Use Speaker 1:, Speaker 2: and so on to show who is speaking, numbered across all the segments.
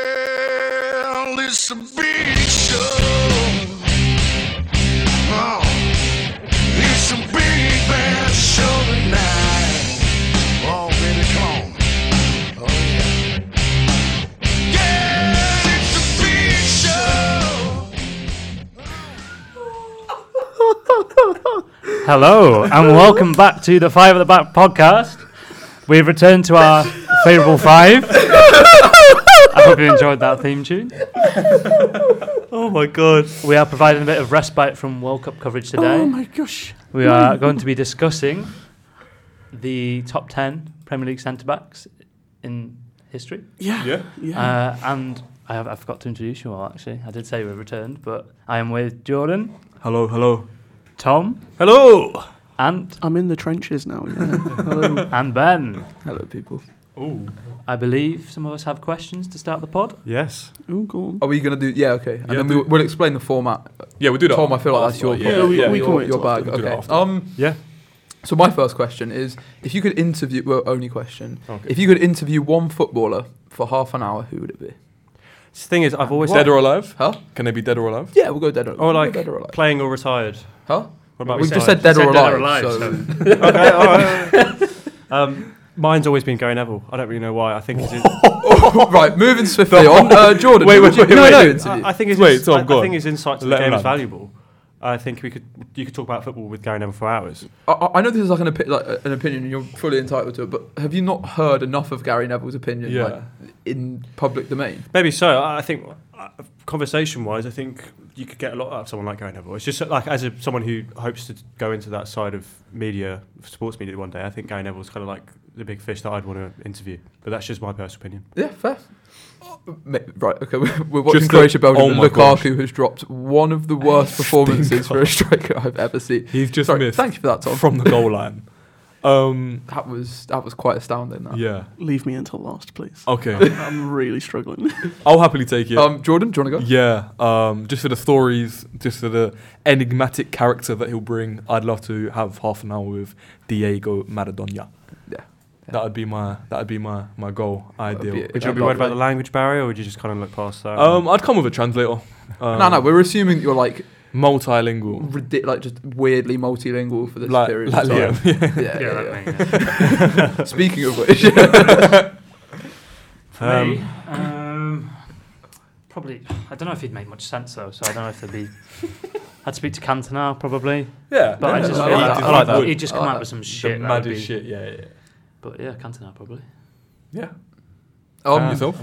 Speaker 1: Well, it's a big show. Oh, it's a big bad show tonight. Oh, baby, come on. Oh, yeah. Yeah, it's a big show.
Speaker 2: Hello, and welcome back to the Five at the Back podcast. We've returned to our favourable five. I hope you enjoyed that theme tune.
Speaker 3: Oh my god.
Speaker 2: We are providing a bit of respite from World Cup coverage
Speaker 3: Oh
Speaker 2: today.
Speaker 3: my gosh.
Speaker 2: We are going to be discussing the top 10 Premier League centre backs in history.
Speaker 3: Yeah.
Speaker 4: Yeah.
Speaker 3: Yeah.
Speaker 2: Uh, and I, have, I forgot to introduce you all, actually. I did say we returned, but I am with Jordan,
Speaker 3: Hello, hello.
Speaker 2: Tom,
Speaker 3: Hello!
Speaker 2: Ant,
Speaker 5: I'm in the trenches now. Yeah. Hello.
Speaker 2: and Ben.
Speaker 5: Hello, people.
Speaker 4: Ooh.
Speaker 2: I believe some of us have questions to start the pod.
Speaker 3: Yes.
Speaker 5: Oh, go on.
Speaker 6: Are we gonna do? Yeah, okay. And
Speaker 4: Yeah,
Speaker 6: then
Speaker 4: do-
Speaker 6: we, we'll explain the format.
Speaker 4: Yeah, we do that.
Speaker 6: Tom, I feel like that's your
Speaker 4: after, Yeah,
Speaker 5: Yeah, we-
Speaker 4: yeah,
Speaker 5: we
Speaker 4: yeah.
Speaker 5: can
Speaker 6: your,
Speaker 5: wait
Speaker 6: your
Speaker 5: till
Speaker 6: bag.
Speaker 4: after. We can do
Speaker 6: Okay.
Speaker 4: that after.
Speaker 6: Um.
Speaker 3: Yeah.
Speaker 6: So my first question is, if you could interview, well, only question,
Speaker 4: Okay.
Speaker 6: if you could interview one footballer for half an hour, who would it be?
Speaker 3: The thing is, I've always
Speaker 4: Dead or alive?
Speaker 6: Huh?
Speaker 4: Can they be dead or alive?
Speaker 6: Yeah, we'll go dead or alive.
Speaker 3: or like
Speaker 6: dead or alive.
Speaker 3: playing or retired.
Speaker 6: Huh?
Speaker 3: What about
Speaker 6: We've just said
Speaker 3: retired?
Speaker 6: dead,
Speaker 2: Said
Speaker 6: or,
Speaker 2: dead
Speaker 6: alive,
Speaker 2: or alive,
Speaker 6: So
Speaker 3: okay, all right. um, mine's always been Gary Neville. I don't really know why. I think it's his,
Speaker 6: right, moving swiftly on. Uh, Jordan,
Speaker 3: Wait,
Speaker 6: who
Speaker 3: wait,
Speaker 6: would you,
Speaker 3: wait,
Speaker 6: who
Speaker 3: no,
Speaker 6: would
Speaker 3: no.
Speaker 6: you interview?
Speaker 3: I, I think his
Speaker 4: Wait,
Speaker 3: ins-
Speaker 4: Tom,
Speaker 3: I,
Speaker 4: go
Speaker 3: I
Speaker 4: on.
Speaker 3: think his insight to
Speaker 4: Let
Speaker 3: the
Speaker 4: him
Speaker 3: game is
Speaker 4: land.
Speaker 3: valuable. I think we could you could talk about football with Gary Neville for hours.
Speaker 6: I, I I know this is like an, opi- like uh, an opinion, and you're fully entitled to it, but have you not heard enough of Gary Neville's opinion
Speaker 4: Yeah.
Speaker 6: like, in public domain?
Speaker 3: Maybe so. I I think uh, conversation-wise, I think you could get a lot out of someone like Gary Neville. It's just like as a, someone who hopes to go into that side of media, sports media one day. I think Gary Neville's kind of like the big fish that I'd want to interview. But that's just my personal opinion.
Speaker 6: Yeah, fair. Ma- Right, okay, we're, we're watching
Speaker 4: Just the-
Speaker 6: Croatia Belgium,
Speaker 4: oh
Speaker 6: and
Speaker 4: my gosh.
Speaker 6: Lukaku has dropped one of the worst performances for a striker I've ever seen.
Speaker 4: He's just
Speaker 6: Sorry,
Speaker 4: missed
Speaker 6: thank you for that, Tom.
Speaker 4: from the goal line. Um,
Speaker 6: that was that was quite astounding. That.
Speaker 4: yeah.
Speaker 5: Leave me until last, please.
Speaker 4: Okay.
Speaker 5: I'm really struggling.
Speaker 4: I'll happily take it.
Speaker 6: Um, Jordan, do you want to go?
Speaker 4: yeah. Um, just for the stories, just for the enigmatic character that he'll bring, I'd love to have half an hour with Diego Maradona.
Speaker 6: Yeah.
Speaker 4: That would be my that would be my my goal
Speaker 6: That'd
Speaker 4: ideal.
Speaker 6: be-
Speaker 3: Would you
Speaker 6: that'd
Speaker 3: be worried about the
Speaker 6: lovely.
Speaker 3: language barrier, or would you just kind of look past that?
Speaker 4: Um, I'd come with a translator. Um,
Speaker 6: no, no, we're assuming that you're like
Speaker 4: multilingual.
Speaker 6: ridic- like just weirdly multilingual for this
Speaker 4: Like,
Speaker 6: period.
Speaker 4: like
Speaker 6: of time.
Speaker 4: Liam. Yeah.
Speaker 6: Yeah, yeah, yeah.
Speaker 2: that thing.
Speaker 6: Speaking of which,
Speaker 2: For me,
Speaker 3: Um,
Speaker 2: um, probably. I don't know if he'd make much sense though, so I don't know if there'd be. I'd speak to Cantona probably,
Speaker 4: yeah.
Speaker 2: but I
Speaker 6: no,
Speaker 2: just
Speaker 6: no,
Speaker 2: feel
Speaker 6: I
Speaker 2: like,
Speaker 6: like that, I like that.
Speaker 2: he'd just
Speaker 6: I
Speaker 2: come
Speaker 6: like
Speaker 2: out
Speaker 6: that.
Speaker 2: with some
Speaker 4: the
Speaker 2: shit. that would
Speaker 4: maddest
Speaker 2: be-
Speaker 4: shit. Yeah, yeah.
Speaker 2: But yeah, Cantona probably.
Speaker 4: Yeah.
Speaker 6: um,
Speaker 4: Um, yourself?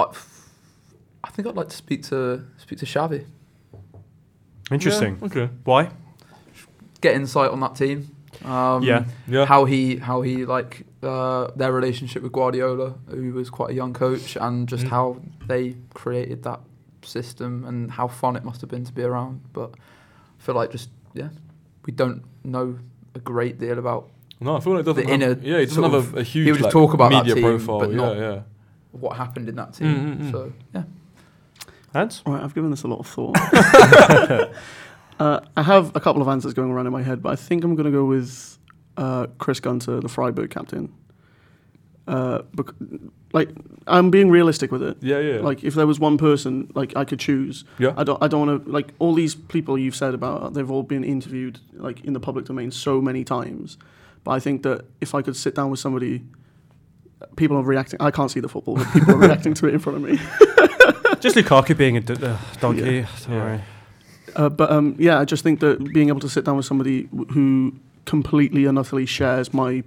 Speaker 6: I, I think I'd like to speak to speak to Xavi,
Speaker 3: interesting.
Speaker 4: Yeah, okay.
Speaker 3: Why?
Speaker 6: get insight on that team. Um,
Speaker 3: Yeah.
Speaker 4: Yeah.
Speaker 6: how he how he like uh, their relationship with Guardiola, who was quite a young coach, and just
Speaker 3: Mm.
Speaker 6: how they created that system and how fun it must have been to be around. But I feel like just yeah, we don't know a great deal about
Speaker 4: No, I feel like it doesn't.
Speaker 6: the
Speaker 4: have,
Speaker 6: inner
Speaker 4: yeah, he doesn't
Speaker 6: sort
Speaker 4: have
Speaker 6: of-
Speaker 4: a, a huge.
Speaker 6: he would just
Speaker 4: like,
Speaker 6: talk about that
Speaker 4: media
Speaker 6: team,
Speaker 4: profile.
Speaker 6: but
Speaker 4: yeah,
Speaker 6: not-
Speaker 4: yeah.
Speaker 6: what happened in that team.
Speaker 4: Mm, mm, mm.
Speaker 6: So yeah,
Speaker 3: Ants?
Speaker 5: All right, I've given this a lot of thought. uh, I have a couple of answers going around in my head, but I think I'm going to go with uh, Chris Gunter, the Freiburg captain. Uh, bec- like, I'm being realistic with it.
Speaker 4: Yeah, yeah.
Speaker 5: Like, if there was one person, like, I could choose.
Speaker 4: yeah.
Speaker 5: I don't. I don't want to like all these people you've said about. They've all been interviewed like in the public domain so many times, but I think that if I could sit down with somebody, people are reacting. I can't see the football, but people are reacting to it in front of me.
Speaker 3: just Lukaku being a d- uh, donkey. Sorry.
Speaker 5: Uh, but um, yeah, I just think that being able to sit down with somebody w- who completely and utterly shares my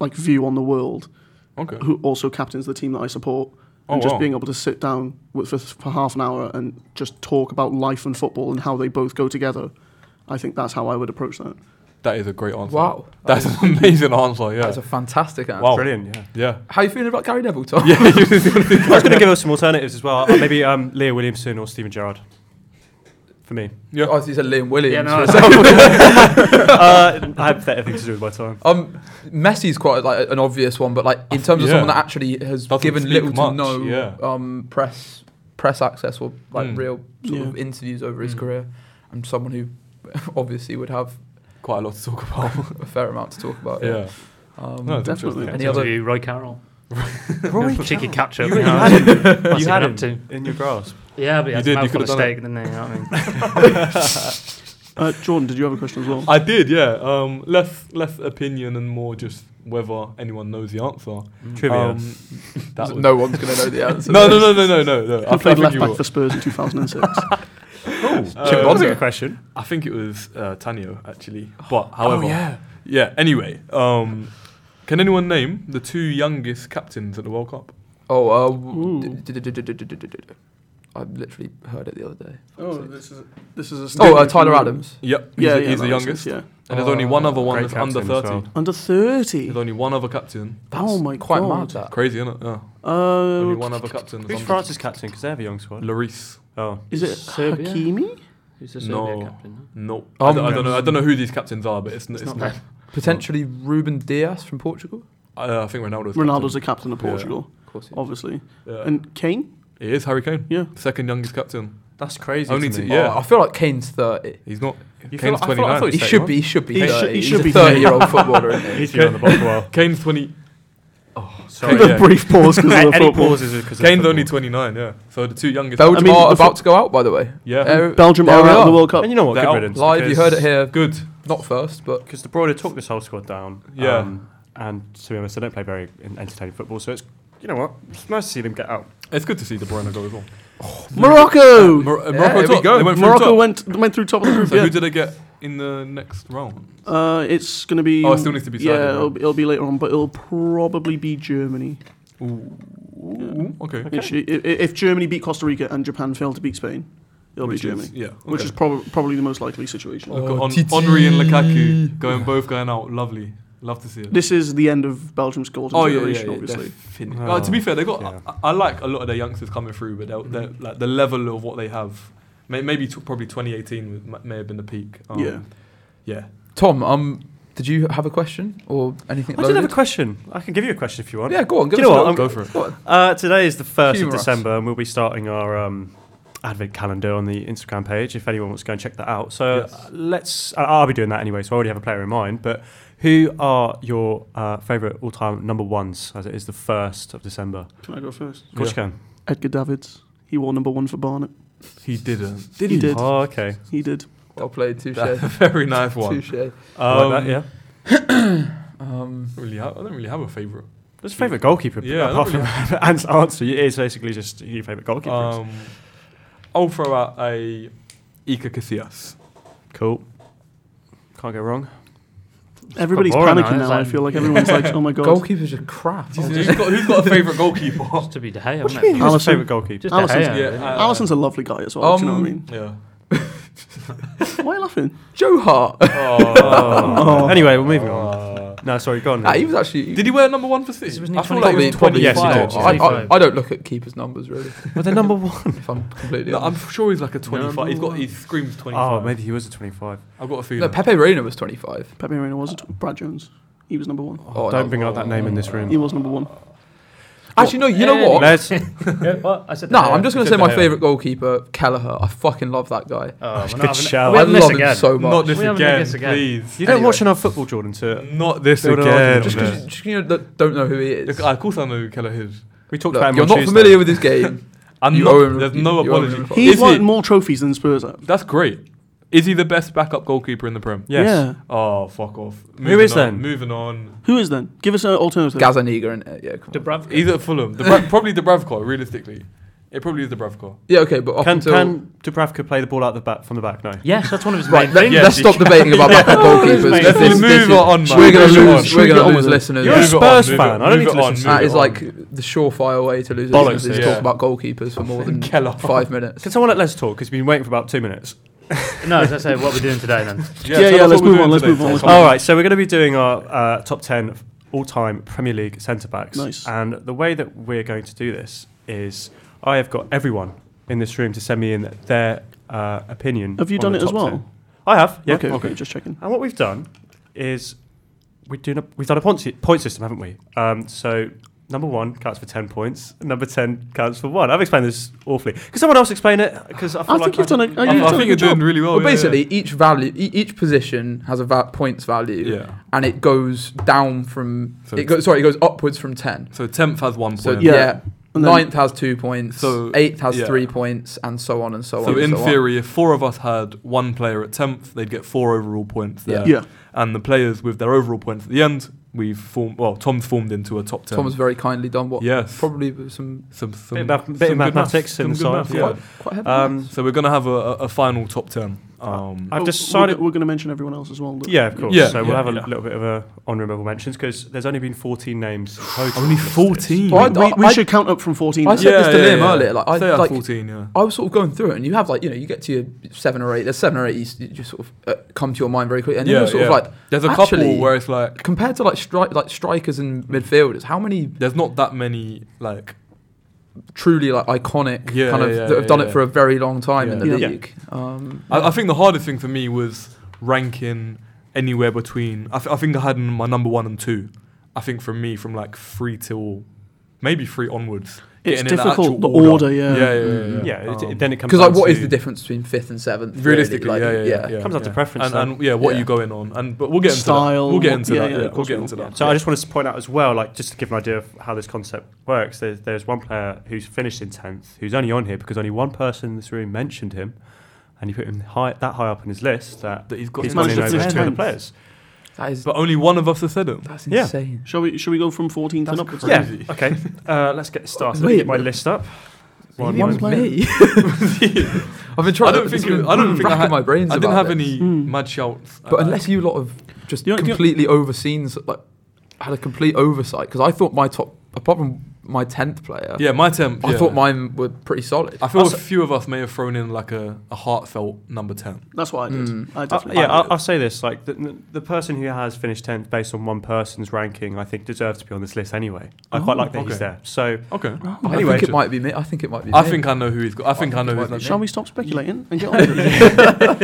Speaker 5: like view on the world,
Speaker 4: okay.
Speaker 5: who also captains the team that I support.
Speaker 4: Oh,
Speaker 5: And just
Speaker 4: wow.
Speaker 5: being able to sit down with, for, for half an hour and just talk about life and football and how they both go together, I think that's how I would approach that.
Speaker 4: That is a great answer.
Speaker 6: wow,
Speaker 4: That's
Speaker 6: that is,
Speaker 4: an amazing answer. Yeah.
Speaker 6: that's a fantastic answer.
Speaker 4: Wow.
Speaker 3: Brilliant. Yeah.
Speaker 4: yeah.
Speaker 6: How you feeling about Gary Neville, Tom?
Speaker 4: Yeah. you just-
Speaker 3: I was going to give us some alternatives as well. Uh, Maybe um, Leah Williamson or Stephen Gerrard. For me,
Speaker 4: yeah.
Speaker 6: Oh, so you said Liam Williams.
Speaker 2: Yeah, no,
Speaker 6: for a
Speaker 2: I-
Speaker 6: second.
Speaker 3: uh, I have better things to do with my time.
Speaker 6: Um, Messi's quite like an obvious one, but like in terms of
Speaker 4: yeah.
Speaker 6: someone that actually has
Speaker 4: Doesn't
Speaker 6: given
Speaker 4: speak
Speaker 6: little
Speaker 4: much,
Speaker 6: to no
Speaker 4: yeah.
Speaker 6: um, press press access or like
Speaker 4: Mm.
Speaker 6: real sort of
Speaker 5: Yeah.
Speaker 6: interviews over his
Speaker 4: Mm.
Speaker 6: career, and someone who obviously would have
Speaker 4: Quite a lot to talk about.
Speaker 6: a fair amount to talk about.
Speaker 4: yeah.
Speaker 6: Um,
Speaker 4: No, it's
Speaker 5: Definitely.
Speaker 4: interesting.
Speaker 6: Any other-
Speaker 2: Interview Roy Carroll. cheeky catch up.
Speaker 3: You,
Speaker 2: you know,
Speaker 3: had him.
Speaker 2: what's
Speaker 3: You
Speaker 2: he
Speaker 3: had
Speaker 2: been
Speaker 3: him
Speaker 2: up to?
Speaker 3: in your grasp.
Speaker 2: Yeah, but he
Speaker 4: You
Speaker 2: had
Speaker 4: did, you
Speaker 2: a mouthful of
Speaker 4: could've done
Speaker 2: steak, didn't he? You know what I mean?
Speaker 5: Uh, Jordan, did you have a question as well?
Speaker 4: I did, yeah. Um, less less opinion and more just whether anyone knows the answer.
Speaker 3: Trivia. Uh,
Speaker 4: Um, that was-
Speaker 6: no one's going to know the answer.
Speaker 4: no, no, no, no, no, no, no.
Speaker 5: I played
Speaker 4: think
Speaker 5: left
Speaker 4: you
Speaker 5: back
Speaker 4: will.
Speaker 5: for Spurs in 2006.
Speaker 4: Uh,
Speaker 3: That's a good question.
Speaker 4: I think it was uh, Tanio actually. But however, Oh, yeah. yeah. Anyway, um, can anyone name the two youngest captains at the World Cup?
Speaker 6: Oh, uh,
Speaker 5: Ooh.
Speaker 6: w- d- d- d- d- d- d- d- d- d- d- I literally heard it the other day.
Speaker 5: oh, this is this is a
Speaker 6: Oh, uh,
Speaker 5: statement
Speaker 6: Tyler
Speaker 5: from-
Speaker 6: Adams.
Speaker 4: Yep, he's,
Speaker 5: Yeah,
Speaker 4: the-
Speaker 5: yeah,
Speaker 4: he's
Speaker 5: that
Speaker 4: the
Speaker 5: makes
Speaker 4: youngest,
Speaker 5: sense,
Speaker 4: and there's only one other one
Speaker 3: Great
Speaker 4: that's under
Speaker 3: captain as
Speaker 4: thirty.
Speaker 5: yeah. Under
Speaker 4: There's
Speaker 5: 30.
Speaker 4: only one other captain.
Speaker 5: Oh my
Speaker 6: Quite mad
Speaker 5: god.
Speaker 6: that.
Speaker 4: Crazy, isn't it? Yeah. Only
Speaker 5: Uh,
Speaker 4: one other captain. that's
Speaker 3: Who's
Speaker 4: under-
Speaker 3: France's captain? Because they have a young squad.
Speaker 4: Lloris.
Speaker 3: Oh,
Speaker 5: is it
Speaker 2: Serbia?
Speaker 5: Hakimi?
Speaker 2: Who's the
Speaker 4: No.
Speaker 2: Serbia captain?
Speaker 4: No, I,
Speaker 6: Um,
Speaker 4: don't, I don't know. I don't know who these captains are, but it's, n- it's,
Speaker 2: not
Speaker 4: not.
Speaker 6: Potentially Ruben Diaz from Portugal.
Speaker 4: Uh, I think Ronaldo's.
Speaker 5: Ronaldo's
Speaker 4: captain.
Speaker 5: the captain of
Speaker 4: Yeah.
Speaker 5: Portugal,
Speaker 6: Of course. he is.
Speaker 5: obviously.
Speaker 4: Yeah.
Speaker 5: And Kane?
Speaker 4: it is Harry Kane,
Speaker 5: Yeah.
Speaker 4: second youngest captain.
Speaker 3: that's crazy.
Speaker 4: Only
Speaker 3: to
Speaker 4: to-
Speaker 3: me.
Speaker 4: yeah.
Speaker 6: Oh, I feel like Kane's thirty.
Speaker 4: He's not.
Speaker 3: You feel
Speaker 4: Kane's
Speaker 3: like- I thought- I
Speaker 4: twenty nine.
Speaker 3: thought
Speaker 6: He
Speaker 3: He's
Speaker 6: should be. He should be.
Speaker 5: He should-
Speaker 6: 30.
Speaker 5: he
Speaker 6: He's
Speaker 5: should
Speaker 6: a
Speaker 5: be
Speaker 6: 30 year old footballer, isn't he?
Speaker 3: He's been on the block a while.
Speaker 4: Kane's twenty. Oh,
Speaker 3: Sorry,
Speaker 5: Take a
Speaker 3: yeah.
Speaker 5: brief pause because of the
Speaker 3: Any
Speaker 5: football.
Speaker 3: pauses because
Speaker 4: Kane's only twenty nine. Yeah. So the two youngest.
Speaker 6: Belgium
Speaker 5: I mean,
Speaker 6: are
Speaker 5: the
Speaker 6: about to go out, by the way.
Speaker 4: yeah.
Speaker 6: Uh,
Speaker 5: Belgium
Speaker 6: there
Speaker 5: are
Speaker 6: we
Speaker 5: out of the World Cup.
Speaker 3: And you know what?
Speaker 4: They're
Speaker 3: Good
Speaker 4: out
Speaker 3: riddance.
Speaker 6: Live, you heard it here.
Speaker 4: Good.
Speaker 6: Not first, but
Speaker 3: Because the broader took this whole squad down.
Speaker 4: Yeah.
Speaker 3: um, and to be honest, they don't play very en- entertaining football. So it's you know what? It's nice to see them get out.
Speaker 4: It's good to see De Bruyne go as well.
Speaker 5: Morocco!
Speaker 4: Mor- uh,
Speaker 6: Yeah,
Speaker 4: Morocco,
Speaker 6: here we
Speaker 4: top.
Speaker 6: go.
Speaker 4: They went through
Speaker 5: Morocco
Speaker 4: top.
Speaker 5: went went through top of the group.
Speaker 4: So
Speaker 5: yeah.
Speaker 4: who did they get in the next round?
Speaker 5: uh, it's going to be.
Speaker 4: Oh, it still needs to be
Speaker 5: Yeah,
Speaker 4: decided, right?
Speaker 5: it'll, be- it'll be later on, but it'll probably be Germany.
Speaker 4: Okay.
Speaker 5: It should- i- i- if Germany beat Costa Rica and Japan fail to beat Spain, it'll
Speaker 4: Which
Speaker 5: be
Speaker 4: is-
Speaker 5: Germany,
Speaker 4: yeah.
Speaker 5: which
Speaker 4: okay.
Speaker 5: is prob- probably the most likely situation.
Speaker 4: Look
Speaker 6: Oh,
Speaker 4: at Hon- Henry and Lukaku going both going out. Lovely. Love to see it.
Speaker 5: This is the end of Belgium's goals in
Speaker 4: Oh yeah, yeah,
Speaker 5: generation,
Speaker 4: yeah
Speaker 5: obviously.
Speaker 4: definitely. Uh, to be fair, they got.
Speaker 3: Yeah.
Speaker 4: I, I like a lot of their youngsters coming through, but they're, they're, like the level of what they have, may, maybe t- probably 2018 was- m- may have been the peak. Um,
Speaker 5: Yeah.
Speaker 4: yeah.
Speaker 6: Tom, um, did you have a question or anything?
Speaker 3: I did have a
Speaker 6: loaded?
Speaker 3: question. I can give you a question if you want.
Speaker 6: Yeah, go on. Give
Speaker 3: Do
Speaker 6: us
Speaker 3: you know
Speaker 6: a
Speaker 3: what?
Speaker 6: go.
Speaker 4: Go for it.
Speaker 6: Go on.
Speaker 3: Uh, today is the 1st
Speaker 6: Humour
Speaker 3: of
Speaker 6: us.
Speaker 3: December, and we'll be starting our um, advent calendar on the Instagram page if anyone wants to go and check that out. So
Speaker 4: Yes.
Speaker 3: uh, let's, I- I'll be doing that anyway, so I already have a player in mind. But who are your uh, favourite all time number ones as it is the 1st of December?
Speaker 5: Can I go first?
Speaker 3: Of course you can.
Speaker 5: Edgar Davids. He wore number one for Barnet.
Speaker 4: He didn't.
Speaker 5: Did he? Did.
Speaker 3: Oh, okay.
Speaker 5: He did.
Speaker 6: Well played, touche.
Speaker 4: Very nice one.
Speaker 6: Touche.
Speaker 3: Um,
Speaker 4: Um,
Speaker 3: yeah.
Speaker 6: Um,
Speaker 4: Really ha- I don't really have a favorite.
Speaker 3: What's your favourite goalkeeper?
Speaker 4: Yeah,
Speaker 3: apart
Speaker 4: I
Speaker 3: from
Speaker 4: don't
Speaker 3: Ant's answer, it is basically just your favourite goalkeeper.
Speaker 4: Um, I'll throw out a Ika Casillas.
Speaker 3: cool. Can't go wrong.
Speaker 5: Everybody's
Speaker 2: boring now,
Speaker 5: panicking now.
Speaker 2: it's
Speaker 5: I
Speaker 2: like-
Speaker 5: feel like everyone's like, oh my god.
Speaker 6: goalkeepers are crap.
Speaker 4: Who's got, who's got a favorite goalkeeper?
Speaker 2: Has to be De Gea,
Speaker 5: do
Speaker 2: wouldn't
Speaker 5: you mean?
Speaker 2: it?
Speaker 3: Who's
Speaker 5: Allison.
Speaker 3: your favourite goalkeeper?
Speaker 2: Just De
Speaker 5: Allison's-
Speaker 2: Gea.
Speaker 4: yeah,
Speaker 2: isn't it?
Speaker 4: uh,
Speaker 5: Allison's a lovely guy as well. do you know what I
Speaker 6: Um,
Speaker 5: mean?
Speaker 4: Yeah.
Speaker 5: Why are you laughing?
Speaker 6: Joe Hart.
Speaker 3: Oh. Anyway, we're moving on.
Speaker 4: Uh,
Speaker 3: No, sorry, go on.
Speaker 6: Nah, Ah, he was actually.
Speaker 4: did he wear number one for City?
Speaker 2: Wasn't he
Speaker 4: I feel like
Speaker 6: probably,
Speaker 4: he was
Speaker 6: probably
Speaker 4: 25.
Speaker 3: yes, he
Speaker 6: not.
Speaker 3: did,
Speaker 6: I,
Speaker 2: yeah.
Speaker 6: I, I don't look at keeper's numbers really.
Speaker 3: Well, they're number one.
Speaker 6: If I'm completely
Speaker 4: No, I'm
Speaker 6: honest.
Speaker 4: sure he's like a 25. He's got.
Speaker 5: one.
Speaker 4: He screams 25.
Speaker 3: Oh, maybe he was a 25.
Speaker 4: I've got a feeling.
Speaker 6: No, Pepe Reina was 25.
Speaker 5: Pepe Reina was it? Brad Jones. He was number one.
Speaker 6: Oh,
Speaker 3: Don't
Speaker 6: no.
Speaker 3: bring up that name in this
Speaker 5: He
Speaker 3: room.
Speaker 5: was number one.
Speaker 6: Actually, no. You know what?
Speaker 3: Let's, oh,
Speaker 2: Yeah, what? I said
Speaker 6: No,
Speaker 2: De Gea.
Speaker 6: I'm just gonna
Speaker 4: He
Speaker 6: say
Speaker 4: said
Speaker 6: my
Speaker 4: De Gea.
Speaker 6: favourite goalkeeper, Kelleher. I fucking love that guy.
Speaker 2: Oh, we're
Speaker 3: Good
Speaker 2: not having-
Speaker 3: shout.
Speaker 2: are we
Speaker 6: I
Speaker 2: having this
Speaker 6: love him
Speaker 2: again?
Speaker 6: so much.
Speaker 4: Not this
Speaker 2: We haven't
Speaker 4: again,
Speaker 2: done this again.
Speaker 4: please.
Speaker 3: you don't
Speaker 6: Anyway.
Speaker 3: watch enough football, Jordan, to.
Speaker 4: Not this
Speaker 3: Build an
Speaker 4: again.
Speaker 3: argument.
Speaker 6: just because just 'cause you know, don't- don't know who he is.
Speaker 4: Look, uh, of course I know Keller Hughes.
Speaker 3: We talked
Speaker 6: Look,
Speaker 3: about him
Speaker 6: you're
Speaker 3: on
Speaker 6: not
Speaker 3: Tuesday.
Speaker 6: familiar with his game.
Speaker 4: I'm
Speaker 6: You
Speaker 4: not,
Speaker 6: owe him-
Speaker 4: there's
Speaker 6: you-
Speaker 4: no
Speaker 6: you owe him
Speaker 4: apology.
Speaker 6: an apology.
Speaker 5: He's
Speaker 4: Is
Speaker 5: won
Speaker 4: he-
Speaker 5: more trophies than Spurs have.
Speaker 4: That's great. Is he the best backup goalkeeper in the Prem?
Speaker 3: Yes.
Speaker 5: Yeah.
Speaker 4: Oh, fuck off. Moving
Speaker 3: is
Speaker 4: on,
Speaker 3: then?
Speaker 4: Moving on.
Speaker 5: Who is then? Give us an alternative.
Speaker 6: Gazaniga and uh, yeah, come on.
Speaker 2: Dubravka.
Speaker 4: He's at Fulham. Dubra- probably Dubravka, realistically. It probably is Dubravka.
Speaker 6: yeah, okay, but up
Speaker 3: Can,
Speaker 6: until
Speaker 3: can Dubravka play the ball out the back from the back? No.
Speaker 2: Yes, that's one of his
Speaker 6: right,
Speaker 2: main
Speaker 6: let,
Speaker 2: things.
Speaker 4: yeah,
Speaker 6: us
Speaker 4: she
Speaker 6: stop debating about backup goalkeepers.
Speaker 2: Let's
Speaker 6: This is-
Speaker 4: move
Speaker 6: this is-
Speaker 4: on, man.
Speaker 6: We're gonna
Speaker 4: Move on.
Speaker 6: lose. We're
Speaker 4: Move
Speaker 6: gonna
Speaker 4: on.
Speaker 6: lose listeners.
Speaker 3: You're a
Speaker 4: Move it on,
Speaker 3: Spurs
Speaker 4: move it-
Speaker 3: fan. I don't
Speaker 4: move
Speaker 3: need to
Speaker 4: it on,
Speaker 3: listen
Speaker 6: That
Speaker 4: move
Speaker 6: is
Speaker 4: it on.
Speaker 6: like the surefire way to lose
Speaker 3: Bollocks,
Speaker 6: listeners is
Speaker 4: yeah.
Speaker 6: talk about goalkeepers for more than
Speaker 4: Kelleher.
Speaker 6: five minutes.
Speaker 3: Can someone let Les talk? Because he's been waiting for about two minutes.
Speaker 2: No, as I say, what we're doing today then.
Speaker 5: Yeah, yeah,
Speaker 4: that's
Speaker 5: let's
Speaker 4: what we're
Speaker 5: move
Speaker 4: doing
Speaker 5: on, let's
Speaker 4: today.
Speaker 5: move on, let's
Speaker 4: Come
Speaker 3: All right, so we're going to be doing our uh, top 10 all time Premier League centre backs.
Speaker 5: Nice.
Speaker 3: And the way that we're going to do this is I have got everyone in this room to send me in their uh, opinion.
Speaker 5: Have you
Speaker 3: on
Speaker 5: done
Speaker 3: the
Speaker 5: it as
Speaker 3: top
Speaker 5: well?
Speaker 3: 10. I have, yeah.
Speaker 5: Okay, okay, just checking.
Speaker 3: And what we've done is we do not, we've done a point, si- point system, haven't we? Um, so Number one counts for ten points. Number ten counts for one. I've explained this awfully. Could someone else explain it? Because I feel
Speaker 5: I
Speaker 3: like
Speaker 5: think you've done
Speaker 3: I'm-
Speaker 5: a,
Speaker 4: I,
Speaker 5: you've done
Speaker 4: I
Speaker 5: a
Speaker 4: think
Speaker 5: good
Speaker 4: you're
Speaker 5: job.
Speaker 4: doing really well.
Speaker 6: Well,
Speaker 4: yeah,
Speaker 6: basically, each value, e- each position has a va- points value,
Speaker 4: yeah.
Speaker 6: and it goes down from.
Speaker 4: So
Speaker 6: it
Speaker 4: it's-
Speaker 6: goes sorry, it goes upwards from ten.
Speaker 4: So tenth has one point.
Speaker 6: So
Speaker 5: Yeah.
Speaker 6: yeah,
Speaker 5: And then-
Speaker 6: ninth has two points,
Speaker 4: So,
Speaker 6: eighth has
Speaker 4: yeah.
Speaker 6: three points, and so on and so, on.
Speaker 4: So
Speaker 6: and
Speaker 4: in
Speaker 6: so on.
Speaker 4: theory, if four of us had one player at tenth, they'd get four overall points
Speaker 6: Yeah.
Speaker 4: there.
Speaker 5: Yeah.
Speaker 4: And the players with their overall points at the end, we've formed. Well, Tom's formed into a top ten.
Speaker 6: Tom has very kindly done what
Speaker 4: yes.
Speaker 6: probably was some
Speaker 4: some, some
Speaker 3: Bit of math- bit of
Speaker 4: some good
Speaker 3: mathematics and
Speaker 4: some good
Speaker 3: science,
Speaker 4: math,
Speaker 6: quite heavy.
Speaker 3: Um,
Speaker 6: maths.
Speaker 4: So we're gonna have a, a a final top ten. Um,
Speaker 3: I've
Speaker 5: Oh,
Speaker 3: decided.
Speaker 5: We're, we're going to mention everyone else as well. but-
Speaker 3: Yeah, of course.
Speaker 4: Yeah,
Speaker 3: so we'll
Speaker 4: yeah,
Speaker 3: have a
Speaker 4: yeah.
Speaker 3: little bit of a honourable mentions because there's only been 14 names total.
Speaker 4: only
Speaker 3: listed.
Speaker 4: fourteen.
Speaker 6: Well, I-
Speaker 5: We, we
Speaker 6: I-
Speaker 5: should count up from 14.
Speaker 6: I
Speaker 5: then.
Speaker 6: said this to Liam earlier, like, I-
Speaker 4: Say at
Speaker 6: like-
Speaker 4: fourteen. Yeah.
Speaker 6: I was sort of going through it, and you have like you know you get to your seven or eight. There's seven or eight you, s- you just sort of uh, come to your mind very quickly, and then
Speaker 4: yeah,
Speaker 6: you're sort
Speaker 4: yeah.
Speaker 6: of like
Speaker 4: there's a
Speaker 6: actually-
Speaker 4: couple where it's like
Speaker 6: compared to like stri- like strikers and midfielders, how many
Speaker 4: there's not that many like
Speaker 6: truly like iconic
Speaker 4: Yeah,
Speaker 6: kind of
Speaker 4: yeah,
Speaker 6: that have
Speaker 4: yeah,
Speaker 6: done
Speaker 4: yeah.
Speaker 6: it for a very long time in
Speaker 4: Yeah.
Speaker 6: the
Speaker 5: Yeah.
Speaker 6: league. Um,
Speaker 4: I, I think the hardest thing for me was ranking anywhere between. I, th- I think I had my number one and two. I think from me, from like three till maybe three onwards.
Speaker 5: It's
Speaker 4: getting in
Speaker 5: difficult,
Speaker 4: actual
Speaker 5: the order, yeah.
Speaker 4: Yeah, yeah, yeah.
Speaker 3: Yeah, it,
Speaker 4: Um,
Speaker 3: it, then it comes
Speaker 6: because like,
Speaker 3: down
Speaker 6: what is
Speaker 3: to-
Speaker 6: the difference between fifth and seventh? really?
Speaker 4: realistically,
Speaker 6: Like,
Speaker 4: yeah, yeah, yeah,
Speaker 3: Comes down to
Speaker 4: yeah.
Speaker 3: preference,
Speaker 4: And, and yeah, what are you
Speaker 6: Yeah.
Speaker 4: going on? And but we'll get into
Speaker 5: Style,
Speaker 4: that. We'll get
Speaker 5: what-
Speaker 4: into
Speaker 5: yeah,
Speaker 4: that.
Speaker 5: yeah, of
Speaker 4: Yeah, we'll
Speaker 5: course
Speaker 4: get
Speaker 5: we
Speaker 4: into
Speaker 5: will,
Speaker 4: that.
Speaker 3: So I just wanted to point out as well, like just to give an idea of how this concept works. There's, there's one player who's finished in tenth, who's only on here because only one person in this room mentioned him, and you put him high, that high up on his list that
Speaker 4: That he's got
Speaker 3: he's
Speaker 5: managed
Speaker 3: running
Speaker 5: to
Speaker 3: over
Speaker 5: finish
Speaker 3: two other
Speaker 5: 10th.
Speaker 3: players.
Speaker 6: That is
Speaker 4: but only one of us has said it.
Speaker 6: that's
Speaker 3: Yeah.
Speaker 6: insane.
Speaker 5: Shall we, shall we go from 14 and
Speaker 6: That's
Speaker 5: upwards?
Speaker 6: crazy.
Speaker 3: Yeah. Okay. Uh, let's get started. Let me
Speaker 6: Wait.
Speaker 3: get my list up. One
Speaker 5: Maybe I'm
Speaker 3: moment.
Speaker 5: playing-
Speaker 6: I've been
Speaker 4: I
Speaker 6: trying.
Speaker 4: don't
Speaker 6: it's
Speaker 4: think
Speaker 6: been
Speaker 4: it- I don't think I
Speaker 6: racking
Speaker 4: had-
Speaker 6: my brains.
Speaker 4: I didn't
Speaker 6: about
Speaker 4: have
Speaker 6: this.
Speaker 4: any uh,
Speaker 5: Hmm.
Speaker 4: mad shouts.
Speaker 6: But unless you lot have just
Speaker 5: You know- you know-
Speaker 6: completely overseen, s- like, had a complete oversight, because I thought my top, apart from my tenth player,
Speaker 4: yeah, my temp.
Speaker 6: I
Speaker 4: yeah.
Speaker 6: thought mine were pretty solid.
Speaker 4: I feel
Speaker 3: Also-
Speaker 4: a few of us may have thrown in like a, a heartfelt number ten.
Speaker 5: That's what I did.
Speaker 6: Mm.
Speaker 5: I
Speaker 3: Uh,
Speaker 5: definitely
Speaker 3: yeah,
Speaker 5: did.
Speaker 3: I'll, I'll say this: like the, the person who has finished tenth based on one person's ranking, I think deserves to be on this list anyway. I quite
Speaker 4: Oh,
Speaker 3: like that he's
Speaker 4: okay.
Speaker 3: there. So
Speaker 4: Okay.
Speaker 6: I
Speaker 3: Anyway.
Speaker 6: think it might be me. I think it might be.
Speaker 4: I
Speaker 6: me.
Speaker 4: think I know who he's got. I think I know
Speaker 6: it
Speaker 4: who's
Speaker 6: might be
Speaker 4: next.
Speaker 5: Shall we stop speculating and get on with it?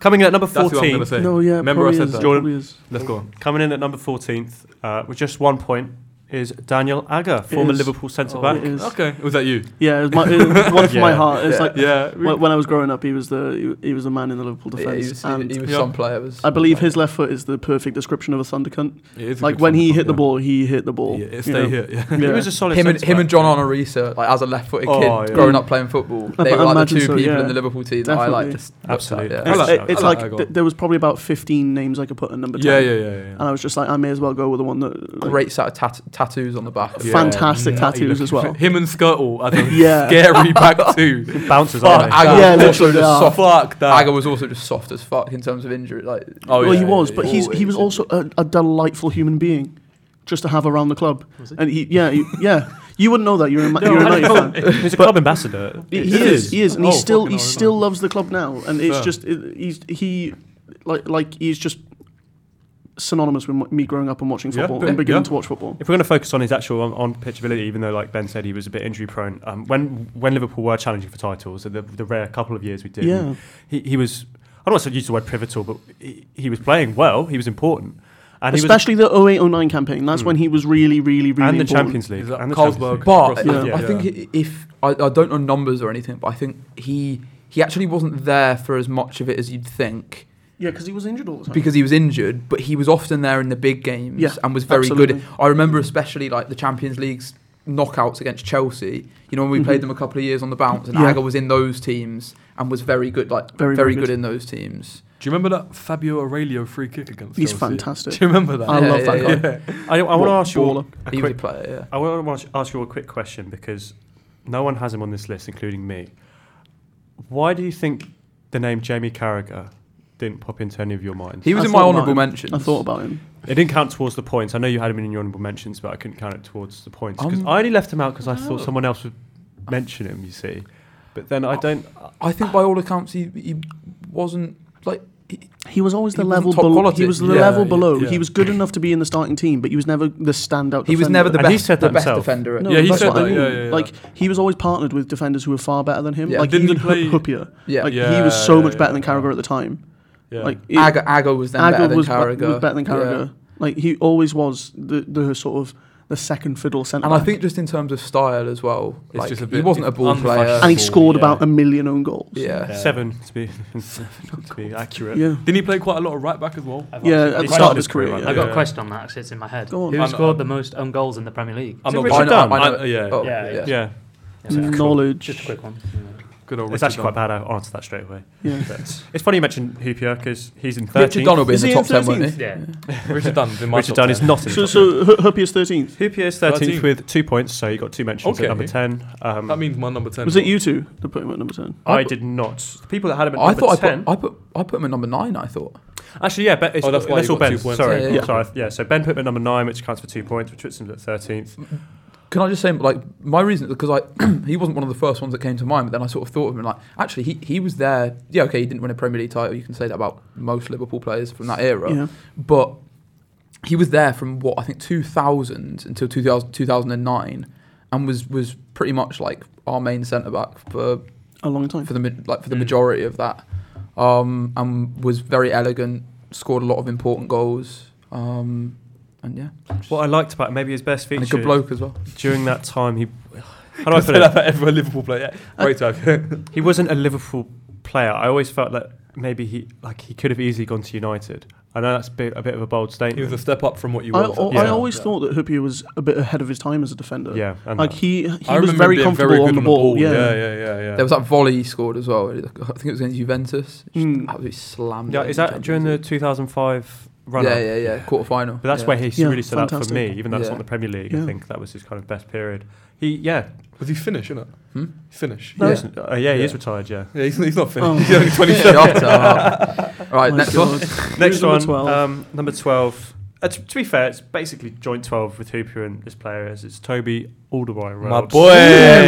Speaker 3: coming in at number
Speaker 4: That's what I'm gonna
Speaker 3: fourteenth,
Speaker 4: say.
Speaker 5: No, yeah,
Speaker 4: Remember I
Speaker 5: probably
Speaker 4: said
Speaker 5: is,
Speaker 4: that.
Speaker 5: probably is.
Speaker 4: Let's go on.
Speaker 3: coming in at number fourteenth uh, with just one point is Daniel Agger, former
Speaker 5: is.
Speaker 3: Liverpool centre
Speaker 6: Oh,
Speaker 3: back.
Speaker 5: It is.
Speaker 4: Okay. Was that you?
Speaker 5: Yeah, it was, my, it was one for my
Speaker 3: Yeah.
Speaker 5: heart. It's
Speaker 6: Yeah.
Speaker 5: like
Speaker 4: Yeah.
Speaker 5: wh- when I was growing up, he was the he, he was the man in the Liverpool
Speaker 6: Yeah, he
Speaker 5: defence.
Speaker 6: was, he,
Speaker 5: and
Speaker 6: he was
Speaker 4: Yeah.
Speaker 6: some player. Was
Speaker 5: I believe his left foot is the perfect description of a thunder cunt.
Speaker 4: It is a
Speaker 5: Like
Speaker 4: good
Speaker 5: when
Speaker 4: one.
Speaker 5: he hit the
Speaker 4: Yeah.
Speaker 5: ball, he hit the ball.
Speaker 4: Yeah,
Speaker 5: you
Speaker 4: stay
Speaker 5: know?
Speaker 4: here. Yeah.
Speaker 3: He
Speaker 5: Yeah.
Speaker 3: was a solid.
Speaker 6: him and
Speaker 3: centre
Speaker 6: him
Speaker 3: back.
Speaker 6: and John Onorisa, like as a left-footed
Speaker 4: Oh,
Speaker 6: kid
Speaker 4: yeah.
Speaker 6: growing up playing football,
Speaker 5: I-
Speaker 6: they
Speaker 5: I
Speaker 6: were like the
Speaker 5: imagine
Speaker 6: two
Speaker 5: so,
Speaker 6: people
Speaker 5: yeah.
Speaker 6: in the Liverpool team that I like
Speaker 5: Definitely.
Speaker 6: just looked at,
Speaker 3: Absolutely.
Speaker 6: yeah.
Speaker 5: It's,
Speaker 4: like that.
Speaker 5: it's
Speaker 4: I like
Speaker 5: like
Speaker 4: that goal.
Speaker 5: th- there was probably about 15 names I could put in number 10.
Speaker 4: Yeah, yeah, yeah, yeah.
Speaker 5: And I was just like, I may as well go with the one that. like,
Speaker 6: Great set of tat- tattoos on the back.
Speaker 4: Yeah.
Speaker 5: Fantastic
Speaker 4: Nutty
Speaker 5: tattoos as well.
Speaker 4: looking. Him and Skirtle are the
Speaker 5: Yeah.
Speaker 4: scary back two.
Speaker 3: bounces
Speaker 4: Fuck,
Speaker 3: on.
Speaker 6: Aga
Speaker 5: Yeah,
Speaker 6: was also
Speaker 5: literally,
Speaker 6: just
Speaker 5: yeah.
Speaker 6: soft.
Speaker 4: Fuck that.
Speaker 6: Aga was also just soft as fuck in terms of injury. Like,
Speaker 4: Oh,
Speaker 5: well,
Speaker 4: yeah,
Speaker 5: he
Speaker 4: yeah,
Speaker 5: was,
Speaker 4: yeah,
Speaker 5: but
Speaker 4: yeah.
Speaker 5: he's he was also a, a delightful human being, just to have around the club. And he, yeah, he- yeah, you wouldn't know that you're a, Ma- you're a United fan.
Speaker 3: He's a club ambassador.
Speaker 5: He,
Speaker 4: It
Speaker 5: he
Speaker 4: is.
Speaker 5: is, he is, and he
Speaker 4: Oh,
Speaker 5: still
Speaker 4: fucking
Speaker 5: he
Speaker 4: hell,
Speaker 5: still
Speaker 4: man.
Speaker 5: loves the club now, and it's
Speaker 4: Fair.
Speaker 5: just it, he's he like like he's just synonymous with me growing up and watching
Speaker 4: Yeah,
Speaker 5: football
Speaker 4: yeah,
Speaker 5: and beginning
Speaker 4: yeah.
Speaker 5: to watch football.
Speaker 3: If we're going to focus on his actual on, on pitch ability, even though, like Ben said, he was a bit injury prone, um, when when Liverpool were challenging for titles, and the, the rare couple of years we did,
Speaker 5: Yeah.
Speaker 3: he, he was, I don't want to use the word pivotal, but he, he was playing well, he was important. And
Speaker 5: Especially the 0809 campaign. That's
Speaker 3: Mm.
Speaker 5: when he was really, really,
Speaker 3: he was,
Speaker 5: really
Speaker 3: and the
Speaker 5: important.
Speaker 3: Champions League.
Speaker 4: Is that
Speaker 3: And the
Speaker 4: Carlsberg?
Speaker 3: Champions
Speaker 6: but
Speaker 4: Yeah.
Speaker 6: I, I
Speaker 4: Yeah.
Speaker 6: think i- if I, I don't know numbers or anything, but I think he he actually wasn't there for as much of it as you'd think
Speaker 5: Yeah, because he was injured all the time.
Speaker 6: because he was injured. But he was often there in the big games
Speaker 5: Yeah,
Speaker 6: and was very
Speaker 5: absolutely.
Speaker 6: good. I remember especially like the Champions League's knockouts against Chelsea. You know when we
Speaker 5: Mhm.
Speaker 6: played them a couple of years on the bounce, and
Speaker 5: Yeah.
Speaker 6: Aga was in those teams and was very good, like
Speaker 5: Very, very
Speaker 6: very, good.
Speaker 5: good.
Speaker 6: in those teams.
Speaker 4: Do you remember that Fabio Aurelio free kick against?
Speaker 5: he's
Speaker 4: Chelsea?
Speaker 5: fantastic.
Speaker 4: Do you remember that?
Speaker 5: I
Speaker 6: Yeah,
Speaker 5: love
Speaker 6: yeah,
Speaker 5: that
Speaker 6: yeah.
Speaker 5: guy.
Speaker 3: League. I, I want to ask you all
Speaker 5: Baller.
Speaker 3: a
Speaker 6: He was a
Speaker 3: quick,
Speaker 6: player. Yeah.
Speaker 3: I want to ask you all a quick question because no one has him on this list, including me. Why do you think the name Jamie Carragher didn't pop into any of your minds?
Speaker 6: He was
Speaker 5: I
Speaker 6: in my
Speaker 5: thought about
Speaker 6: honourable
Speaker 5: him.
Speaker 6: mentions.
Speaker 5: I thought about him.
Speaker 3: It didn't count towards the points. I know you had him in your honourable mentions, but I couldn't count it towards the points because
Speaker 6: Um,
Speaker 3: I only left him out because I
Speaker 6: no.
Speaker 3: thought someone else would mention him. You see, but then I don't.
Speaker 6: I think by all accounts he, he wasn't like
Speaker 5: He was always
Speaker 6: He
Speaker 5: the
Speaker 6: wasn't
Speaker 5: level
Speaker 6: top
Speaker 5: below.
Speaker 6: quality.
Speaker 5: He was the
Speaker 4: Yeah,
Speaker 5: level
Speaker 4: yeah,
Speaker 5: below.
Speaker 4: yeah.
Speaker 5: He was good enough to be in the starting team, but he was never the standout.
Speaker 6: he was
Speaker 5: defender.
Speaker 6: never the
Speaker 3: And he
Speaker 6: best,
Speaker 3: said
Speaker 6: the
Speaker 3: that
Speaker 6: best
Speaker 3: himself.
Speaker 6: defender. At
Speaker 5: No,
Speaker 4: Yeah, he
Speaker 5: that's
Speaker 4: said
Speaker 5: what I
Speaker 4: that,
Speaker 5: mean.
Speaker 4: yeah, yeah, yeah.
Speaker 5: Like he was always partnered with defenders who were far better than him.
Speaker 6: Yeah.
Speaker 5: like
Speaker 4: Didn't
Speaker 5: even
Speaker 4: he play-
Speaker 5: Hup- Hupia.
Speaker 6: yeah.
Speaker 5: Like
Speaker 4: Yeah,
Speaker 5: he was so
Speaker 4: yeah,
Speaker 5: much better
Speaker 4: yeah,
Speaker 5: than Carragher at the time.
Speaker 4: Yeah.
Speaker 5: Like it-
Speaker 6: Aga, Aga was then
Speaker 5: Agger
Speaker 6: better than
Speaker 5: was, be-
Speaker 6: Carragher.
Speaker 5: was better than Carragher. Like he always was the the sort of the the second fiddle centre.
Speaker 6: And I
Speaker 5: back.
Speaker 6: think just in terms of style as well,
Speaker 4: It's
Speaker 6: like
Speaker 4: just a
Speaker 6: he
Speaker 4: bit
Speaker 6: wasn't a ball player.
Speaker 4: unfashionable.
Speaker 5: and he scored
Speaker 4: yeah.
Speaker 5: about a million own goals.
Speaker 6: yeah.
Speaker 2: Yeah.
Speaker 3: Seven to be to be accurate.
Speaker 5: yeah.
Speaker 4: Didn't he play quite a lot of right back as well?
Speaker 7: I've got-
Speaker 5: Yeah, at the
Speaker 7: I've
Speaker 5: start of
Speaker 7: got-
Speaker 5: his career.
Speaker 3: I've
Speaker 5: yeah.
Speaker 7: I've got
Speaker 4: Yeah.
Speaker 7: a question on that. 'cause It's in my head.
Speaker 5: Go on.
Speaker 7: Who
Speaker 4: I'm-
Speaker 7: scored
Speaker 4: I'm-
Speaker 7: the most own goals in the Premier League?
Speaker 4: I'm
Speaker 3: it
Speaker 4: not
Speaker 3: Richard
Speaker 6: Oh, I know,
Speaker 3: Dunn?
Speaker 6: I know.
Speaker 4: I- yeah.
Speaker 6: Oh,
Speaker 7: Yeah,
Speaker 6: yeah.
Speaker 3: Yeah,
Speaker 5: Knowledge.
Speaker 7: Just a quick one.
Speaker 4: Good old
Speaker 3: it's
Speaker 4: Richard
Speaker 3: actually quite
Speaker 4: Dunn.
Speaker 3: bad. I'll answer that straight away.
Speaker 5: Yeah.
Speaker 3: But it's funny you mentioned Hoopier because he's in 13th.
Speaker 6: Richard Dunn will be in
Speaker 5: Is
Speaker 6: the
Speaker 5: he in
Speaker 6: top ten, won't he?
Speaker 7: Yeah.
Speaker 4: Richard Dunn. in my
Speaker 3: Richard
Speaker 4: top
Speaker 3: Dunn
Speaker 4: 10.
Speaker 3: is not in
Speaker 5: So,
Speaker 3: the top
Speaker 5: so H- Hupier's 13th.
Speaker 3: 10. Hoopier is 13th
Speaker 4: 13th.
Speaker 3: with two points, so you got two mentions
Speaker 4: Okay.
Speaker 3: at number 10. Um,
Speaker 4: That means my number ten.
Speaker 5: Was it you two that put him at number 10?
Speaker 3: I
Speaker 6: put-
Speaker 3: did not. The people that had him at
Speaker 6: I
Speaker 3: number
Speaker 6: thought
Speaker 3: 10.
Speaker 6: I put, I put I put him at number nine. I thought.
Speaker 3: Actually, yeah, but it's,
Speaker 4: Oh, that's why you
Speaker 3: all
Speaker 4: got two
Speaker 3: Ben's.
Speaker 4: points.
Speaker 3: Sorry,
Speaker 6: Yeah,
Speaker 3: yeah,
Speaker 6: yeah.
Speaker 3: sorry. Yeah, so Ben put him at number nine, which counts for two points, which puts him at 13th.
Speaker 6: Can I just say like my reason because I he wasn't one of the first ones that came to mind, but then I sort of thought of him like actually he he was there. Yeah, okay, he didn't win a Premier League title. You can say that about most Liverpool players from that era.
Speaker 5: Yeah.
Speaker 6: but he was there from what I think 2000 until 2000, 2009 and was was pretty much like our main centre back for
Speaker 5: A long time.
Speaker 6: for the mid- like for
Speaker 3: Mm.
Speaker 6: the majority of that um, and was very elegant scored a lot of important goals um, and yeah
Speaker 3: What I liked about maybe his best
Speaker 6: and a
Speaker 3: feature
Speaker 6: good bloke as well
Speaker 3: during that time, he. How do I put
Speaker 4: Say
Speaker 3: it?
Speaker 4: that about every Liverpool player. Yeah. Great to have you.
Speaker 3: He wasn't a Liverpool player. I always felt that maybe he like he could have easily gone to United. I know that's a bit, a bit of a bold statement.
Speaker 4: He was a step up from what you
Speaker 5: I,
Speaker 4: were.
Speaker 5: I,
Speaker 3: Yeah.
Speaker 5: I always thought that Huppier was a bit ahead of his time as a defender.
Speaker 3: yeah, and
Speaker 5: Like
Speaker 3: that.
Speaker 5: he, he
Speaker 4: I
Speaker 5: was
Speaker 4: remember
Speaker 5: very
Speaker 4: being
Speaker 5: comfortable
Speaker 4: good
Speaker 5: on the ball. Yeah.
Speaker 4: yeah, yeah, yeah. yeah.
Speaker 6: there was that volley he scored as well I think it was against Juventus Just
Speaker 5: Mm.
Speaker 6: absolutely slammed
Speaker 3: yeah.
Speaker 6: it
Speaker 3: Is
Speaker 6: in
Speaker 3: that during the
Speaker 6: Champions
Speaker 3: 2005
Speaker 6: League.
Speaker 3: run? up?
Speaker 6: yeah yeah yeah quarter final
Speaker 3: But that's
Speaker 6: yeah.
Speaker 3: where he
Speaker 5: Yeah,
Speaker 3: really stood out for me,
Speaker 5: fantastic.
Speaker 3: even though it's
Speaker 6: Yeah.
Speaker 3: not the Premier League.
Speaker 5: Yeah.
Speaker 3: I think that was his kind of best period. He, yeah,
Speaker 4: Was he Finnish? Isn't it?
Speaker 6: Hmm?
Speaker 4: Finnish.
Speaker 3: no,
Speaker 6: Yeah.
Speaker 3: he's- uh, yeah, he is
Speaker 4: Yeah.
Speaker 3: retired. Yeah.
Speaker 4: Yeah, he's, he's not Finnish.
Speaker 5: Oh.
Speaker 4: He's only 27.
Speaker 6: Shut up. All right,
Speaker 5: My
Speaker 6: next
Speaker 5: God.
Speaker 6: one.
Speaker 3: Next
Speaker 5: Who's number
Speaker 3: one,
Speaker 5: 12?
Speaker 3: Um, number 12. Uh, to, to be fair, it's basically joint 12 with Hooper and this player is. It's Toby Alderweireld.
Speaker 4: My boy,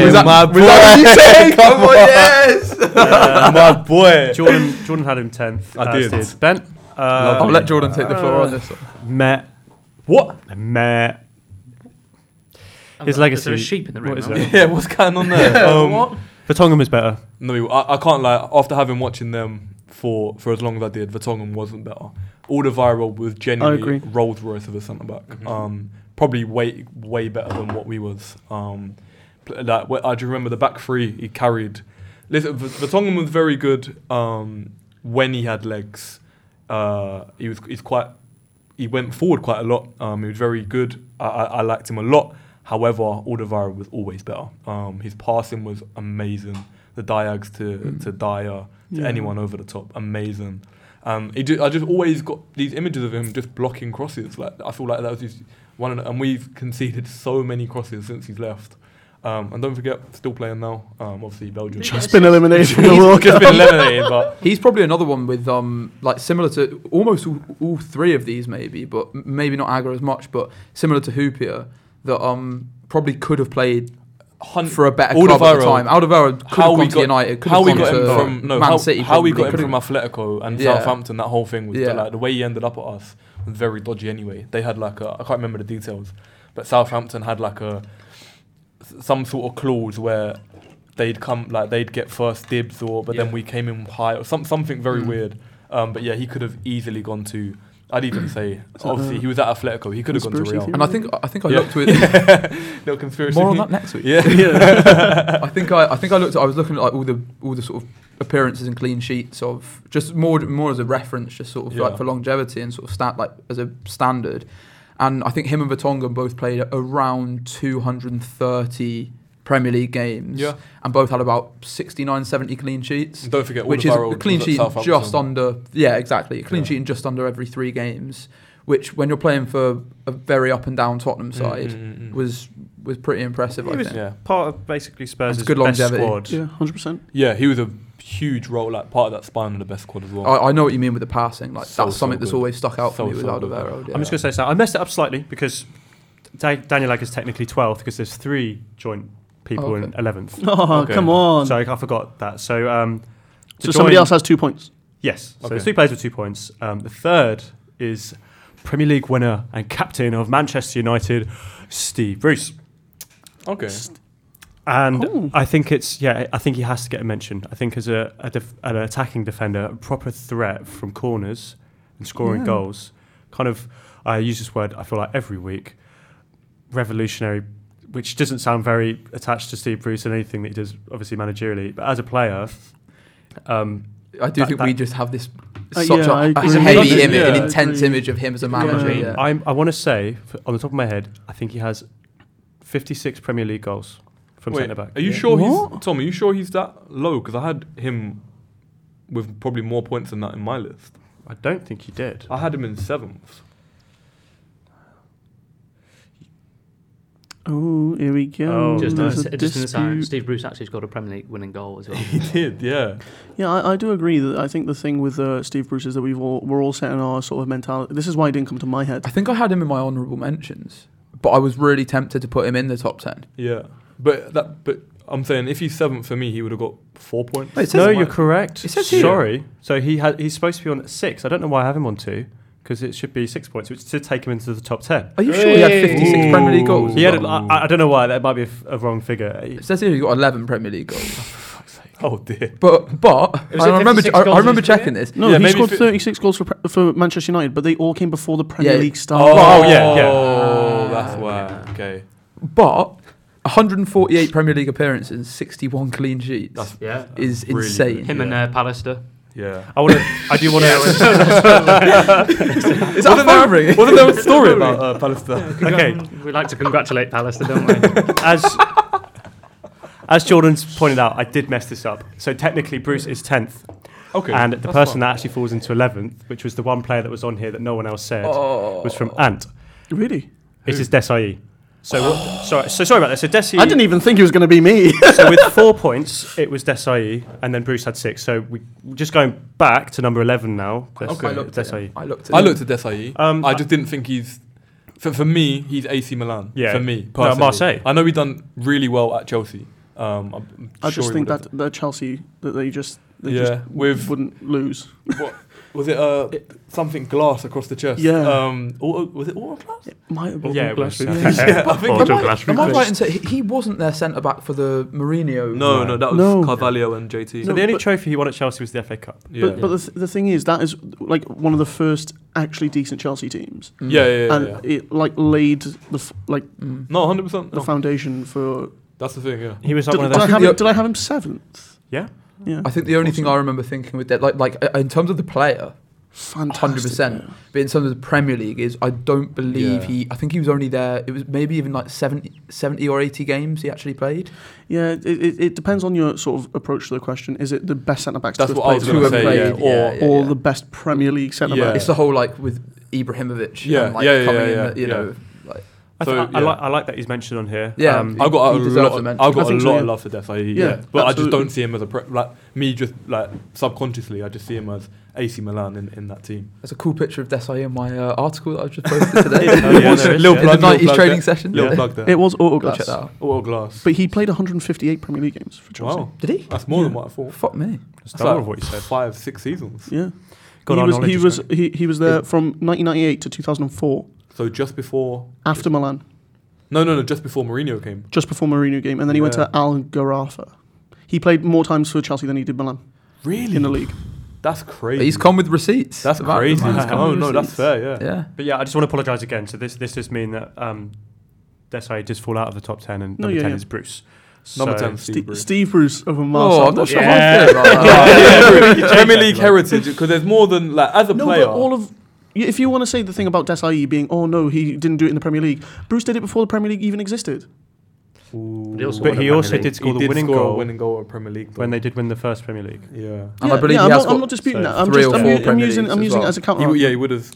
Speaker 6: Was that-
Speaker 4: my
Speaker 6: was that what you
Speaker 4: boy,
Speaker 6: said?
Speaker 4: Come
Speaker 6: Come on,
Speaker 4: on.
Speaker 6: yes.
Speaker 3: Uh,
Speaker 4: my boy.
Speaker 3: Jordan, Jordan had him 10th.
Speaker 4: I
Speaker 3: as
Speaker 4: did.
Speaker 3: Ben. Uh,
Speaker 6: I'll let Jordan take the floor on this. one.
Speaker 3: Met. What? Met.
Speaker 7: I'm
Speaker 3: His
Speaker 7: like, Is there a
Speaker 3: legacy-
Speaker 7: sheep in the room?
Speaker 3: what is
Speaker 7: now?
Speaker 3: it?
Speaker 4: Yeah, what's going on there? Um,
Speaker 3: Vertonghen was better.
Speaker 4: No, I, I can't lie. After having watching them for, for as long as I did, Vertonghen wasn't better. All the viral was
Speaker 5: agree.
Speaker 4: genuinely Rolls Royce of a centre back.
Speaker 7: Mhm.
Speaker 4: Um, probably way way better than what we was. Um, pl- like wh- I just remember the back three he carried. Listen, V- Vertonghen was very good um, when he had legs. Uh, he was he's quite he went forward quite a lot. Um, he was very good. I, I, I liked him a lot. However, Aldevara was always better. Um, his passing was amazing. The diags to
Speaker 6: Hmm.
Speaker 4: to Dyer to
Speaker 5: Yeah.
Speaker 4: anyone over the top, amazing. Um, he ju- I just always got these images of him just blocking crosses. Like I feel like that was his one, and- and we've conceded so many crosses since he's left. Um, and don't forget, still playing now. Um, obviously Belgium.
Speaker 5: Just been eliminated from the
Speaker 4: He's
Speaker 5: World
Speaker 4: just
Speaker 5: Cup.
Speaker 4: been eliminated, but
Speaker 6: He's probably another one with um like similar to almost all, all three of these maybe, but m- maybe not Agar as much, but similar to Hoopier that um probably could have played
Speaker 4: hun-
Speaker 6: for a better club at
Speaker 4: Alderweireld.
Speaker 6: the time. Alderweireld could
Speaker 4: how
Speaker 6: have
Speaker 4: we
Speaker 6: gone to
Speaker 4: got
Speaker 6: United, could
Speaker 4: how
Speaker 6: have
Speaker 4: we
Speaker 6: gone
Speaker 4: got
Speaker 6: to
Speaker 4: him from no
Speaker 6: Man
Speaker 4: how,
Speaker 6: City.
Speaker 4: how we
Speaker 6: probably,
Speaker 4: got him
Speaker 6: could
Speaker 4: from Atletico and
Speaker 6: Yeah.
Speaker 4: Southampton. That whole thing was
Speaker 6: Yeah.
Speaker 4: like the way he ended up at us was very dodgy. Anyway, they had like a I can't remember the details, but Southampton had like a some sort of clause where they'd come like they'd get first dibs or but then
Speaker 7: Yeah.
Speaker 4: we came in high or some, something very
Speaker 6: Mm.
Speaker 4: weird. Um, but yeah, he could have easily gone to. I'd even say
Speaker 5: that
Speaker 4: obviously
Speaker 5: a
Speaker 4: he was at Atletico. He could have gone to
Speaker 5: conspiracy
Speaker 4: Real.
Speaker 5: theory?
Speaker 6: and I think I think I
Speaker 4: Yeah.
Speaker 6: looked with
Speaker 4: Little conspiracy.
Speaker 6: more on that next week.
Speaker 4: Yeah.
Speaker 6: I think I, I think I looked. I was looking at like all the all the sort of appearances and clean sheets of just more more as a reference, just sort of
Speaker 4: Yeah.
Speaker 6: like for longevity and sort of stat like as a standard. And I think him and Vertonghen both played around 230 Premier League games,
Speaker 4: Yeah.
Speaker 6: and both had about 69, 70 clean sheets,
Speaker 4: Don't forget,
Speaker 6: which is
Speaker 4: Alderweireld
Speaker 6: a clean
Speaker 4: was at
Speaker 6: sheet in
Speaker 4: Southampton.
Speaker 6: just under yeah exactly a clean
Speaker 4: Yeah.
Speaker 6: sheet in just under every three games, which when you're playing for a very up and down Tottenham
Speaker 4: Mm,
Speaker 6: side
Speaker 4: mm, mm, mm.
Speaker 6: was was pretty impressive.
Speaker 3: He
Speaker 6: I
Speaker 3: was-
Speaker 6: think.
Speaker 4: yeah.
Speaker 3: Part of basically Spurs'
Speaker 6: good
Speaker 3: best
Speaker 6: longevity.
Speaker 3: squad.
Speaker 5: Yeah, 100%.
Speaker 4: Yeah, he was a huge role, like part of that spine of the best squad as well.
Speaker 6: I, I know what you mean with the passing. Like
Speaker 4: So,
Speaker 6: that's something
Speaker 4: so
Speaker 6: that's
Speaker 4: good.
Speaker 6: always stuck out
Speaker 4: So,
Speaker 6: for me with
Speaker 4: so good.
Speaker 6: Alderweireld. Yeah.
Speaker 3: I'm just going to say something. I messed it up slightly because da- Daniel Egg is technically 12th because there's three joint people
Speaker 6: Oh,
Speaker 3: in
Speaker 6: okay.
Speaker 3: 11th.
Speaker 5: Oh,
Speaker 4: Okay.
Speaker 5: come on.
Speaker 3: So I forgot that. So, um,
Speaker 5: so somebody
Speaker 3: join-
Speaker 5: else has two points.
Speaker 3: Yes. So
Speaker 4: Okay.
Speaker 3: there's two players with two points. Um, the third is Premier League winner and captain of Manchester United, Steve Bruce.
Speaker 4: okay.
Speaker 3: And
Speaker 5: Ooh.
Speaker 3: I think it's yeah. I think he has to get a mention. I think as a, a def- an attacking defender, a proper threat from corners and scoring
Speaker 5: Yeah.
Speaker 3: goals. Kind of, I use this word. I feel like every week, revolutionary, which doesn't sound very attached to Steve Bruce and anything that he does, obviously managerially, but as a player, um,
Speaker 6: I do
Speaker 3: That-
Speaker 6: think
Speaker 3: that-
Speaker 6: we just have this
Speaker 5: Uh,
Speaker 6: such
Speaker 5: yeah, I
Speaker 6: a, a
Speaker 5: agree.
Speaker 6: heavy
Speaker 4: Yeah,
Speaker 6: image,
Speaker 4: I
Speaker 6: an intense
Speaker 5: agree.
Speaker 6: image of him as a
Speaker 5: Yeah.
Speaker 6: manager.
Speaker 5: mean,
Speaker 6: Yeah.
Speaker 3: I'm, I want to say, f- on the top of my head, I think he has 56 Premier League goals from
Speaker 4: Wait,
Speaker 3: centre back.
Speaker 4: Are you sure he's
Speaker 5: What?
Speaker 4: Tom? Are you sure he's that low? Because I had him with probably more points than that in my list.
Speaker 3: I don't think he did.
Speaker 4: I had him in seventh.
Speaker 5: Oh, here we go.
Speaker 3: Oh,
Speaker 7: Just,
Speaker 5: There's
Speaker 7: an,
Speaker 5: a
Speaker 7: just an aside,
Speaker 5: dispute.
Speaker 7: Steve Bruce actually scored a Premier League winning goal as well.
Speaker 4: He did, yeah.
Speaker 5: Yeah, I, I do agree that I think the thing with uh, Steve Bruce is that we've all we're all set in our sort of mentality. This is why it didn't come to my head.
Speaker 6: I think I had him in my honourable mentions, but I was really tempted to put him in the top ten.
Speaker 4: Yeah. But that but I'm saying if he's seventh for me, he would have got four points.
Speaker 6: Wait, Oh, it says
Speaker 3: No,
Speaker 6: Doesn't
Speaker 3: you're correct.
Speaker 6: It says here-
Speaker 3: Sorry. So he had, he's supposed to be on six. I don't know why I have him on two because it should be six points, which to take him into the top ten.
Speaker 6: Are you sure he had
Speaker 7: Hey.
Speaker 6: 56 Premier League goals?
Speaker 3: He
Speaker 6: as
Speaker 3: had, a-
Speaker 6: well?
Speaker 3: I, I- I don't know why. That might be a, f- a wrong figure. He-
Speaker 6: it says here he got 11 Premier League goals.
Speaker 4: Oh dear.
Speaker 6: But but
Speaker 7: Was
Speaker 6: I
Speaker 7: it
Speaker 6: remember
Speaker 7: 56
Speaker 6: I,
Speaker 7: goals
Speaker 6: I
Speaker 7: in
Speaker 6: remember
Speaker 7: his career?
Speaker 6: checking this.
Speaker 5: No,
Speaker 4: Yeah,
Speaker 5: he
Speaker 4: maybe
Speaker 5: scored
Speaker 4: if it-
Speaker 5: 36 goals for, Pre- for Manchester United, but they all came before the Premier
Speaker 6: Yeah.
Speaker 5: League started.
Speaker 4: Oh,
Speaker 3: Oh, yeah, yeah.
Speaker 4: Oh, that's why. Okay.
Speaker 6: But 148 Premier League appearances, and 61 clean sheets
Speaker 4: That's-
Speaker 7: yeah.
Speaker 6: is
Speaker 4: really good.
Speaker 6: insane.
Speaker 7: Him and uh, Pallister.
Speaker 4: Yeah.
Speaker 3: I want to. I do want to.
Speaker 6: Is that a phone ringing?
Speaker 4: Wasn't there a story about uh, Palestine?
Speaker 3: Okay.
Speaker 7: We like to congratulate Pallister, don't we?
Speaker 3: As as Jordan's pointed out, I did mess this up. So technically, Bruce is tenth,
Speaker 4: Okay.
Speaker 3: and the
Speaker 4: that's
Speaker 3: person
Speaker 4: fine.
Speaker 3: that actually falls into eleventh, which was the one player that was on here that no one else said,
Speaker 6: Oh.
Speaker 3: was from Ant.
Speaker 5: Really?
Speaker 3: It is Desai. So what, sorry. So sorry about that. So Desai.
Speaker 5: I didn't even think it was going to be me.
Speaker 3: so with four points, it was Desai, and then Bruce had six. So we just going back to number eleven now. Des-
Speaker 4: Okay.
Speaker 6: I looked at
Speaker 3: Desai.
Speaker 6: him. I looked at
Speaker 4: I
Speaker 6: him.
Speaker 4: looked at Desai.
Speaker 3: Um,
Speaker 4: I just didn't think he's. For, for me, he's AC Milan.
Speaker 3: Yeah.
Speaker 4: For me,
Speaker 3: No,
Speaker 4: personally.
Speaker 3: Marseille.
Speaker 4: I know he done really well at Chelsea. Um, I'm
Speaker 5: I
Speaker 4: sure
Speaker 5: just
Speaker 4: he
Speaker 5: think
Speaker 4: would've-
Speaker 5: that, that Chelsea, that they just, they
Speaker 4: Yeah,
Speaker 5: just
Speaker 4: with-
Speaker 5: wouldn't lose.
Speaker 4: What, was it, uh, something glass across the chest?
Speaker 5: Yeah.
Speaker 4: Um, or, was it all glass?
Speaker 5: It might have
Speaker 3: Yeah,
Speaker 5: been
Speaker 3: it was,
Speaker 5: Glasgow.
Speaker 3: yeah.
Speaker 4: I think
Speaker 6: Am I, am I right in saying he, he wasn't their centre back for the Mourinho?
Speaker 4: No, no, that was
Speaker 5: No.
Speaker 4: Carvalho and JT.
Speaker 3: So
Speaker 5: No,
Speaker 3: the only
Speaker 5: but-
Speaker 3: trophy he won at Chelsea was the FA Cup.
Speaker 4: yeah.
Speaker 5: But, but the, th- the thing is, that is like one of the first actually decent Chelsea teams,
Speaker 4: yeah, yeah, yeah,
Speaker 5: and
Speaker 4: yeah.
Speaker 5: it like laid the f- like
Speaker 6: Mm.
Speaker 4: No, hundred percent.
Speaker 5: the foundation for.
Speaker 4: That's the thing. Yeah.
Speaker 3: He was like
Speaker 5: Did,
Speaker 3: one of
Speaker 5: did I
Speaker 3: those.
Speaker 5: have
Speaker 6: Yeah.
Speaker 5: him, did I have him seventh?
Speaker 3: Yeah.
Speaker 5: yeah.
Speaker 6: I think the only thing I remember thinking with that, like, like uh, in terms of the player,
Speaker 5: Fantastic.
Speaker 6: 100%.
Speaker 5: player.
Speaker 6: but in terms of the Premier League, is I don't believe
Speaker 4: Yeah.
Speaker 6: he. I think he was only there. It was maybe even like 70, 70 or eighty games he actually played.
Speaker 5: Yeah, it, it, it depends on your sort of approach to the question. Is it the best centre backs
Speaker 4: That's
Speaker 5: to have
Speaker 4: what I
Speaker 5: played,
Speaker 4: was
Speaker 5: for
Speaker 4: going to
Speaker 5: Chelsea,
Speaker 4: say.
Speaker 6: played,
Speaker 4: yeah. Or
Speaker 6: yeah,
Speaker 5: or
Speaker 6: yeah.
Speaker 5: the best Premier League centre
Speaker 4: Yeah.
Speaker 5: back?
Speaker 6: It's the whole like with Ibrahimovic.
Speaker 4: Yeah,
Speaker 6: and, like,
Speaker 4: yeah, yeah,
Speaker 6: coming in,
Speaker 4: yeah,
Speaker 6: that, you
Speaker 4: yeah.
Speaker 6: know, like,
Speaker 3: I, th-
Speaker 4: So,
Speaker 3: I, I,
Speaker 4: yeah.
Speaker 3: like, I like that he's mentioned on here. Um, oh,
Speaker 6: Yeah.
Speaker 4: I got
Speaker 6: He
Speaker 4: a
Speaker 6: deserves
Speaker 4: lot.
Speaker 6: a mention.
Speaker 4: I
Speaker 5: I
Speaker 4: got a
Speaker 5: think
Speaker 4: lot
Speaker 5: so,
Speaker 4: of
Speaker 5: yeah.
Speaker 4: love for Defay. Yeah,
Speaker 5: Yeah,
Speaker 4: but I just
Speaker 5: absolutely.
Speaker 4: don't see him as a pre- like me. Just like subconsciously, I just see him as AC Milan in, in that team.
Speaker 6: There's a cool picture of Desai in my uh, article that I've just posted today.
Speaker 3: Yeah, yeah, there is,
Speaker 6: in
Speaker 3: yeah.
Speaker 6: the
Speaker 4: Plug, little
Speaker 6: 90s
Speaker 4: plug
Speaker 6: training
Speaker 4: there.
Speaker 6: session.
Speaker 4: Little plug there.
Speaker 5: It was
Speaker 6: Go
Speaker 5: Autoglass.
Speaker 6: check that out.
Speaker 4: Or glass.
Speaker 5: But he played 158 Premier League games for Chelsea.
Speaker 4: wow,
Speaker 6: Did he?
Speaker 4: that's more than what I thought.
Speaker 6: Fuck me.
Speaker 3: That's
Speaker 4: That's
Speaker 3: double
Speaker 4: like
Speaker 3: of what you said.
Speaker 4: Five, six seasons.
Speaker 5: Yeah.
Speaker 3: God,
Speaker 5: he
Speaker 3: our
Speaker 5: was
Speaker 3: knowledge
Speaker 5: he
Speaker 3: is
Speaker 5: was
Speaker 3: great.
Speaker 5: he, he was there from 1998 to 2004
Speaker 4: So just before.
Speaker 5: after Milan,
Speaker 4: No, no, no. Just before Mourinho came.
Speaker 5: just before Mourinho game, and then he went
Speaker 4: Yeah.
Speaker 5: to Al Garafa. He played more times for Chelsea than he did Milan
Speaker 4: Really?
Speaker 5: in the league.
Speaker 4: That's crazy.
Speaker 6: But he's come with receipts.
Speaker 4: That's
Speaker 6: The man- the
Speaker 4: crazy.
Speaker 6: man's come
Speaker 4: No,
Speaker 6: with
Speaker 4: no, that's
Speaker 6: receipts.
Speaker 4: fair. Yeah.
Speaker 6: Yeah.
Speaker 3: But yeah, I just want to apologise again. So this this does mean that um, Desai just fall out of the top ten, and
Speaker 5: No,
Speaker 3: number
Speaker 5: yeah,
Speaker 3: ten
Speaker 5: yeah.
Speaker 3: is Bruce.
Speaker 4: Number
Speaker 3: So-
Speaker 4: 10,
Speaker 5: Steve,
Speaker 4: Steve Bruce.
Speaker 5: Steve Bruce over Marcel.
Speaker 6: Oh, I'm not sure how
Speaker 3: Yeah.
Speaker 6: I feel about that.
Speaker 4: Premier League heritage because there's more than like as a
Speaker 5: no,
Speaker 4: player.
Speaker 5: but all of yeah, if you want to say the thing about Desai being oh no he didn't do it in the Premier League, Bruce did it before the Premier League even existed.
Speaker 7: But he also, won
Speaker 3: But
Speaker 7: a
Speaker 3: he
Speaker 7: Premier
Speaker 3: also
Speaker 7: League.
Speaker 3: did
Speaker 4: he
Speaker 3: score the
Speaker 4: did
Speaker 3: winning
Speaker 4: score
Speaker 3: goal
Speaker 4: a winning goal at Premier League though.
Speaker 3: when they did win the first Premier League.
Speaker 4: yeah.
Speaker 6: And I believe
Speaker 5: yeah,
Speaker 6: he
Speaker 5: I'm,
Speaker 6: has
Speaker 5: not, I'm
Speaker 6: got
Speaker 5: not disputing
Speaker 3: so
Speaker 5: that. I'm
Speaker 6: three
Speaker 5: just
Speaker 6: or
Speaker 5: I'm,
Speaker 6: four
Speaker 5: u- I'm
Speaker 6: Premier
Speaker 5: using I'm
Speaker 6: Leagues
Speaker 5: using it
Speaker 6: as well.
Speaker 5: as a counter.
Speaker 4: He, w- yeah, he would have.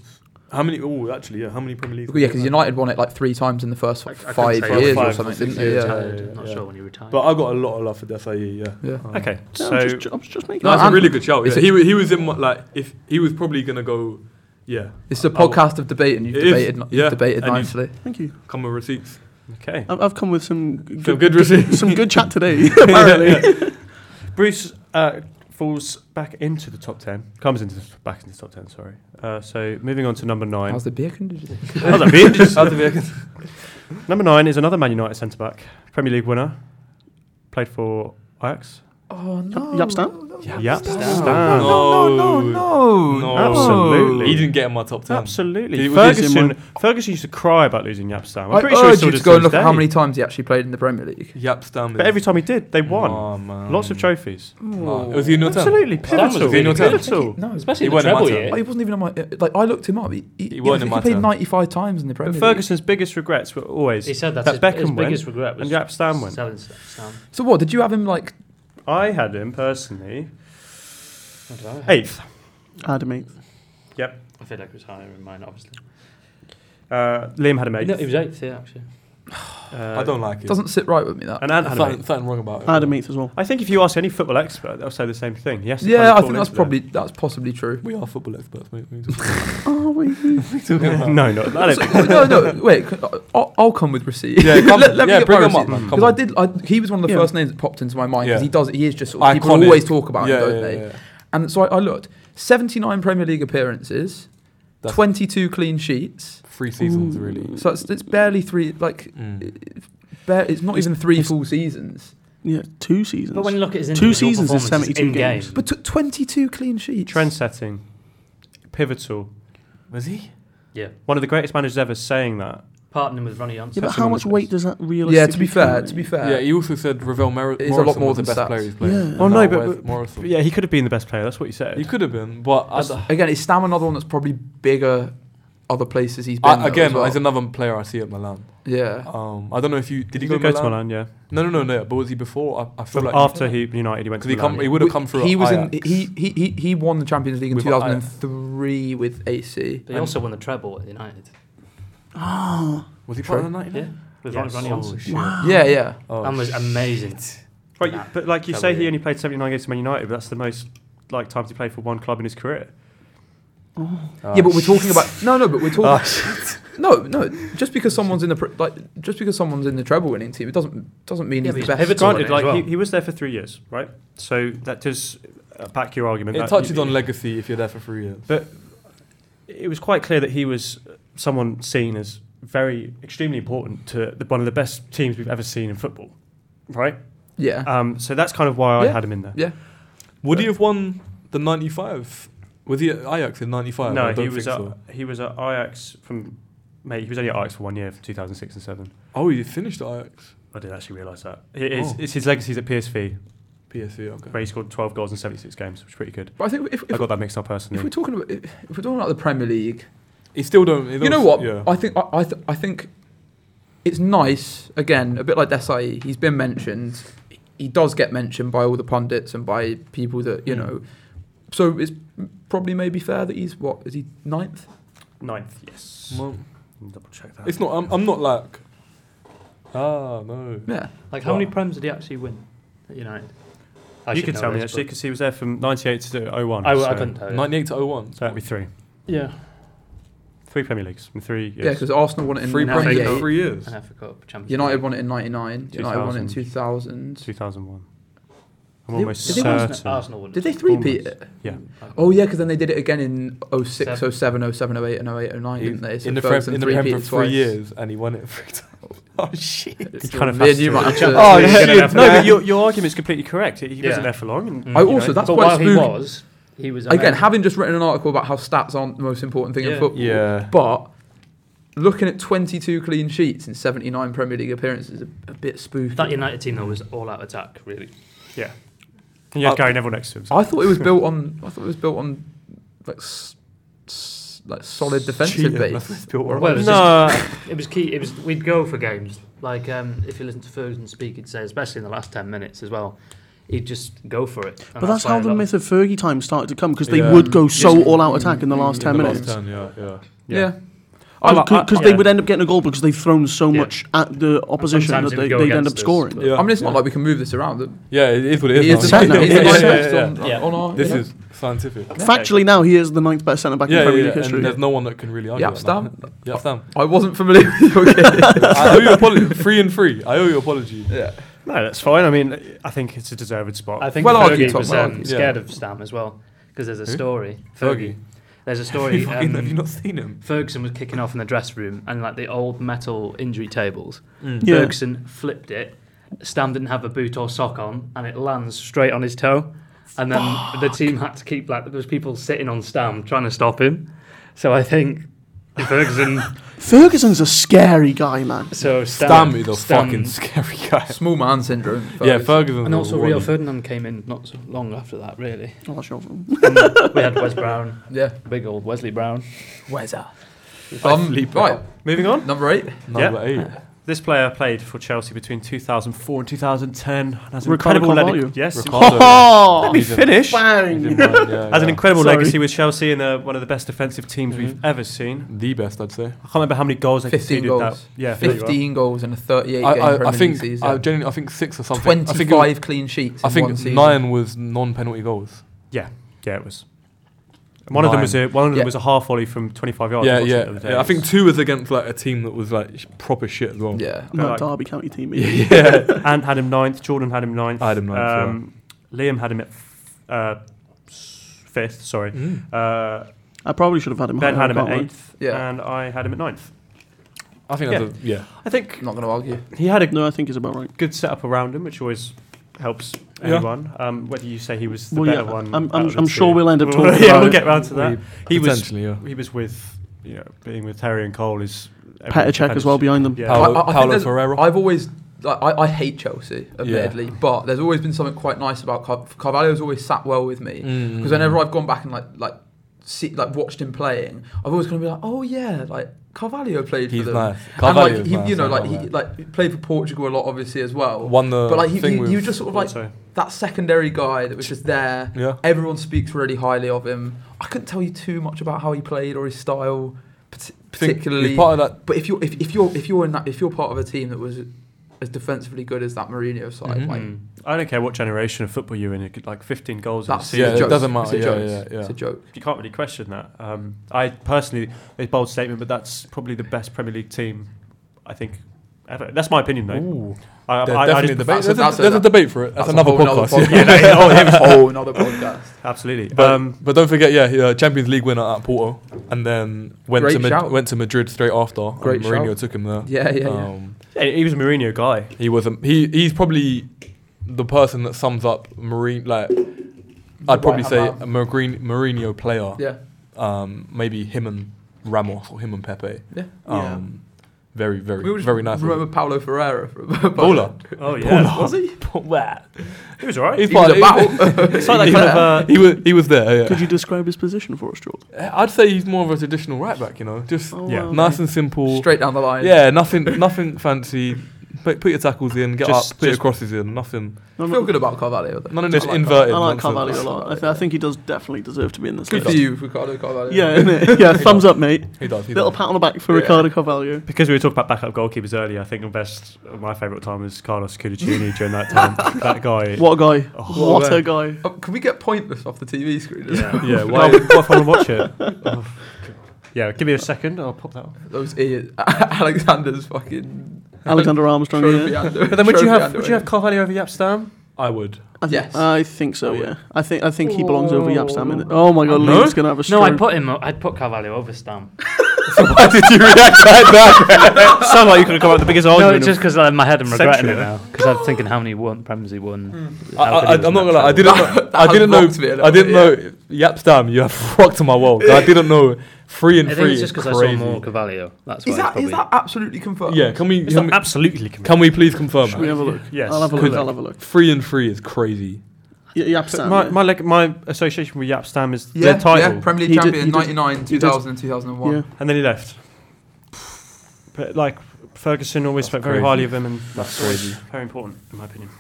Speaker 4: How many? Oh, actually, yeah. How many Premier League?
Speaker 6: Yeah, because United won it like three times in the first
Speaker 7: I- I couldn't
Speaker 6: five
Speaker 7: say
Speaker 6: years or
Speaker 4: five,
Speaker 6: something, didn't
Speaker 4: six
Speaker 6: they?
Speaker 4: years,
Speaker 6: Yeah.
Speaker 4: yeah.
Speaker 7: I'm not sure when he retired.
Speaker 4: But I got a lot of love for Desai. Yeah.
Speaker 6: Yeah.
Speaker 4: Um,
Speaker 3: Okay,
Speaker 5: Yeah,
Speaker 3: so
Speaker 5: I'm, just, I'm just making
Speaker 4: No,
Speaker 5: it
Speaker 4: it's a
Speaker 5: up.
Speaker 4: really good shout. Yeah.
Speaker 6: It's a-
Speaker 4: He wa- he was in my, like if he was probably gonna go. Yeah.
Speaker 6: This is a
Speaker 4: I- I-
Speaker 6: podcast of debate, and you've
Speaker 4: Oh. It is,
Speaker 6: debated, you've
Speaker 4: yeah.
Speaker 6: debated
Speaker 4: And you-
Speaker 6: nicely.
Speaker 5: Thank you.
Speaker 4: Come with receipts.
Speaker 3: okay,
Speaker 5: I've, I've come with some g-
Speaker 4: Some good receipts.
Speaker 5: some good chat today. apparently,
Speaker 3: Bruce uh, falls back into the top ten, comes into the, back into the top ten. Sorry. Uh, so moving on to number nine.
Speaker 6: How's the beer condition?
Speaker 3: How's that been?
Speaker 4: Out of the-
Speaker 3: number nine is another Man United centre back, Premier League winner, played for Ajax.
Speaker 6: Oh no.
Speaker 5: Yapstam?
Speaker 3: Yeah,
Speaker 4: No,
Speaker 3: Stan.
Speaker 6: No, no, no,
Speaker 4: Oh, No.
Speaker 3: Absolutely.
Speaker 4: He didn't get in my top ten. He
Speaker 3: Absolutely.
Speaker 4: was-
Speaker 3: Ferguson, Ferguson used to cry about losing Yapstam. I'm
Speaker 6: I
Speaker 3: pretty sure he
Speaker 6: urge
Speaker 3: still
Speaker 6: you
Speaker 3: does
Speaker 6: to go and
Speaker 3: to
Speaker 6: look
Speaker 3: this
Speaker 6: at how
Speaker 3: day.
Speaker 6: many times he actually played in the Premier League.
Speaker 4: Yapstam.
Speaker 3: But every time he did, they won.
Speaker 4: Oh, man.
Speaker 3: Lots of trophies.
Speaker 4: Was he in your ten?
Speaker 3: Absolutely
Speaker 8: Stan was
Speaker 3: pivotal.
Speaker 8: really good.
Speaker 3: pivotal.
Speaker 6: No,
Speaker 8: Especially
Speaker 4: He
Speaker 8: the
Speaker 4: won't
Speaker 8: treble
Speaker 4: matter.
Speaker 8: year.
Speaker 6: he wasn't even on my. uh, Like I looked him up. He, he,
Speaker 4: He wasn't
Speaker 6: I
Speaker 4: in
Speaker 6: think
Speaker 4: my
Speaker 6: he played
Speaker 4: team.
Speaker 6: 95 times in the Premier
Speaker 3: But
Speaker 6: League.
Speaker 3: Ferguson's biggest regrets were always
Speaker 7: He said that's
Speaker 3: that
Speaker 7: his, his
Speaker 3: Beckham went
Speaker 7: biggest regret was
Speaker 3: and Yap Stam went.
Speaker 7: selling St- Stam.
Speaker 6: So what did you have him like?
Speaker 3: I had him personally
Speaker 7: I don't know.
Speaker 3: eighth.
Speaker 5: Adam eighth.
Speaker 3: Yep.
Speaker 7: I feel like it was higher in mine, obviously.
Speaker 3: Uh, Liam had him eighth.
Speaker 7: No, it was eighth, yeah, actually.
Speaker 3: Uh,
Speaker 4: I don't like it.
Speaker 6: Doesn't sit right with me that.
Speaker 3: And Ant had him
Speaker 4: Something,
Speaker 3: eighth.
Speaker 4: something wrong about it.
Speaker 5: Adam eighth as well.
Speaker 3: I think if you ask any football expert, they'll say the same thing. Yes. it kind
Speaker 6: Yeah,
Speaker 3: of
Speaker 6: I
Speaker 3: fall
Speaker 6: think that's
Speaker 3: into
Speaker 6: probably that's possibly true.
Speaker 4: We are football experts. Mate.
Speaker 5: Oh wait.
Speaker 3: there. no, not that.
Speaker 6: So- no, no, wait. c- uh, I'll, I'll come with receipt.
Speaker 4: Yeah, come-
Speaker 6: let, let me
Speaker 4: yeah,
Speaker 6: get
Speaker 4: bring
Speaker 6: my
Speaker 4: him up, man, come
Speaker 6: Because I
Speaker 4: on.
Speaker 6: did. I, he was one of the
Speaker 5: Yeah.
Speaker 6: first names that popped into my mind because
Speaker 4: Yeah.
Speaker 6: he does. He is just sort of, people always talk about him, don't they? And so I, I looked. Seventy-nine Premier League appearances,
Speaker 4: That's-
Speaker 6: twenty-two clean sheets.
Speaker 4: Three seasons, really.
Speaker 6: So it's, it's barely three. Like,
Speaker 4: Mm.
Speaker 6: bare, it's not even three full seasons.
Speaker 5: Yeah, two seasons.
Speaker 7: But when you look at his
Speaker 5: Two
Speaker 7: individual
Speaker 5: seasons is
Speaker 7: performances
Speaker 5: 72
Speaker 7: in
Speaker 5: games.
Speaker 7: game,
Speaker 6: But t- twenty-two clean sheets.
Speaker 3: Trend setting, pivotal.
Speaker 4: Was he?
Speaker 7: yeah,
Speaker 3: One of the greatest managers ever saying that.
Speaker 7: partnering with Ronnie Johnson.
Speaker 5: yeah, but how much weight does that realistically?
Speaker 6: Yeah. To be fair.
Speaker 5: carry?
Speaker 6: To be fair.
Speaker 4: Yeah, he also said Ravel Mer-
Speaker 6: He's a
Speaker 4: Morrison
Speaker 6: lot more
Speaker 4: was
Speaker 6: than
Speaker 4: the best
Speaker 6: stats.
Speaker 4: player he's played.
Speaker 5: Yeah.
Speaker 4: And
Speaker 3: Well, no,
Speaker 4: now
Speaker 3: but-
Speaker 4: where's
Speaker 3: but-
Speaker 4: Morrison.
Speaker 3: yeah, he could have been the best player. That's what you said.
Speaker 4: he could have been, but I,
Speaker 6: That's- again, it's Stam another one that's probably bigger other places he's been.
Speaker 4: I,
Speaker 6: though,
Speaker 4: again,
Speaker 6: as well.
Speaker 4: he's another player I see at Milan.
Speaker 6: yeah.
Speaker 4: Um, I don't know if you did
Speaker 3: Did
Speaker 4: he
Speaker 3: he
Speaker 4: go,
Speaker 3: did go to Milan? Yeah.
Speaker 4: No, no, no, no. But was he before? I, I feel like
Speaker 3: After he United, he went to
Speaker 4: because he
Speaker 3: Milan.
Speaker 4: come he would have come through.
Speaker 6: He was in.
Speaker 4: Ajax.
Speaker 6: He, he he he won the Champions League in
Speaker 4: With
Speaker 6: two thousand and three with AC.
Speaker 7: But he also won the treble at United.
Speaker 4: was he part of the night?
Speaker 7: Yeah, with
Speaker 4: Yes.
Speaker 7: Ronnie
Speaker 4: Oh,
Speaker 7: Johnson.
Speaker 4: shit.
Speaker 6: Yeah, yeah.
Speaker 4: Oh,
Speaker 7: and was amazing.
Speaker 3: Right, you- but like you
Speaker 7: That
Speaker 3: say,
Speaker 7: was
Speaker 3: he
Speaker 7: it.
Speaker 3: only played 79 games for Man United, but that's the most like times he played for one club in his career.
Speaker 4: Oh,
Speaker 6: yeah, but we're talking about no, no. But we're talking. No, no. Just because someone's in the pr- like, just because someone's in the treble winning team, it doesn't doesn't mean
Speaker 7: Yeah,
Speaker 6: he's the
Speaker 7: but he's
Speaker 6: best.
Speaker 7: pivotal. on it
Speaker 3: Granted,
Speaker 7: as
Speaker 3: like
Speaker 7: well.
Speaker 3: he, he was there for three years, right? So that does uh, back your argument.
Speaker 4: It
Speaker 3: that
Speaker 4: touches
Speaker 3: you-
Speaker 4: on legacy if you're there for three years.
Speaker 3: but it was quite clear that he was someone seen as very extremely important to the, one of the best teams we've ever seen in football, right?
Speaker 6: Yeah.
Speaker 3: Um, so that's kind of why I
Speaker 6: Yeah.
Speaker 3: had him in there.
Speaker 6: yeah.
Speaker 4: Would he have won the '95? Was he at Ajax in '95? I
Speaker 3: no,
Speaker 4: don't
Speaker 3: he was
Speaker 4: think
Speaker 3: at,
Speaker 4: so.
Speaker 3: he was at Ajax from mate. He was only at Ajax for one year, from 2006 and seven.
Speaker 4: Oh, he finished at Ajax.
Speaker 3: I didn't actually realise that. It is,
Speaker 4: Oh.
Speaker 3: It's his legacies at PSV,
Speaker 4: PSV. Okay.
Speaker 3: where he scored 12 goals in 76 games, which is pretty good.
Speaker 6: But I think if
Speaker 3: I
Speaker 6: if,
Speaker 3: got that mixed up
Speaker 6: if
Speaker 3: personally.
Speaker 6: we're talking about if, if we're talking about the Premier League,
Speaker 4: He still don't. He
Speaker 6: you know
Speaker 4: don't-
Speaker 6: what?
Speaker 4: Yeah.
Speaker 6: I think I I, th- I think it's nice. Again, a bit like Desai, he's been mentioned. He does get mentioned by all the pundits and by people that
Speaker 4: Hmm.
Speaker 6: you know. So it's probably maybe fair that he's what is he ninth?
Speaker 3: Ninth, yes.
Speaker 4: Well,
Speaker 3: Double check that.
Speaker 4: it's not. I'm, I'm not like. Ah no.
Speaker 6: Yeah.
Speaker 7: Like, how
Speaker 4: Well-
Speaker 7: many prems did he actually win at United? I
Speaker 3: you
Speaker 7: should
Speaker 3: could
Speaker 7: know
Speaker 3: tell me
Speaker 7: this,
Speaker 3: actually,
Speaker 7: but-
Speaker 3: because he was there from 98 to 01.
Speaker 7: I,
Speaker 3: so
Speaker 7: I couldn't tell you.
Speaker 4: 98 to 01.
Speaker 3: So that'd be three.
Speaker 7: Yeah.
Speaker 3: Three Premier Leagues in three
Speaker 6: Yeah,
Speaker 3: years.
Speaker 6: because Arsenal won it in
Speaker 4: Three
Speaker 7: Premier
Speaker 4: Premier
Speaker 7: League.
Speaker 4: League.
Speaker 6: 98.
Speaker 4: Three years.
Speaker 7: An FA Cup, Champions
Speaker 6: United
Speaker 7: League.
Speaker 6: won it in 99. United won it in 2000.
Speaker 3: 2001. I'm
Speaker 6: Did-
Speaker 3: almost
Speaker 6: did they win
Speaker 3: certain.
Speaker 7: Arsenal, Arsenal won it.
Speaker 6: Did they three-peat it?
Speaker 3: Yeah.
Speaker 6: Oh, yeah, because then they did it again in 06,
Speaker 7: Seven.
Speaker 6: 07, 07, 08, and 08, 09, didn't they? So
Speaker 4: in the Prem,
Speaker 6: Ferguson
Speaker 4: in the Prem for
Speaker 6: three-peated
Speaker 4: three
Speaker 6: twice.
Speaker 4: years, and he won it three times. Oh shit!
Speaker 6: It's
Speaker 3: kind of
Speaker 6: me and
Speaker 3: fascinating.
Speaker 6: you might have to-
Speaker 4: Oh,
Speaker 3: Yeah,
Speaker 4: shit.
Speaker 3: yeah,
Speaker 4: Shit,
Speaker 3: No,
Speaker 4: man.
Speaker 3: but your, your argument's completely correct. He he
Speaker 7: Yeah.
Speaker 3: wasn't there for long. And,
Speaker 6: I
Speaker 3: you
Speaker 6: also,
Speaker 3: know,
Speaker 6: that's
Speaker 7: but
Speaker 6: quite
Speaker 7: while he
Speaker 6: spooky.
Speaker 7: was, he was um,
Speaker 6: Again,
Speaker 7: amazing.
Speaker 6: having just written an article about how stats aren't the most important thing in
Speaker 7: Yeah.
Speaker 6: football,
Speaker 4: Yeah.
Speaker 6: but looking at 22 clean sheets in 79 Premier League appearances is a, a bit spooky.
Speaker 7: that United team though was all out attack really.
Speaker 3: yeah. And you had
Speaker 4: Uh,
Speaker 3: Gary Neville next to him. so-
Speaker 6: Oh. I thought it was built on. I thought it was built on like s- s- like solid defensive
Speaker 4: Cheating,
Speaker 6: base.
Speaker 4: that's what it's built on.
Speaker 6: Or-
Speaker 7: Well, it was
Speaker 3: No.
Speaker 7: just- it was key. It was we'd go for games like um, if you listen to Ferguson speak, he'd say, especially in the last ten minutes as well, he'd just go for it. And
Speaker 5: But that's
Speaker 7: why
Speaker 5: how
Speaker 7: a
Speaker 5: the
Speaker 7: lot-
Speaker 5: myth of Fergie time started to come because they
Speaker 4: Yeah.
Speaker 5: would go so all out attack in the last ten
Speaker 4: In the
Speaker 5: minutes.
Speaker 4: Last 10, yeah, yeah.
Speaker 6: yeah. Oh,
Speaker 3: I like- I-
Speaker 5: because they
Speaker 3: yeah.
Speaker 5: would end up getting a goal because they've thrown so
Speaker 7: Yeah.
Speaker 5: much at the opposition
Speaker 7: sometimes it
Speaker 5: that they,
Speaker 7: would go
Speaker 5: they'd end
Speaker 7: against
Speaker 5: up
Speaker 7: us.
Speaker 5: scoring.
Speaker 4: Yeah,
Speaker 6: I mean, it's
Speaker 4: yeah.
Speaker 6: not like we can move this around. The-
Speaker 4: Yeah, it is what it is.
Speaker 6: He is the
Speaker 5: It's not.
Speaker 6: ninth
Speaker 5: Yeah,
Speaker 6: he's the
Speaker 5: yeah,
Speaker 6: ninth
Speaker 4: yeah,
Speaker 6: best
Speaker 4: yeah.
Speaker 6: on-
Speaker 7: Yeah.
Speaker 6: on our.
Speaker 4: This
Speaker 6: you know?
Speaker 4: is scientific.
Speaker 5: Factually, now he is the ninth best centre back in
Speaker 4: Yeah, yeah,
Speaker 5: Premier
Speaker 4: yeah,
Speaker 5: League history.
Speaker 4: and there's no one that can really argue.
Speaker 6: Yeah,
Speaker 4: that
Speaker 6: Stam.
Speaker 4: now. Yeah, Stam.
Speaker 6: I wasn't familiar with your game.
Speaker 4: I owe you apology. Three and three. I owe you apology.
Speaker 6: yeah.
Speaker 3: No, that's fine. I mean, I think it's a deserved spot.
Speaker 7: I think
Speaker 6: Well
Speaker 7: Fergie
Speaker 6: argued, Tom,
Speaker 7: was
Speaker 6: well
Speaker 7: um,
Speaker 6: argued.
Speaker 7: scared of Stam as well because there's a story.
Speaker 4: Fergie.
Speaker 7: There's a
Speaker 4: Have you
Speaker 7: story.
Speaker 4: fucking- have you
Speaker 7: um,
Speaker 4: not seen him?
Speaker 7: Ferguson was
Speaker 4: Mm.
Speaker 7: kicking off in the dressing room, and like the old metal injury tables,
Speaker 5: Yeah.
Speaker 7: Ferguson flipped it Stam didn't have a boot or sock on, and it lands straight on his toe. And then the team had to keep like there was people sitting on Stam trying to stop him. So I think Ferguson.
Speaker 5: Ferguson's a scary guy, man.
Speaker 7: so Stam,
Speaker 4: Stam is a
Speaker 7: Stam-
Speaker 4: fucking scary guy.
Speaker 6: Small man syndrome.
Speaker 4: Yeah,
Speaker 6: Ferguson.
Speaker 4: Ferguson.
Speaker 7: And also
Speaker 4: real.
Speaker 7: Rio Ferdinand came in not so long after that, really.
Speaker 5: Oh, that's your fault.
Speaker 7: And we had Wes Brown,
Speaker 6: Yeah.
Speaker 7: big old Wesley Brown.
Speaker 6: Where's that? Um, right,
Speaker 3: Moving on.
Speaker 6: number eight.
Speaker 4: Number eight.
Speaker 3: This player played for Chelsea between 2004 and 2010. And has an
Speaker 5: Ricardo
Speaker 3: incredible
Speaker 5: Carvalho.
Speaker 3: legacy. Yes.
Speaker 4: Ricardo.
Speaker 5: Oh,
Speaker 3: Let me
Speaker 4: He's a-
Speaker 3: finish.
Speaker 5: bang.
Speaker 4: He's in mine, yeah,
Speaker 3: Has an
Speaker 4: yeah.
Speaker 3: incredible
Speaker 5: Sorry.
Speaker 3: legacy with Chelsea and uh, one of the best defensive teams
Speaker 4: Mm-hmm.
Speaker 3: we've ever seen.
Speaker 4: The best, I'd say.
Speaker 3: I can't remember how many goals they
Speaker 6: 15
Speaker 3: conceded
Speaker 6: goals.
Speaker 3: that. Yeah, there you are.
Speaker 6: 15 goals in a 38
Speaker 4: I,
Speaker 6: game Premier
Speaker 4: I, I
Speaker 6: League
Speaker 4: think
Speaker 6: season.
Speaker 4: I genuinely I think six or something. I think, it
Speaker 6: 25
Speaker 4: was-
Speaker 6: clean sheets.
Speaker 4: I
Speaker 6: in one
Speaker 4: think
Speaker 6: season.
Speaker 4: nine was non-penalty goals.
Speaker 3: Yeah, it was. One of them was a one of them
Speaker 6: Yeah.
Speaker 3: was a half volley from 25 yards. I
Speaker 4: yeah,
Speaker 3: watched it the
Speaker 4: yeah.
Speaker 3: other day.
Speaker 4: yeah. I
Speaker 3: It
Speaker 4: think
Speaker 3: was-
Speaker 4: two was against like a team that was like sh- proper shit as well.
Speaker 6: Yeah.
Speaker 5: Not
Speaker 3: like-
Speaker 5: Derby County team.
Speaker 3: yeah, Ant had him ninth. Jordan had him ninth. Um,
Speaker 4: I had him ninth, yeah.
Speaker 3: Liam had him at f- uh, s- fifth. Sorry.
Speaker 4: Mm.
Speaker 3: Uh,
Speaker 5: I probably should have had him.
Speaker 3: ben
Speaker 5: higher,
Speaker 3: had him at
Speaker 5: can't I?
Speaker 3: eighth,
Speaker 6: Yeah.
Speaker 3: and I had him at ninth.
Speaker 4: I think that's a, yeah.
Speaker 3: I think
Speaker 6: Not going to argue.
Speaker 3: he had a
Speaker 5: No, I think he's about right.
Speaker 3: good setup around him, which always helps
Speaker 4: Yeah.
Speaker 3: anyone. Um, whether you say he was the
Speaker 5: Well, yeah,
Speaker 3: better one,
Speaker 5: I'm-
Speaker 3: out
Speaker 5: I'm-
Speaker 3: of the
Speaker 5: I'm sure
Speaker 3: two.
Speaker 5: we'll end up
Speaker 3: Well,
Speaker 5: talking
Speaker 3: yeah,
Speaker 5: about
Speaker 3: we'll
Speaker 5: it.
Speaker 3: get round to that. He was
Speaker 4: Potentially, yeah.
Speaker 3: he was with you know being with Terry and Cole is
Speaker 5: Petr Cech as well behind them.
Speaker 3: Yeah.
Speaker 6: I-
Speaker 4: Paolo-
Speaker 6: I- I think
Speaker 4: Paolo
Speaker 6: there's-
Speaker 4: Ferreira.
Speaker 6: I've always. Like, I, I hate Chelsea, admittedly, but there's always been something quite nice about Car- Carvalho's always sat well with me
Speaker 4: Mm.
Speaker 6: because whenever I've gone back and like like see, like watched him playing, I've always going to be like, oh yeah, like Carvalho played
Speaker 4: He's
Speaker 6: for them,
Speaker 4: nice.
Speaker 6: and
Speaker 4: Carvalho
Speaker 6: like
Speaker 4: is
Speaker 6: he,
Speaker 4: nice,
Speaker 6: you know,
Speaker 4: I
Speaker 6: like
Speaker 4: love
Speaker 6: he
Speaker 4: that.
Speaker 6: like played for Portugal a lot, obviously as well.
Speaker 4: Won the
Speaker 6: but like he, he,
Speaker 4: thing
Speaker 6: he was
Speaker 4: with
Speaker 6: just sort of like
Speaker 3: Porto.
Speaker 6: that secondary guy that was just there.
Speaker 4: Yeah.
Speaker 6: Everyone speaks really highly of him. I couldn't tell you too much about how he played or his style, pat-
Speaker 4: think he's
Speaker 6: particularly.
Speaker 4: part of that
Speaker 3: Um,
Speaker 6: But if you're if, if you're if you're in that if you're part of a team that was as defensively good as that Mourinho side,
Speaker 4: Mm-hmm.
Speaker 6: like
Speaker 3: Mm. I don't care what generation of football you're in. You could like 15 goals in a
Speaker 6: that's
Speaker 3: season.
Speaker 4: Yeah,
Speaker 6: a
Speaker 4: it
Speaker 6: joke.
Speaker 4: doesn't
Speaker 6: It's a
Speaker 4: matter. Yeah,
Speaker 6: joke.
Speaker 4: yeah, yeah.
Speaker 6: It's a joke.
Speaker 3: You can't really question that. Um, I personally, a bold statement, but that's probably the best Premier League team I think ever. That's my opinion, though.
Speaker 4: Ooh.
Speaker 3: I, I,
Speaker 4: There's
Speaker 3: I
Speaker 4: definitely a
Speaker 3: just-
Speaker 4: debate.
Speaker 6: that's a-
Speaker 4: there's a,
Speaker 6: that's a-
Speaker 4: there's a debate for it. That's,
Speaker 6: a
Speaker 4: another
Speaker 6: whole nother
Speaker 4: podcast. yeah. oh,
Speaker 6: podcast.
Speaker 3: Yeah, no,
Speaker 6: That's a whole another podcast.
Speaker 3: absolutely.
Speaker 4: But,
Speaker 3: um,
Speaker 4: but don't forget, yeah, he, uh, Champions League winner at Porto, and then went
Speaker 6: Great
Speaker 4: to Mad
Speaker 6: shout.
Speaker 4: went to Madrid straight after.
Speaker 6: Great
Speaker 4: and Mourinho
Speaker 6: shout.
Speaker 4: took him there.
Speaker 6: Yeah, yeah, yeah.
Speaker 4: Um,
Speaker 3: yeah, he was a Mourinho guy.
Speaker 4: he was a, he he's probably the person that sums up Mourinho. Like I'd probably
Speaker 6: Right,
Speaker 4: say
Speaker 6: about-
Speaker 4: a Mourinho, Mourinho player.
Speaker 6: yeah.
Speaker 4: Um, maybe him and Ramos or him and Pepe.
Speaker 6: Yeah.
Speaker 4: Um, very very
Speaker 6: We were just
Speaker 4: very nice.
Speaker 6: Remember Paulo Ferreira from Bola?
Speaker 4: Baller.
Speaker 3: Oh yeah,
Speaker 6: Was he?
Speaker 3: he was alright.
Speaker 4: He's
Speaker 6: He was
Speaker 4: part of-
Speaker 6: about.
Speaker 3: It's like that kind of uh,
Speaker 4: He was he was there. Yeah.
Speaker 5: Could you describe his position for us, George?
Speaker 4: I'd say he's more of a traditional right back. You know, just
Speaker 5: Oh,
Speaker 3: Yeah.
Speaker 5: wow,
Speaker 4: nice
Speaker 5: okay.
Speaker 4: and simple.
Speaker 6: Straight down the line.
Speaker 4: Yeah, nothing, nothing fancy. Put, put your tackles in, get
Speaker 3: Just-
Speaker 4: up, put your
Speaker 3: just-
Speaker 4: crosses in. Nothing,
Speaker 5: No,
Speaker 6: I
Speaker 5: no,
Speaker 6: feel good about Carvalho. Though.
Speaker 4: none of this
Speaker 6: I like
Speaker 4: inverted.
Speaker 5: I like
Speaker 4: nonsense.
Speaker 5: Carvalho a lot. I, th- I think he does definitely deserve to be in this.
Speaker 6: Carvalho. Good for
Speaker 5: list.
Speaker 6: you, Ricardo Carvalho.
Speaker 5: Yeah, innit? yeah. Thumbs up, mate.
Speaker 4: He does. He
Speaker 5: Little
Speaker 4: does.
Speaker 5: pat on the back for
Speaker 6: Yeah.
Speaker 5: Ricardo Carvalho.
Speaker 3: because we were talking about backup goalkeepers earlier. I think the best, my favourite time was Carlos Cudicini during that time. that guy.
Speaker 5: What a guy!
Speaker 3: Oh,
Speaker 5: what a guy!
Speaker 6: Oh, can we get pointless off the TV screen?
Speaker 3: Yeah,
Speaker 4: Yeah,
Speaker 3: why,
Speaker 4: why?
Speaker 3: why want to watch it? Oh. Yeah, give me a second. I'll pop that. Off.
Speaker 6: Those ears. Alexander's fucking.
Speaker 5: Alexander Armstrong.
Speaker 6: Trophy
Speaker 5: Yeah.
Speaker 6: under-
Speaker 3: But then would you
Speaker 6: trophy
Speaker 3: have
Speaker 6: under
Speaker 3: would you have
Speaker 6: it.
Speaker 3: Carvalho over Yapstam?
Speaker 4: I would.
Speaker 5: I thi-
Speaker 6: Yes.
Speaker 5: I think so.
Speaker 4: I would.
Speaker 5: Yeah, I think I think he belongs over Yapstam. In it.
Speaker 7: Oh.
Speaker 5: Oh my God,
Speaker 3: No?
Speaker 5: Luke's gonna have a
Speaker 7: No,
Speaker 5: stroke.
Speaker 7: I put him. I'd put Carvalho over Stam.
Speaker 4: So why did you react like that?
Speaker 3: Sound like you could have come up with the biggest
Speaker 7: No,
Speaker 3: argument.
Speaker 7: it's just because in my head I'm regretting
Speaker 3: Century.
Speaker 7: it now because I'm thinking how many won Prem's he won.
Speaker 4: I,
Speaker 7: how
Speaker 4: I,
Speaker 7: good he was
Speaker 4: I'm not
Speaker 7: in that
Speaker 4: gonna lie. I
Speaker 7: time.
Speaker 4: didn't.
Speaker 6: That-
Speaker 4: Know,
Speaker 6: that
Speaker 4: I
Speaker 6: had
Speaker 4: didn't know.
Speaker 6: rocked me a little
Speaker 4: I didn't know.
Speaker 6: bit,
Speaker 4: Yapstam, you have rocked my world. I didn't know. Three
Speaker 7: I
Speaker 4: and
Speaker 7: think
Speaker 4: three.
Speaker 7: it's just
Speaker 4: is
Speaker 7: because I saw
Speaker 4: crazy.
Speaker 7: more Carvalho. That's why.
Speaker 6: Is that,
Speaker 7: probably.
Speaker 6: is that absolutely confirmed?
Speaker 4: Yeah, can we?
Speaker 3: It's
Speaker 4: Can
Speaker 3: not
Speaker 4: we,
Speaker 3: absolutely
Speaker 4: can we please confirm?
Speaker 5: Should we
Speaker 4: that?
Speaker 5: have a look?
Speaker 3: Yes.
Speaker 5: I'll have a
Speaker 4: Could-
Speaker 5: look. I'll have a look.
Speaker 4: Three and three is crazy.
Speaker 5: Y- Yapstam.
Speaker 3: my
Speaker 5: yeah.
Speaker 3: my, leg, my association with Yapstam is
Speaker 6: Yeah,
Speaker 3: their title,
Speaker 6: yeah, Premier League
Speaker 5: He did-
Speaker 6: champion
Speaker 5: he did-
Speaker 6: 99,
Speaker 5: he did-
Speaker 6: 2000, and 2001.
Speaker 5: Yeah.
Speaker 3: and then he left. But like Ferguson always spoke very
Speaker 4: crazy.
Speaker 3: highly of him, and
Speaker 4: That's
Speaker 3: always
Speaker 4: crazy.
Speaker 3: very important in my opinion.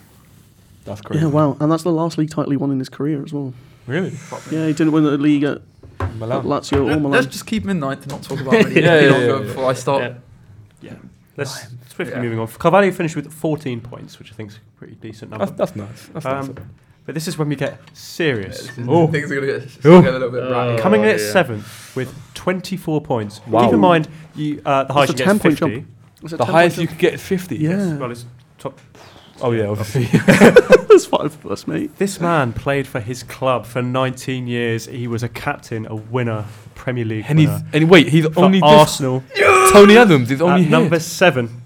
Speaker 4: That's crazy.
Speaker 5: Yeah, wow, and that's the last league title he won in his career as well.
Speaker 4: Really?
Speaker 5: Yeah, he didn't win the league at
Speaker 4: Milan.
Speaker 5: Lazio or
Speaker 6: Let's
Speaker 5: Milan.
Speaker 6: just keep him in ninth and not talk about him any
Speaker 4: Yeah,
Speaker 6: any
Speaker 4: yeah,
Speaker 6: longer
Speaker 4: yeah, yeah.
Speaker 6: before I start.
Speaker 3: Yeah. Yeah. Let's swiftly
Speaker 6: Yeah.
Speaker 3: moving on. Carvalho finished with 14 points, which I think is a pretty decent number.
Speaker 4: That's, that's nice. That's
Speaker 3: Um, but this is when we get serious.
Speaker 6: This is-
Speaker 4: Oh.
Speaker 6: Things are going to get it's
Speaker 4: Oh.
Speaker 6: gonna get a little bit ratty.
Speaker 3: Coming in
Speaker 7: Oh,
Speaker 3: at
Speaker 7: dear.
Speaker 3: seventh with 24 points.
Speaker 4: Wow.
Speaker 3: Keep in mind, you, uh, the highest
Speaker 5: a
Speaker 3: you get is
Speaker 5: 10-point
Speaker 3: 50.
Speaker 5: Is it
Speaker 4: nice. The
Speaker 5: 10
Speaker 4: highest you
Speaker 5: points
Speaker 4: could get is 50.
Speaker 5: Yeah.
Speaker 3: Well, it's top.
Speaker 4: Oh yeah, obviously.
Speaker 5: up? There's five of us, mate.
Speaker 3: This man played for his club for 19 years. He was a captain, a winner, Premier League
Speaker 4: And he's
Speaker 3: winner.
Speaker 4: and wait, he's
Speaker 3: For
Speaker 4: only this,
Speaker 3: Arsenal
Speaker 5: Oh,
Speaker 4: Tony Adams. He's only
Speaker 3: at
Speaker 4: here.
Speaker 3: number seven.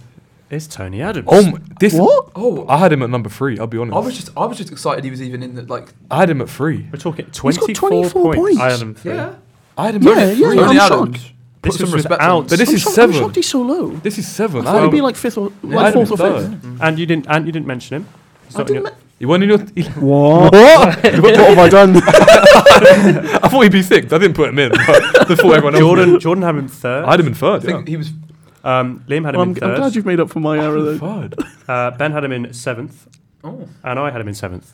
Speaker 3: It's Tony Adams.
Speaker 4: Oh, my, this.
Speaker 5: What?
Speaker 6: Oh, I,
Speaker 4: I had him at number three. I'll be honest. I,
Speaker 6: was just I was just excited he was even in the like.
Speaker 4: had him at three.
Speaker 3: We're talking 24,
Speaker 5: 24 points.
Speaker 3: points. I had him three.
Speaker 6: Yeah.
Speaker 4: I had him.
Speaker 5: Yeah,
Speaker 4: at
Speaker 5: yeah,
Speaker 4: three.
Speaker 5: yeah. I'm
Speaker 6: Tony
Speaker 5: shocked.
Speaker 6: Adams. Put
Speaker 3: This
Speaker 6: some
Speaker 3: was
Speaker 6: respect on
Speaker 3: without.
Speaker 4: But this
Speaker 5: I'm
Speaker 4: is
Speaker 5: shocked, I'm
Speaker 4: seven.
Speaker 5: shocked he's so low.
Speaker 4: This is seven.
Speaker 5: I
Speaker 4: I
Speaker 5: thought
Speaker 4: had
Speaker 5: he'd be
Speaker 4: him-
Speaker 5: like fifth or
Speaker 4: I
Speaker 5: like
Speaker 4: had him
Speaker 5: fourth or
Speaker 4: at
Speaker 5: fifth.
Speaker 4: third.
Speaker 3: and you didn't. And you didn't mention him. He's
Speaker 5: I
Speaker 3: not in
Speaker 5: didn't
Speaker 3: your-
Speaker 4: You want to know? he-
Speaker 5: What? what? have I done?
Speaker 4: I thought he'd be sixth. I didn't put him in. but Before everyone else.
Speaker 3: Jordan.
Speaker 4: did.
Speaker 3: Jordan had him third.
Speaker 4: I had him in third.
Speaker 6: I think
Speaker 4: yeah.
Speaker 6: he was.
Speaker 3: Um, Liam had him
Speaker 5: Well, I'm,
Speaker 3: in
Speaker 5: I'm
Speaker 3: 3rd
Speaker 5: glad you've made up for my error. Though.
Speaker 4: Third.
Speaker 3: Uh, ben had him in seventh,
Speaker 6: Oh.
Speaker 3: and I had him in seventh.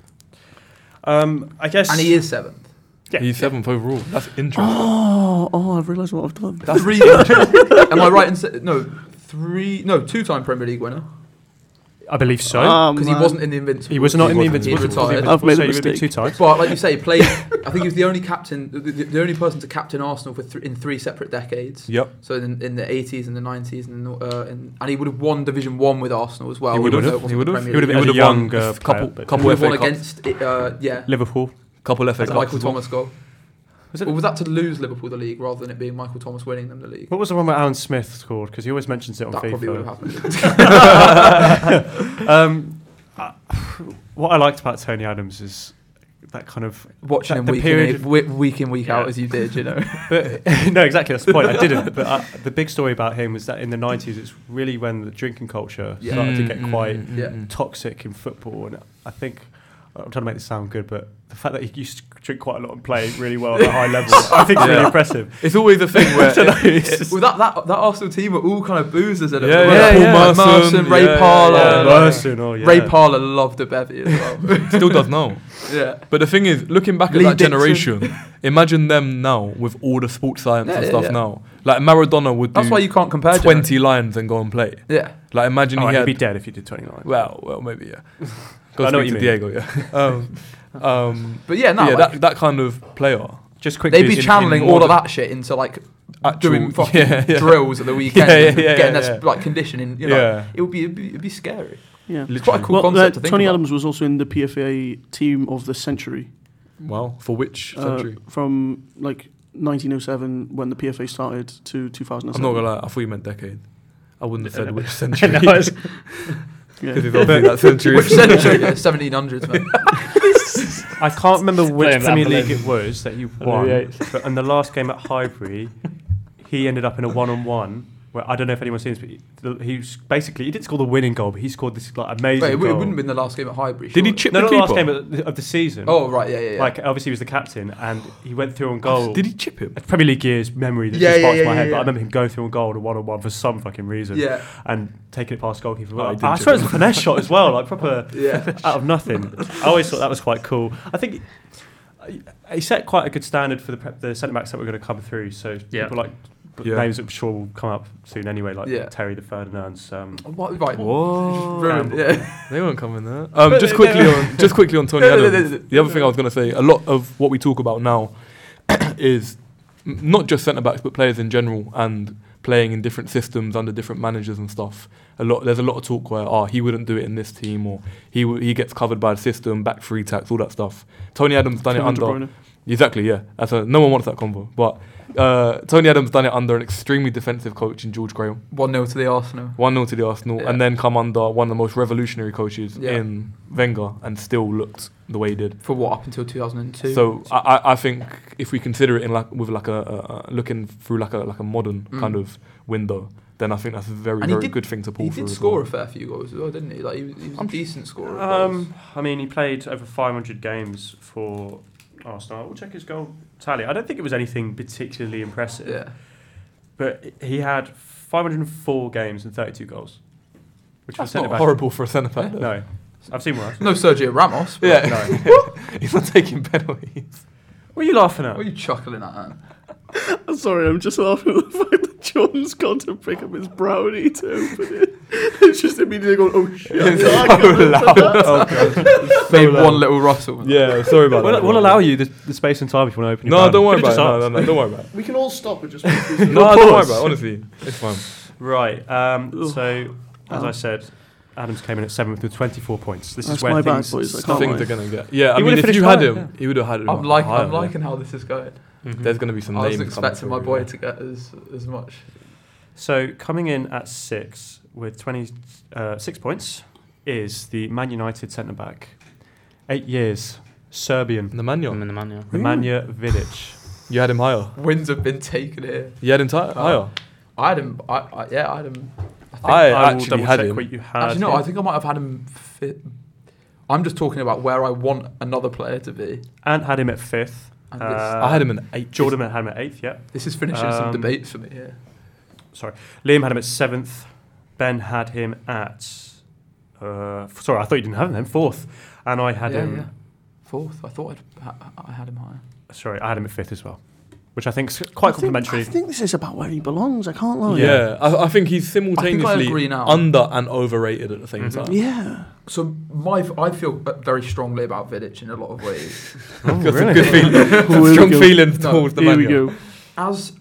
Speaker 3: Um, I guess.
Speaker 6: And he is seventh.
Speaker 3: Yeah.
Speaker 4: He's seventh overall. That's interesting.
Speaker 5: Oh, oh, I've realised what I've done.
Speaker 6: three. am I right in sa- no three no two time Premier League winner
Speaker 3: I believe so.
Speaker 5: Um,
Speaker 6: because he
Speaker 5: uh,
Speaker 6: wasn't in the Invincibles.
Speaker 3: he was not in the
Speaker 4: wasn't
Speaker 3: Invincible.
Speaker 6: He retired.
Speaker 5: I've made a
Speaker 3: so you would be
Speaker 5: mistake.
Speaker 3: Two times.
Speaker 6: But like you say, played. I think he was the only captain, the, the, the only person to captain Arsenal for th- in three separate decades.
Speaker 4: Yep.
Speaker 6: So in, in the eighties and the nineties and the, uh, in, and he would have won Division One with Arsenal as well.
Speaker 4: He would
Speaker 6: even though
Speaker 4: have.
Speaker 6: it wasn't
Speaker 4: He would
Speaker 6: Oh, the
Speaker 4: have.
Speaker 6: Premier
Speaker 4: He
Speaker 6: League.
Speaker 4: would have.
Speaker 3: As
Speaker 4: He would have
Speaker 3: a
Speaker 4: won
Speaker 3: younger
Speaker 4: a uh,
Speaker 3: player,
Speaker 4: couple,
Speaker 3: but-
Speaker 6: He would
Speaker 4: couple
Speaker 6: have won
Speaker 4: FA Cups,
Speaker 6: uh, against it, uh, yeah,
Speaker 3: Liverpool.
Speaker 4: couple FA
Speaker 6: as a
Speaker 4: Cups.
Speaker 6: Michael
Speaker 4: as well.
Speaker 6: Thomas goal.
Speaker 3: Was it-
Speaker 6: or was that to lose Liverpool the league rather than it being Michael Thomas winning them the league?
Speaker 3: What was the one where Alan Smith scored? Because he always mentions it on
Speaker 6: that probably would have
Speaker 3: FIFA.
Speaker 6: happened.
Speaker 3: um, I- what I liked about Tony Adams is that kind of
Speaker 6: Watching
Speaker 3: That-
Speaker 6: him
Speaker 3: the
Speaker 6: week
Speaker 3: period-
Speaker 6: in, eight- wi- week in week
Speaker 3: Yeah.
Speaker 6: out as you did, you know.
Speaker 3: But no, exactly. That's the point. I didn't. But uh the big story about him was that in the nineties, it's really when the drinking culture
Speaker 6: Yeah.
Speaker 3: started to get
Speaker 4: Mm,
Speaker 3: quite
Speaker 4: mm, mm,
Speaker 6: Yeah.
Speaker 4: mm.
Speaker 3: toxic in football, and I think. I'm trying to make this sound good, but the fact that he used to drink quite a lot and play really well at a high level, I think is really
Speaker 4: Yeah.
Speaker 3: impressive.
Speaker 4: It's always a thing where.
Speaker 6: well, that, that that Arsenal team were all kind of boozers at it.
Speaker 4: Yeah,
Speaker 6: weren't
Speaker 4: yeah,
Speaker 6: they?
Speaker 4: yeah.
Speaker 6: Like
Speaker 4: Paul Merson,
Speaker 6: Merson, Ray
Speaker 4: yeah,
Speaker 6: Parler.
Speaker 4: yeah,
Speaker 6: like-
Speaker 4: yeah.
Speaker 3: Merson, oh, yeah.
Speaker 6: Ray Parler loved a bevy as well.
Speaker 4: Still does now.
Speaker 6: yeah.
Speaker 4: But the thing is, looking back
Speaker 6: Lee
Speaker 4: at that
Speaker 6: Dixon.
Speaker 4: generation, imagine them now with all the sports science
Speaker 6: Yeah,
Speaker 4: and
Speaker 6: yeah,
Speaker 4: stuff
Speaker 6: yeah.
Speaker 4: now. Like Maradona would
Speaker 6: That's
Speaker 4: do
Speaker 6: why you can't compare Germany.
Speaker 4: 20 lines and go and play.
Speaker 6: Yeah.
Speaker 4: Like imagine
Speaker 3: Oh,
Speaker 4: he
Speaker 3: he'd
Speaker 4: had
Speaker 3: be dead if he did 29.
Speaker 4: Well, well, maybe yeah. Go
Speaker 3: I know what
Speaker 4: speak
Speaker 3: you
Speaker 4: to Diego, yeah. Um, um,
Speaker 6: But yeah, no,
Speaker 4: yeah,
Speaker 6: like,
Speaker 4: that, that kind of player.
Speaker 3: Just quickly,
Speaker 6: they'd be
Speaker 3: in- in
Speaker 6: channeling all
Speaker 3: order-
Speaker 6: of that shit into like
Speaker 4: Actual-
Speaker 6: doing fucking
Speaker 4: yeah, yeah.
Speaker 6: drills at the weekend,
Speaker 4: Yeah, yeah,
Speaker 6: and
Speaker 4: yeah,
Speaker 6: getting
Speaker 4: yeah,
Speaker 6: that
Speaker 4: yeah.
Speaker 6: like conditioning. You know,
Speaker 4: Yeah.
Speaker 6: it would be it'd be, it'd be scary.
Speaker 5: Yeah.
Speaker 6: It's quite a cool
Speaker 5: Well,
Speaker 6: concept
Speaker 5: uh,
Speaker 6: to think
Speaker 5: Tony
Speaker 6: about.
Speaker 5: Adams was also in the PFA team of the century,
Speaker 4: Well, for which
Speaker 5: uh,
Speaker 4: century?
Speaker 5: from like 1907 when the PFA started to 2007.
Speaker 4: I'm not gonna lie. I thought you meant decade. I wouldn't have said which
Speaker 2: No,
Speaker 4: century.
Speaker 2: it's-
Speaker 4: Because
Speaker 5: Yeah.
Speaker 4: it's obviously that century.
Speaker 6: Which century? Seventeen hundreds, man.
Speaker 3: I can't remember which
Speaker 2: him,
Speaker 3: Premier
Speaker 2: Amberlin.
Speaker 3: League it was that you
Speaker 2: the
Speaker 3: won,
Speaker 2: eighth.
Speaker 3: but in the last game at Highbury, he ended up in a one-on-one. Where I don't know if anyone's seen this, but he, he was basically he didn't score the winning goal, but he scored this like amazing.
Speaker 6: Wait, it,
Speaker 3: goal.
Speaker 6: wouldn't have been the last game at Highbury.
Speaker 4: Did he
Speaker 6: surely.
Speaker 4: chip
Speaker 3: no, not
Speaker 4: the
Speaker 3: the
Speaker 4: keeper?
Speaker 3: last game of the, of the season.
Speaker 6: Oh right, yeah, yeah, yeah.
Speaker 3: like obviously he was the captain, and he went through on goal.
Speaker 4: Oh. Did he chip him?
Speaker 3: It's Premier League years memory that
Speaker 6: Yeah,
Speaker 3: just
Speaker 6: yeah,
Speaker 3: sparks
Speaker 6: yeah,
Speaker 3: my
Speaker 6: yeah,
Speaker 3: head, but
Speaker 6: yeah.
Speaker 3: I remember him going through on goal on a one-on-one for some fucking reason,
Speaker 6: yeah,
Speaker 3: and taking it past goalkeeper.
Speaker 4: Oh, he did
Speaker 3: I
Speaker 4: chip
Speaker 3: suppose it
Speaker 4: him.
Speaker 3: was a finesse shot as well, like proper
Speaker 6: yeah.
Speaker 3: out of nothing. I always thought that was quite cool. I think he- he set quite a good standard for the prep, the centre backs that were going to come through. So
Speaker 7: Yeah.
Speaker 3: people like
Speaker 4: Yeah.
Speaker 3: names that I'm sure will come up soon anyway, like
Speaker 6: Yeah.
Speaker 3: Terry the Ferdinand's. Um,
Speaker 6: What, right.
Speaker 4: Whoa.
Speaker 6: Ruined. Yeah.
Speaker 4: They won't come in there. Um,
Speaker 6: But
Speaker 4: just
Speaker 6: they-
Speaker 4: quickly
Speaker 6: they-
Speaker 4: on just quickly on Tony
Speaker 6: No, no, no,
Speaker 4: Adams.
Speaker 6: no, no.
Speaker 4: The other thing I was going to say, a lot of what we talk about now is m- not just centre backs, but players in general and playing in different systems under different managers and stuff. A lot there's a lot of talk where oh he wouldn't do it in this team or he w- he gets covered by the system, back free tax, all that stuff. Tony Adams done it
Speaker 5: Kevin De
Speaker 4: under
Speaker 5: Bruyne.
Speaker 4: Exactly, yeah. That's a, no one wants that combo. But uh, Tony Adams done it under an extremely defensive coach in George Graham.
Speaker 6: One 0 to the Arsenal.
Speaker 4: 1 0 to the Arsenal,
Speaker 6: Yeah.
Speaker 4: and then come under one of the most revolutionary coaches
Speaker 6: Yeah.
Speaker 4: in Wenger and still looked the way he did.
Speaker 6: For what up until 2002?
Speaker 4: So I, I- I think if we consider it in like with like a, a, a looking through like a like a modern
Speaker 6: Mm.
Speaker 4: kind of window, then I think that's a very
Speaker 6: And he
Speaker 4: very
Speaker 6: did-
Speaker 4: good thing to pull
Speaker 6: he
Speaker 4: through.
Speaker 6: did
Speaker 4: as
Speaker 6: score
Speaker 4: well.
Speaker 6: a fair few goals as well, didn't he? Like he was, he was a decent scorer. of
Speaker 3: um, I mean, he played over 500 games for Arsenal. We'll check his goal tally. I don't think it was anything particularly
Speaker 6: goals.
Speaker 3: impressive,
Speaker 6: yeah.
Speaker 3: but he had 504 games and 32 goals, which was
Speaker 4: That's
Speaker 3: centre
Speaker 4: not
Speaker 3: back.
Speaker 4: horrible for a centre back. though.
Speaker 3: No, I've seen worse.
Speaker 6: No Sergio Ramos. but-
Speaker 4: Yeah.
Speaker 3: No.
Speaker 4: He's not taking penalties.
Speaker 3: What are you laughing at?
Speaker 6: What are you chuckling at? Ant?
Speaker 5: I'm sorry, I'm just laughing at the fact that John's gone to pick up his brownie to open it. It's just immediately going, oh shit.
Speaker 4: It's so loud.
Speaker 6: Made
Speaker 4: loud.
Speaker 6: one little rustle.
Speaker 4: Yeah, sorry about
Speaker 3: We'll,
Speaker 4: that.
Speaker 3: we'll allow you the, the space and time if you want to open. your
Speaker 4: Oh, No,
Speaker 3: brownie.
Speaker 4: don't worry
Speaker 3: Could've
Speaker 4: about
Speaker 3: just
Speaker 4: it. No,
Speaker 3: asked.
Speaker 4: no, no, don't worry about it.
Speaker 5: We can all stop and just.
Speaker 4: No, don't worry about it. Honestly, it's fine.
Speaker 3: Right. Um,
Speaker 5: Ugh.
Speaker 3: so, as
Speaker 5: Wow.
Speaker 3: I said, Adams came in at seventh with 24 points. This is
Speaker 5: That's
Speaker 3: where
Speaker 5: my bad,
Speaker 3: things
Speaker 5: boys. I
Speaker 3: start-
Speaker 5: Can't
Speaker 4: things
Speaker 5: lie.
Speaker 4: are gonna get. Yeah, I
Speaker 3: He would've
Speaker 4: mean, if
Speaker 3: finished
Speaker 4: you had
Speaker 3: higher,
Speaker 4: him, he would have had him.
Speaker 6: I'm like,
Speaker 4: higher,
Speaker 6: I'm
Speaker 4: yeah.
Speaker 6: liking how this is going.
Speaker 4: There's gonna be some
Speaker 6: I was
Speaker 4: names coming
Speaker 6: expecting my
Speaker 4: through,
Speaker 6: boy
Speaker 4: yeah.
Speaker 6: to get as as much.
Speaker 3: So coming in at six with 26 uh, six points is the Man United centre back. Eight years, Serbian,
Speaker 4: Nemanja.
Speaker 7: I'm in the manual.
Speaker 3: Nemanja Vidic.
Speaker 4: You had him higher.
Speaker 6: Wins have been taken here.
Speaker 4: You had him ti- higher.
Speaker 6: I had him. I, I yeah, I had him.
Speaker 4: I,
Speaker 3: I will
Speaker 4: actually
Speaker 3: double
Speaker 4: had
Speaker 3: check
Speaker 4: him.
Speaker 3: what you had.
Speaker 6: Actually, no. I think I might have had him. Fit. I'm just talking about where I want another player to be.
Speaker 3: Ant had him at fifth.
Speaker 6: And
Speaker 3: Uh,
Speaker 4: I had him in eight.
Speaker 3: Jordan had him at eighth. Yep.
Speaker 6: this, this is finishing some
Speaker 3: um,
Speaker 6: debates for me here.
Speaker 3: Liam had him at seventh. Ben had him at. Uh, f- sorry, I thought you didn't have him. Fourth, and I had
Speaker 6: yeah,
Speaker 3: him.
Speaker 6: yeah. fourth. I thought I'd, ha- I had him higher.
Speaker 3: Sorry, I had him at fifth as well, which I think is quite
Speaker 5: I think-
Speaker 3: complimentary.
Speaker 5: I think this is about where he belongs. I can't lie.
Speaker 4: Yeah, I, I think he's simultaneously
Speaker 6: agree now.
Speaker 4: under and overrated at the same
Speaker 3: Mhm.
Speaker 4: time.
Speaker 5: Yeah.
Speaker 6: So my, I feel uh, very strongly about Vidic in a lot of ways.
Speaker 4: Got some good feelings,
Speaker 5: Here we
Speaker 4: some strong
Speaker 5: go.
Speaker 4: feelings
Speaker 6: No,
Speaker 4: towards the
Speaker 5: Here we
Speaker 4: man.
Speaker 5: go.
Speaker 6: as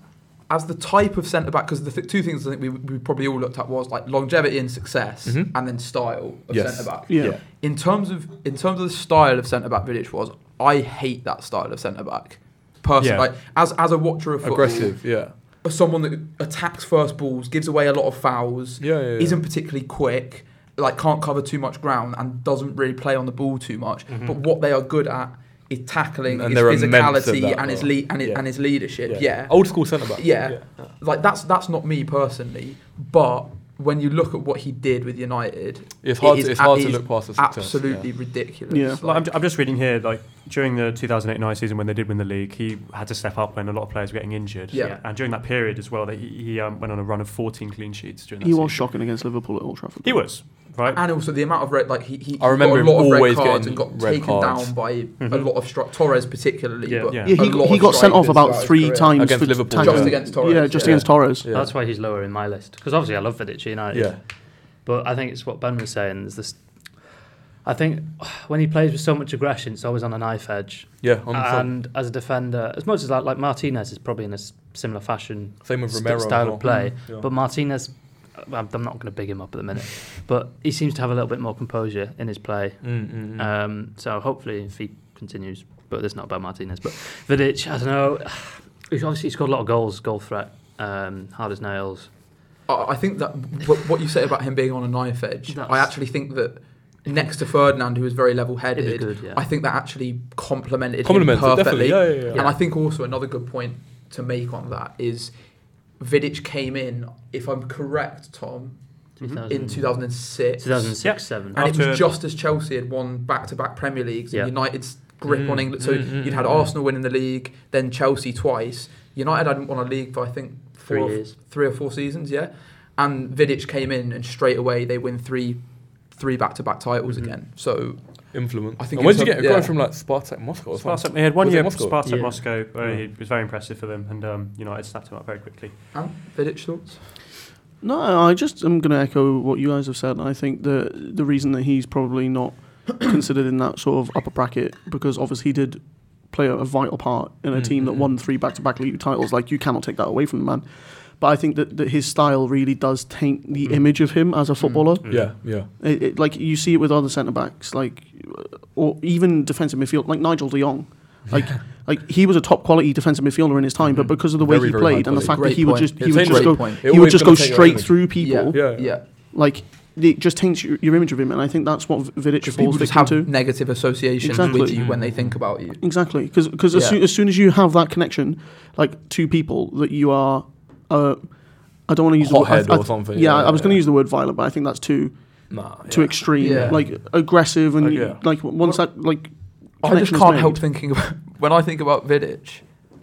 Speaker 6: as the type of centre back, because the th- two things I think we, we probably all looked at was like longevity and success,
Speaker 4: Mhm.
Speaker 6: and then style of
Speaker 4: Yes.
Speaker 6: centre back.
Speaker 5: Yeah.
Speaker 4: Yeah.
Speaker 6: In terms of in terms of the style of centre back, Vidic was I hate that style of centre back. Person,
Speaker 4: Yeah.
Speaker 6: like as as a watcher of football,
Speaker 4: Aggressive, yeah.
Speaker 6: as someone that attacks first balls, gives away a lot of fouls,
Speaker 4: Yeah, yeah, yeah.
Speaker 6: isn't particularly quick, like can't cover too much ground, and doesn't really play on the ball too much. But what they are good at is tackling,
Speaker 4: Mm-hmm. And
Speaker 6: is
Speaker 4: they're immense at
Speaker 6: physicality,
Speaker 4: that
Speaker 6: and his
Speaker 4: role.
Speaker 6: le- and, his,
Speaker 4: Yeah.
Speaker 6: and his leadership. Yeah,
Speaker 4: Old school centre back.
Speaker 6: yeah. Like that's that's not me personally, but when you look at what he did with United,
Speaker 4: It's
Speaker 6: it
Speaker 4: hard,
Speaker 6: is
Speaker 4: it's
Speaker 6: a-
Speaker 4: hard
Speaker 6: it
Speaker 4: to
Speaker 6: is
Speaker 4: look past the success.
Speaker 6: absolutely ridiculous.
Speaker 5: Yeah.
Speaker 6: Like,
Speaker 3: Like, I'm, I'm just reading here, like during the 2008-9 season when they did win the league, he had to step up when a lot of players were getting injured.
Speaker 6: Yeah.
Speaker 3: and during that period as well, that he, he um, went on a run of 14 clean sheets during that.
Speaker 5: He was
Speaker 3: season.
Speaker 5: shocking against Liverpool at Old Trafford.
Speaker 3: He was right.
Speaker 6: And also the amount of red, like he, he
Speaker 4: I remember
Speaker 6: got a lot
Speaker 4: him
Speaker 6: of red
Speaker 4: always
Speaker 6: cards
Speaker 4: getting
Speaker 6: and got
Speaker 4: red
Speaker 6: taken
Speaker 4: cards.
Speaker 6: down by a lot of strike. Torres particularly,
Speaker 7: Yeah.
Speaker 6: but
Speaker 3: Yeah.
Speaker 5: Mm-hmm. Yeah,
Speaker 6: a
Speaker 5: he,
Speaker 6: lot
Speaker 5: he
Speaker 6: of
Speaker 5: got sent off
Speaker 6: strikers
Speaker 5: about
Speaker 6: throughout his
Speaker 5: three
Speaker 6: career.
Speaker 5: times
Speaker 4: Against
Speaker 5: for
Speaker 4: Liverpool,
Speaker 5: tackles.
Speaker 6: Just against Torres,
Speaker 5: Yeah, just
Speaker 6: yeah.
Speaker 5: against Torres.
Speaker 4: Yeah.
Speaker 7: That's why he's lower in my list because obviously I love Vidic United.
Speaker 4: yeah.
Speaker 7: But I think it's what Ben was saying. Is this? I think when he plays with so much aggression, it's always on a knife edge.
Speaker 4: Yeah, on the same-
Speaker 7: and as a defender, as much as like, like Martinez is probably in a s- similar fashion
Speaker 4: same with
Speaker 7: st-
Speaker 4: Romero. as
Speaker 7: style
Speaker 4: well.
Speaker 7: of play,
Speaker 4: Mm, yeah.
Speaker 7: but Martinez, I'm I'm not going to big him up at the minute, but he seems to have a little bit more composure in his play.
Speaker 4: Mm, mm, mm.
Speaker 7: Um, so hopefully, if he continues, but it's not about Martinez, but Vidic, I don't know. He's obviously scored a lot of goals, goal threat, um, hard as nails.
Speaker 6: I I think that what, what you say about him being on a knife edge,
Speaker 7: That's-
Speaker 6: I actually think that next to Ferdinand, who was very
Speaker 7: He
Speaker 6: level-headed,
Speaker 7: was good, yeah.
Speaker 6: I think that actually complemented
Speaker 4: Compliments,
Speaker 6: him
Speaker 4: definitely.
Speaker 6: perfectly.
Speaker 4: Yeah, yeah, yeah.
Speaker 6: And I think also another good point to make on that is Vidic came in, if I'm correct, Tom, Mm-hmm. in
Speaker 7: Mm.
Speaker 6: 2006.
Speaker 7: 2006
Speaker 3: Yep.
Speaker 7: 7.
Speaker 6: and it
Speaker 3: After-
Speaker 6: was just as Chelsea had won back-to-back Premier Leagues
Speaker 7: Yeah.
Speaker 6: and United's grip on
Speaker 4: Mm,
Speaker 6: England. So
Speaker 4: mm, mm,
Speaker 6: you'd had
Speaker 4: mm, mm.
Speaker 6: Arsenal winning the league, then Chelsea twice. United hadn't won a league for I think four
Speaker 7: Three
Speaker 6: or-
Speaker 7: years.
Speaker 6: three or four seasons, yeah. And Vidic came in and straight away they win three three back-to-back titles again. So
Speaker 4: Influence.
Speaker 6: I
Speaker 4: I
Speaker 6: think
Speaker 4: think. And where
Speaker 6: it's
Speaker 4: did you
Speaker 6: a-
Speaker 4: get a guy
Speaker 6: yeah.
Speaker 4: from like Spartak Moscow? Or something?
Speaker 3: Spartak, he had one
Speaker 4: Was it
Speaker 3: year at
Speaker 4: Moscow?
Speaker 3: Spartak
Speaker 7: Yeah.
Speaker 3: Moscow, where
Speaker 4: Yeah.
Speaker 3: he was very impressive for them, and um, United snapped him up very quickly.
Speaker 6: and Vidic thoughts?
Speaker 5: No, I just am going to echo what you guys have said. and I think the the reason that he's probably not considered in that sort of upper bracket because obviously he did play a, a vital part in a
Speaker 4: Mm,
Speaker 5: team that
Speaker 4: mm,
Speaker 5: won three back to back league titles. Like you cannot take that away from the man. But I think that, that his style really does taint
Speaker 4: Mm-hmm.
Speaker 5: the image of him as a footballer.
Speaker 4: Yeah, yeah.
Speaker 5: It, it, like you see it with other centre backs, like or even defensive midfield, like Nigel De Jong. Like, like he was a top quality defensive midfielder in his time, but because of the way he
Speaker 4: Mm-hmm. Very, very high
Speaker 5: played and the
Speaker 4: quality.
Speaker 5: fact
Speaker 6: Great
Speaker 5: that he would
Speaker 6: point.
Speaker 5: just he
Speaker 4: It's
Speaker 5: would
Speaker 4: a
Speaker 5: just
Speaker 4: great
Speaker 5: go
Speaker 6: point.
Speaker 4: It
Speaker 5: he would
Speaker 4: always
Speaker 5: just
Speaker 4: gonna
Speaker 5: go
Speaker 4: take your
Speaker 5: straight
Speaker 4: image.
Speaker 5: through people.
Speaker 6: Yeah, yeah.
Speaker 4: Yeah.
Speaker 5: Like it just taints your, your image of him, and I think that's what Vidic falls
Speaker 6: Because people
Speaker 5: victim
Speaker 6: just have
Speaker 5: to.
Speaker 6: negative associations with
Speaker 5: Exactly.
Speaker 6: you when they think about you.
Speaker 5: exactly, because as,
Speaker 6: Yeah.
Speaker 5: soon, as soon as you have that connection, like two people that you are, uh, I don't want to use
Speaker 4: Hothead
Speaker 5: the word I- I-
Speaker 4: or something,
Speaker 5: Yeah,
Speaker 4: yeah,
Speaker 5: I was going to
Speaker 4: yeah.
Speaker 5: use the word violent, but I think that's too
Speaker 4: Nah.
Speaker 5: too
Speaker 4: yeah.
Speaker 5: extreme,
Speaker 6: Yeah.
Speaker 5: like aggressive, and
Speaker 4: Like,
Speaker 5: you-
Speaker 4: yeah.
Speaker 5: like once that like.
Speaker 6: I just
Speaker 5: connection is
Speaker 6: can't
Speaker 5: made-
Speaker 6: help thinking about when I think about Vidic,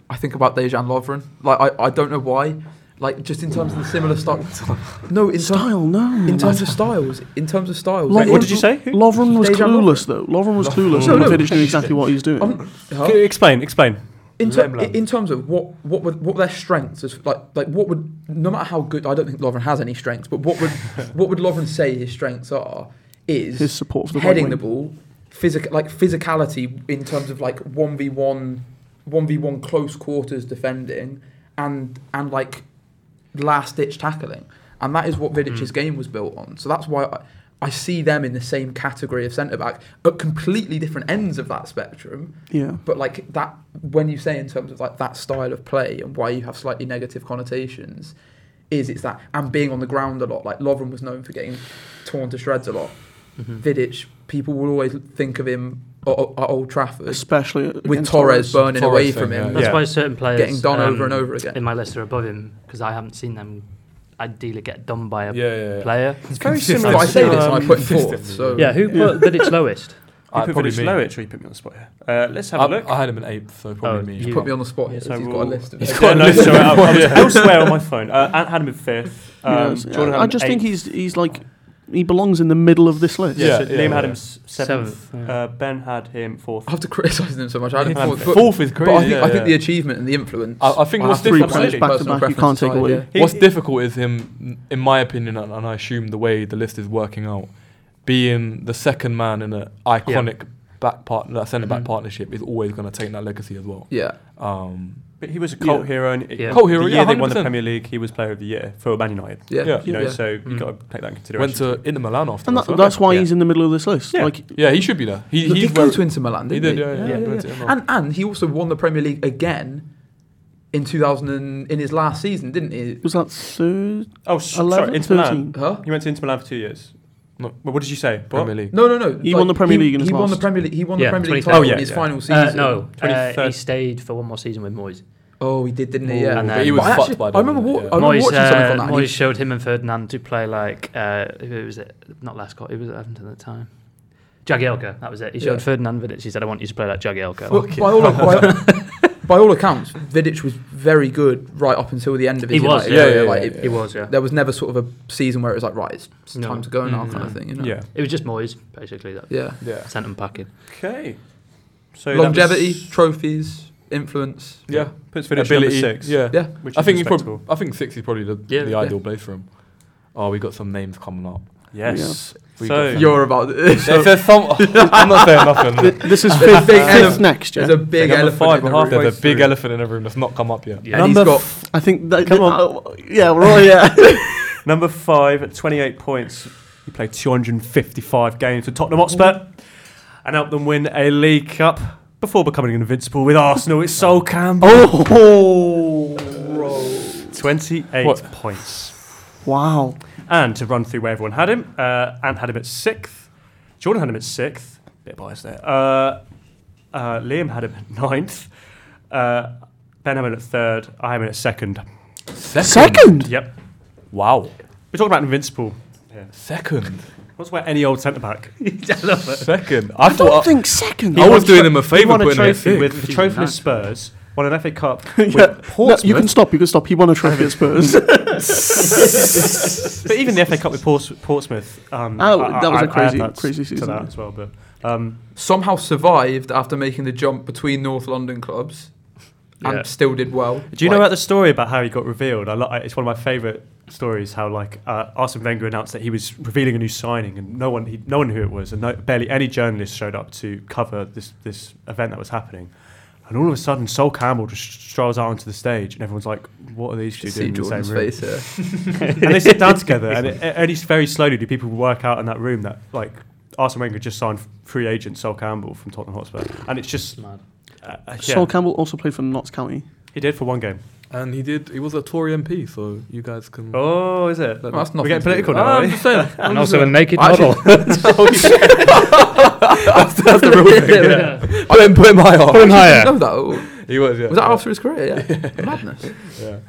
Speaker 6: I think about Dejan Lovren. Like I, I don't know why. Like just in terms of the similar style. No, in, ter-
Speaker 5: style. No,
Speaker 6: in terms of styles. In terms of styles.
Speaker 5: Lovren-
Speaker 3: What did you say? Who-
Speaker 5: Lovren was
Speaker 6: Dejan Lovren.
Speaker 5: clueless though. Lovren was clueless,
Speaker 6: No,
Speaker 5: and
Speaker 6: no.
Speaker 5: Vidic knew exactly what he was doing.
Speaker 6: Um, huh?
Speaker 3: Explain, explain.
Speaker 6: in, ter-
Speaker 3: Lemblin.
Speaker 6: in terms of what what would what their strengths is like like what would no matter how good I don't think Lovren has any strengths, but what would what would Lovren say his strengths are is
Speaker 5: His support for the right
Speaker 6: heading
Speaker 5: wing.
Speaker 6: the ball, physical like physicality in terms of like one v one, one v one close quarters defending, and and like last ditch tackling, and that is what Vidic's game was built on. So that's why. I, I see them in the same category of centre back, at completely different ends of that spectrum.
Speaker 5: yeah,
Speaker 6: But like that, when you say in terms of like that style of play and why you have slightly negative connotations, is it's that and being on the ground a lot. Like Lovren was known for getting torn to shreds a lot. Vidic, people will always think of him at, at Old Trafford
Speaker 5: especially
Speaker 6: with
Speaker 5: against
Speaker 6: Torres, burning
Speaker 4: Torres
Speaker 6: away
Speaker 4: thing,
Speaker 6: from him.
Speaker 4: yeah.
Speaker 7: That's why certain players um,
Speaker 6: Getting done over and over again.
Speaker 7: In my list are above him because I haven't seen them ideally get done by a
Speaker 4: Yeah, yeah, yeah.
Speaker 7: player.
Speaker 3: It's very
Speaker 4: consistent.
Speaker 3: similar.
Speaker 6: But I say this and I
Speaker 3: um,
Speaker 6: put him fourth. So
Speaker 7: Yeah, who put that it's lowest?
Speaker 4: Uh,
Speaker 3: You put
Speaker 4: probably
Speaker 3: Vidic
Speaker 4: me.
Speaker 3: Norwich, or you put me on the spot here. Uh, let's have
Speaker 4: I,
Speaker 3: a look.
Speaker 4: I had him in eighth, so probably
Speaker 7: Oh,
Speaker 4: me.
Speaker 7: you
Speaker 6: you
Speaker 4: as
Speaker 6: put me
Speaker 4: well.
Speaker 6: on the spot here.
Speaker 3: Yes,
Speaker 6: so
Speaker 3: I
Speaker 6: he's got a
Speaker 3: will-
Speaker 6: list of
Speaker 4: He's
Speaker 6: it.
Speaker 4: got
Speaker 3: Yeah,
Speaker 4: a
Speaker 3: no,
Speaker 4: list of
Speaker 3: sorry, I, I was
Speaker 4: Yeah.
Speaker 3: elsewhere on my phone. Uh, Ant had him in fifth.
Speaker 5: Torres.
Speaker 3: Um,
Speaker 5: Yes,
Speaker 3: Jordan
Speaker 5: yeah.
Speaker 3: had
Speaker 5: I
Speaker 3: him
Speaker 5: just
Speaker 3: eighth.
Speaker 5: think he's he's like he belongs in the middle of this list.
Speaker 4: Yeah.
Speaker 3: so Liam had him s- seventh.
Speaker 7: Seventh, yeah.
Speaker 3: Uh, ben had him
Speaker 4: Oh,
Speaker 3: fourth.
Speaker 6: After criticising him so much, I had him
Speaker 4: And
Speaker 6: fourth. but-
Speaker 4: fourth is crazy.
Speaker 6: But I think,
Speaker 4: yeah,
Speaker 6: I think the
Speaker 4: yeah.
Speaker 6: achievement and the influence.
Speaker 4: I- I think
Speaker 6: on
Speaker 4: what's
Speaker 6: three
Speaker 4: different-
Speaker 6: players'
Speaker 4: Absolutely.
Speaker 5: Back to
Speaker 6: personal
Speaker 5: back, you can't
Speaker 6: preference
Speaker 5: take
Speaker 6: side,
Speaker 5: away.
Speaker 6: yeah.
Speaker 3: He-
Speaker 4: What's
Speaker 3: he-
Speaker 4: difficult is him, in my opinion, and, and I assume the way the list is working out, being the second man in an iconic back part, that centre back
Speaker 7: Mhm.
Speaker 4: partnership is always going to take that legacy as well.
Speaker 6: Yeah.
Speaker 4: Um,
Speaker 3: But he was a cult
Speaker 4: Yeah.
Speaker 3: hero. And it-
Speaker 7: Yeah.
Speaker 4: Cult hero,
Speaker 3: The
Speaker 4: yeah,
Speaker 3: year they won the
Speaker 4: 100%.
Speaker 3: Premier League, he was Player of the Year for Man United.
Speaker 6: Yeah.
Speaker 4: Yeah.
Speaker 3: You know,
Speaker 6: yeah.
Speaker 3: so you
Speaker 7: Mm.
Speaker 3: got to take that into consideration.
Speaker 4: went to Inter Milan after.
Speaker 5: And
Speaker 4: that,
Speaker 5: that,
Speaker 4: so-
Speaker 5: that's why
Speaker 3: Yeah.
Speaker 5: he's in the middle of this list.
Speaker 3: Yeah.
Speaker 5: Like
Speaker 4: yeah, he should be there. He,
Speaker 6: He,
Speaker 4: he's
Speaker 6: did go
Speaker 4: where-
Speaker 6: to Inter Milan,
Speaker 4: he
Speaker 6: didn't he?
Speaker 4: did, yeah, yeah,
Speaker 7: Yeah,
Speaker 4: yeah,
Speaker 7: yeah,
Speaker 4: went to Inter Milan.
Speaker 6: And and he also won the Premier League again in 2000 and, in his last season, didn't he?
Speaker 5: was that third?
Speaker 3: Oh, s-
Speaker 5: 11,
Speaker 3: sorry, Inter Milan.
Speaker 5: 13.
Speaker 6: Huh?
Speaker 3: He went to Inter Milan for two years.
Speaker 4: No.
Speaker 3: Well, what did you say? What?
Speaker 4: Premier League.
Speaker 6: No, no, no.
Speaker 5: He won the Premier League in his
Speaker 6: He won the
Speaker 5: last-
Speaker 6: Premier League. He won the
Speaker 7: Yeah,
Speaker 6: Premier League
Speaker 7: 2010.
Speaker 6: title
Speaker 3: Oh, yeah,
Speaker 6: in his
Speaker 3: yeah.
Speaker 6: final season.
Speaker 7: Uh, no, uh,
Speaker 3: 23rd.
Speaker 7: he stayed for one more season with Moyes.
Speaker 6: Oh, he did, didn't he? Yeah.
Speaker 7: And But he then-
Speaker 4: was
Speaker 6: I
Speaker 4: fucked by
Speaker 6: I
Speaker 4: then,
Speaker 6: remember, wa-
Speaker 4: yeah.
Speaker 6: Oh, I remember
Speaker 7: Moyes,
Speaker 6: watching something on
Speaker 7: uh,
Speaker 6: that.
Speaker 7: Moyes
Speaker 6: and he-
Speaker 7: showed him and Ferdinand to play like uh, who was it? Not Lascott. Who was at Everton at the time? Jagielka. That was it. He showed
Speaker 6: Yeah.
Speaker 7: Ferdinand Vidic. He said, "I want you to play like Jagielka."
Speaker 6: Well, by, all, by, by all accounts, Vidic was very good right up until the end of his
Speaker 7: He was,
Speaker 6: United
Speaker 7: yeah,
Speaker 6: career,
Speaker 4: yeah,
Speaker 6: like,
Speaker 4: yeah,
Speaker 6: it-
Speaker 7: He was. Yeah.
Speaker 6: There was never sort of a season where it was like, right, it's, it's
Speaker 7: No.
Speaker 6: time to go now,
Speaker 4: Mm.
Speaker 6: kind of thing. You know?
Speaker 3: Yeah.
Speaker 7: It was just Moyes, basically. That
Speaker 6: Yeah.
Speaker 4: Yeah.
Speaker 7: sent him packing.
Speaker 3: Okay. So that
Speaker 6: Longevity,
Speaker 3: was-
Speaker 6: trophies, influence.
Speaker 4: Yeah.
Speaker 3: Puts Vidic number
Speaker 4: Ability.
Speaker 3: six.
Speaker 4: Yeah.
Speaker 6: Yeah.
Speaker 3: Which
Speaker 4: I
Speaker 3: is
Speaker 4: think he's
Speaker 3: respectable.
Speaker 4: probably. I think six is probably the,
Speaker 7: Yeah,
Speaker 4: the
Speaker 7: yeah.
Speaker 4: ideal place for him. Oh, we got some names coming up.
Speaker 3: Yes.
Speaker 4: We
Speaker 3: So-
Speaker 4: got some-
Speaker 6: You're about. There's
Speaker 4: If there's some, I'm not saying nothing.
Speaker 5: Th- this is
Speaker 6: There's a
Speaker 5: fifth,
Speaker 6: big
Speaker 5: Uh, fifth
Speaker 6: ele-
Speaker 5: next. Yeah.
Speaker 6: a big
Speaker 4: Number
Speaker 6: elephant.
Speaker 4: five,
Speaker 6: in
Speaker 4: and
Speaker 6: the
Speaker 4: half.
Speaker 6: room.
Speaker 4: There's a big elephant in the room that's not come up yet.
Speaker 7: Yeah.
Speaker 6: And he's
Speaker 3: Number
Speaker 6: got.
Speaker 5: I think that.
Speaker 3: Come
Speaker 5: uh, yeah, we're all yeah.
Speaker 3: Number five at 28 points. He played 255 games for Tottenham Hotspur and helped them win a League Cup before becoming invincible with Arsenal. It's Sol Campbell.
Speaker 5: oh,
Speaker 3: 28
Speaker 4: What?
Speaker 3: points.
Speaker 5: wow.
Speaker 3: And to run through where everyone had him, uh, Ant had him at sixth. Jordan had him at sixth. Bit biased there. Uh, uh, Liam had him at ninth. Uh, ben had him at third. I had him at second.
Speaker 5: Second.
Speaker 3: Yep.
Speaker 4: Wow.
Speaker 3: We're talking about invincible.
Speaker 4: Second.
Speaker 3: What's where any old centre back?
Speaker 4: Second. I,
Speaker 5: I don't
Speaker 4: thought.
Speaker 5: think second.
Speaker 4: I
Speaker 5: No,
Speaker 4: was doing him a
Speaker 3: He
Speaker 4: favour
Speaker 3: won a
Speaker 4: putting him at
Speaker 3: trophy
Speaker 4: sixth.
Speaker 3: with the
Speaker 7: Which is
Speaker 3: trophy with
Speaker 7: nuts.
Speaker 3: Spurs, won an FA Cup
Speaker 5: Yeah.
Speaker 3: with Portsmouth.
Speaker 5: you can stop. You can stop. He won a trophy at Spurs.
Speaker 3: but even the FA Cup with Ports- Portsmouth. Um,
Speaker 5: Oh,
Speaker 3: I-
Speaker 5: that was
Speaker 3: I-
Speaker 5: a
Speaker 3: I- I
Speaker 5: crazy-
Speaker 3: add that
Speaker 5: crazy
Speaker 3: To
Speaker 5: season.
Speaker 3: that as well, but um,
Speaker 6: Somehow survived after making the jump between North London clubs,
Speaker 7: Yeah.
Speaker 6: and still did well.
Speaker 3: do you
Speaker 6: Like,
Speaker 3: know about the story about how he got revealed? I lo- I- it's one of my favourite stories. How like uh, Arsene Wenger announced that he was revealing a new signing, and no one, he, no one knew who it was, and no, barely any journalists showed up to cover this this event that was happening. And all of a sudden, Sol Campbell just strolls out onto the stage, and everyone's like, "What are these two
Speaker 6: see
Speaker 3: doing in the same
Speaker 6: Jordan's
Speaker 3: room?"
Speaker 6: face here.
Speaker 3: and they sit down together, and it, only very slowly do people work out in that room that like Arsene Wenger just signed free agent Sol Campbell from Tottenham Hotspur, and it's just
Speaker 7: Mad.
Speaker 3: uh, uh, yeah,
Speaker 5: Sol Campbell also played for Notts County.
Speaker 3: he did for one game.
Speaker 4: And he did. He was a Tory MP, so you guys can.
Speaker 3: Oh, is it?
Speaker 6: Well, that's Oh,
Speaker 3: We're
Speaker 6: nothing
Speaker 3: getting
Speaker 6: to do Um, with
Speaker 3: political
Speaker 6: that.
Speaker 3: now. eh?
Speaker 4: Ah,
Speaker 3: are
Speaker 4: I'm
Speaker 3: we?
Speaker 4: just saying. I'm
Speaker 7: And
Speaker 4: just
Speaker 7: also a
Speaker 4: saying.
Speaker 7: naked
Speaker 6: I
Speaker 7: model.
Speaker 4: that's the real thing. Yeah. Put him, put him higher.
Speaker 7: Put him higher.
Speaker 6: No, that was
Speaker 4: He was. Yeah.
Speaker 6: that after his career. Yeah, madness.
Speaker 4: Yeah.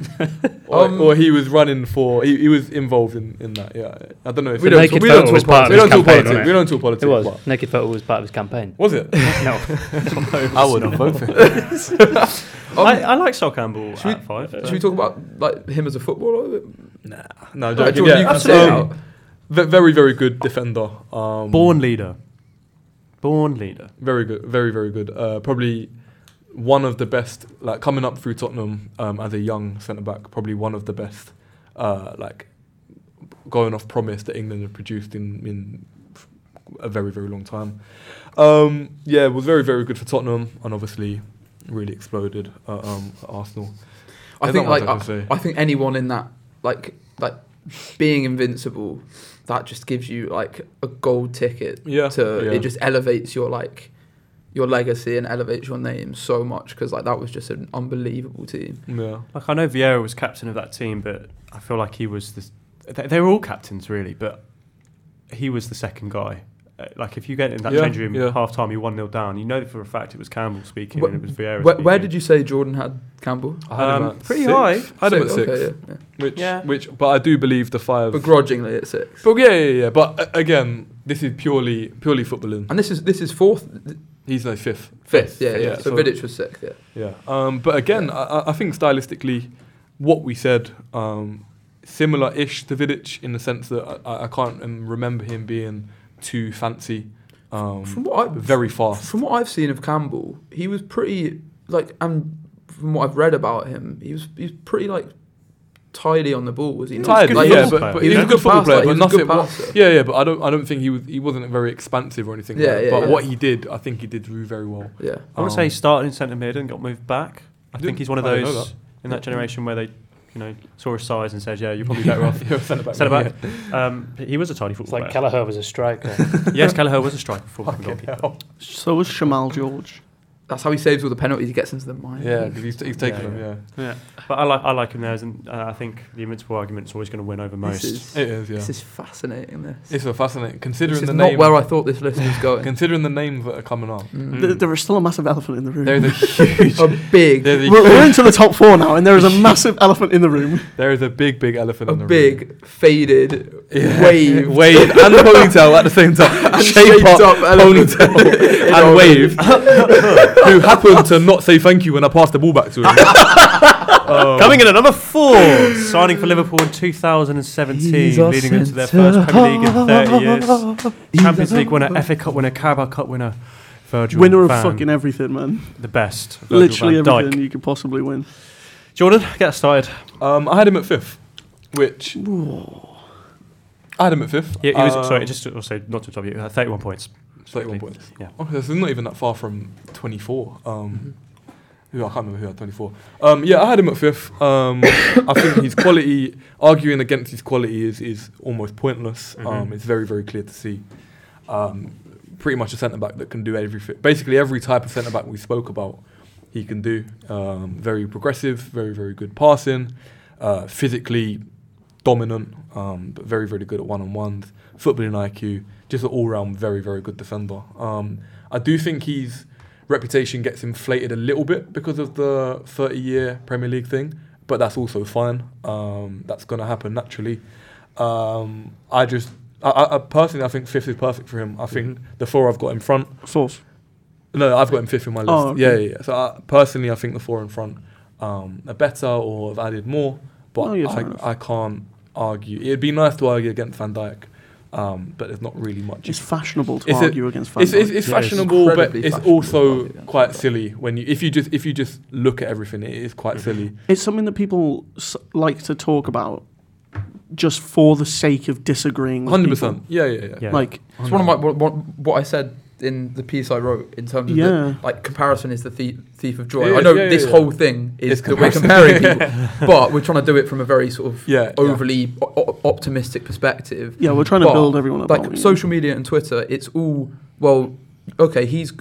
Speaker 4: or,
Speaker 6: Um,
Speaker 4: or he was running for. He, he was involved in, in that. Yeah. I don't know if
Speaker 6: We
Speaker 4: he-
Speaker 6: don't-
Speaker 7: naked
Speaker 6: we
Speaker 7: photo
Speaker 6: don't
Speaker 7: was
Speaker 6: talk
Speaker 7: part
Speaker 4: We
Speaker 7: of his
Speaker 4: don't talk
Speaker 7: campaign.
Speaker 4: politics.
Speaker 7: wasn't
Speaker 4: We
Speaker 7: It
Speaker 4: don't talk politics.
Speaker 7: It was
Speaker 4: but-
Speaker 7: naked photo was part of his campaign.
Speaker 4: Was it?
Speaker 7: no,
Speaker 4: I wouldn't vote for him.
Speaker 6: Um,
Speaker 3: I, I like Sol Campbell
Speaker 6: should we-
Speaker 3: at five.
Speaker 6: Should we talk about like him as a footballer?
Speaker 4: No,
Speaker 6: Like,
Speaker 4: don't.
Speaker 6: Jordan, you
Speaker 4: yeah,
Speaker 6: can say it
Speaker 4: um,
Speaker 6: out.
Speaker 4: ve- very, very good defender. Um,
Speaker 3: Born leader. Born leader.
Speaker 4: Very good, very very good. Uh, probably one of the best. Like coming up through Tottenham um, as a young centre back, probably one of the best. Uh, like going off promise that England have produced in in a very very long time. Um, yeah, was very very good for Tottenham, and obviously really exploded at, um, at Arsenal.
Speaker 6: I
Speaker 4: There's
Speaker 6: think
Speaker 4: not much
Speaker 6: like
Speaker 4: I
Speaker 6: I,
Speaker 4: can say.
Speaker 6: I think anyone in that like like being invincible, that just gives you like a gold ticket
Speaker 4: Yeah,
Speaker 6: to
Speaker 4: yeah.
Speaker 6: it just elevates your like your legacy and elevates your name so much because like that was just an unbelievable team.
Speaker 4: Yeah.
Speaker 3: Like I know Vieira was captain of that team, but I feel like he was the. They, they were all captains really, but he was the second guy. Uh, Like if you get in that
Speaker 4: Yeah,
Speaker 3: change room
Speaker 4: yeah.
Speaker 3: half time, you're one 0 down. You know for a fact it was Campbell speaking
Speaker 6: Wh-
Speaker 3: and it was Vieira.
Speaker 6: Where, where did you say Jordan had Campbell?
Speaker 4: I had him
Speaker 3: Um,
Speaker 4: at
Speaker 3: pretty
Speaker 4: sixth.
Speaker 3: high.
Speaker 4: I had him at
Speaker 6: Six,
Speaker 4: six,
Speaker 6: okay, yeah, yeah.
Speaker 4: which,
Speaker 3: Yeah.
Speaker 4: which, but I do believe the five.
Speaker 6: Begrudgingly at six.
Speaker 4: But yeah, yeah, yeah. But uh, again, this is purely, purely footballing.
Speaker 6: And this is this is fourth, th-
Speaker 4: He's no fifth.
Speaker 6: fifth. Yeah, yeah.
Speaker 4: yeah,
Speaker 6: so
Speaker 4: so-
Speaker 6: Vidic was sixth. Yeah.
Speaker 4: Yeah. Um, but again, I I, I think stylistically, what we said, um, similar ish to Vidic in the sense that I- I, I can't um, remember him being too fancy. Um,
Speaker 6: From what I
Speaker 4: very fast.
Speaker 6: From what I've seen of Campbell, he was pretty like, and from what I've read about him, he was he's pretty like tidy on the ball. Was he? not?
Speaker 4: Tired,
Speaker 6: Like,
Speaker 4: yeah,
Speaker 6: he
Speaker 4: but,
Speaker 6: was-
Speaker 3: player.
Speaker 4: but
Speaker 6: he
Speaker 4: he was a good football
Speaker 6: passer,
Speaker 4: player,
Speaker 6: like, he
Speaker 4: but
Speaker 6: was a good
Speaker 4: nothing. wa-
Speaker 6: passer.
Speaker 4: yeah, yeah, but I don't, I don't think he was, he wasn't very expansive or anything.
Speaker 6: Yeah,
Speaker 4: like that,
Speaker 6: yeah,
Speaker 4: But
Speaker 6: yeah.
Speaker 4: what he did, I think he did do very well.
Speaker 6: yeah.
Speaker 3: I want to say he started in centre mid and got moved back. I
Speaker 4: Didn't-
Speaker 3: think he's one of
Speaker 4: I didn't know
Speaker 3: those in that generation where they, you know, saw his size and said, "Yeah, you're probably better off."
Speaker 4: centre back.
Speaker 3: Centre back. Um, he was a tidy
Speaker 7: It's
Speaker 3: football
Speaker 7: like
Speaker 3: player.
Speaker 7: Kelleher was a striker.
Speaker 3: yes, Kelleher was a striker before.
Speaker 4: Fucking hell.
Speaker 5: So was Shamal George.
Speaker 6: That's how he saves all the penalties. He gets into the mine.
Speaker 4: Yeah, because he's, he's taken
Speaker 3: Yeah,
Speaker 4: them. Yeah.
Speaker 3: Yeah, but I like I like him there, as an, uh, I think the invincible argument is always going to win over most.
Speaker 6: This is,
Speaker 4: it is. Yeah,
Speaker 6: this is fascinating. This.
Speaker 4: it's a fascinating
Speaker 6: This
Speaker 4: considering
Speaker 6: is
Speaker 4: the
Speaker 6: not
Speaker 4: name.
Speaker 6: where I thought this list was going.
Speaker 4: considering the names that are coming up.
Speaker 6: Mm.
Speaker 7: Hmm.
Speaker 5: Th- there is still a massive elephant in the room.
Speaker 4: There is a huge.
Speaker 6: A big,
Speaker 4: there's
Speaker 5: we're,
Speaker 4: a,
Speaker 5: we're into the top four now, and there is a massive elephant in the room.
Speaker 4: there is a big, big elephant.
Speaker 6: a
Speaker 4: in the room.
Speaker 6: big, faded,
Speaker 4: Yeah.
Speaker 6: waved,
Speaker 4: wave, and the ponytail at the same time. Shape
Speaker 6: shaped
Speaker 4: up,
Speaker 6: up elephant.
Speaker 4: ponytail, and wave. who happened to not say thank you when I passed the ball back to him?
Speaker 3: Coming in at number four, signing for Liverpool in 2017, leading them to their first Premier League in 30 years. Champions League winner, FA Cup winner, Carabao Cup winner, Virgil
Speaker 5: Winner of
Speaker 3: van
Speaker 5: fucking everything, man.
Speaker 3: the best. Virgil
Speaker 5: Literally
Speaker 3: van Dijk.
Speaker 5: everything you could possibly win.
Speaker 3: Jordan, get us started.
Speaker 4: Um, I had him at fifth, which I had him at fifth.
Speaker 3: He, he was sorry,
Speaker 4: Um,
Speaker 3: just to- also not to top you, uh, 31 points.
Speaker 4: thirty-one points.
Speaker 3: Yeah.
Speaker 4: Oh, this is not even that far from 24. Um, who I can't remember who had 24. Um, yeah, I had him at fifth. Um, I think his quality, arguing against his quality is is almost pointless. Um,
Speaker 3: Mhm.
Speaker 4: it's very very clear to see. Um, pretty much a centre back that can do everything. Basically, every type of centre back we spoke about, he can do. Um, very progressive, very very good passing, uh, physically dominant, um, but very very good at one on ones. Footballing IQ, just an all round very very good defender. Um, I do think his reputation gets inflated a little bit because of the 30 year Premier League thing, but that's also fine. Um, that's going to happen naturally. Um, I just, I- I, I personally, I think fifth is perfect for him. I think the four I've got in front,
Speaker 5: Fourth.
Speaker 4: no, I've got him fifth in my list.
Speaker 5: Oh, okay.
Speaker 4: Yeah, yeah, yeah. So I, personally, I think the four in front um, are better or have added more, but
Speaker 5: Oh, yeah, fair enough.
Speaker 4: I, I can't argue. It'd be nice to argue against Van Dijk, um, but there's not really much. you
Speaker 5: It's fashionable to
Speaker 4: It's a-
Speaker 5: argue against Van
Speaker 4: it's, it's,
Speaker 5: Dijk.
Speaker 4: it's
Speaker 3: Yeah, it's
Speaker 4: fashionable, but
Speaker 6: incredibly
Speaker 4: it's
Speaker 6: fashionable to
Speaker 4: also
Speaker 6: argue against
Speaker 4: quite
Speaker 6: Van Dijk.
Speaker 4: silly when you if you just if you just look at everything, it is quite silly.
Speaker 5: It's something that people s- like to talk about just for the sake of disagreeing. with
Speaker 4: Hundred
Speaker 5: people.
Speaker 4: percent. Yeah, yeah, yeah.
Speaker 3: Yeah.
Speaker 5: Like,
Speaker 6: It's one of my what, what, what I said in the piece I wrote in terms of the-
Speaker 5: Yeah.
Speaker 6: like comparison is the thief, thief of joy.
Speaker 4: It
Speaker 6: I
Speaker 4: is,
Speaker 6: know
Speaker 4: yeah, yeah,
Speaker 6: this
Speaker 4: yeah.
Speaker 6: whole thing is
Speaker 4: It's
Speaker 6: that we're comparing
Speaker 4: comparison.
Speaker 6: people, but we're trying to do it from a very sort of
Speaker 4: Yeah, yeah.
Speaker 6: overly o- o- optimistic perspective.
Speaker 5: yeah, we're trying to
Speaker 6: But,
Speaker 5: build everyone up. aren't
Speaker 6: Like
Speaker 5: we?
Speaker 6: social media and Twitter, it's all well, okay, he's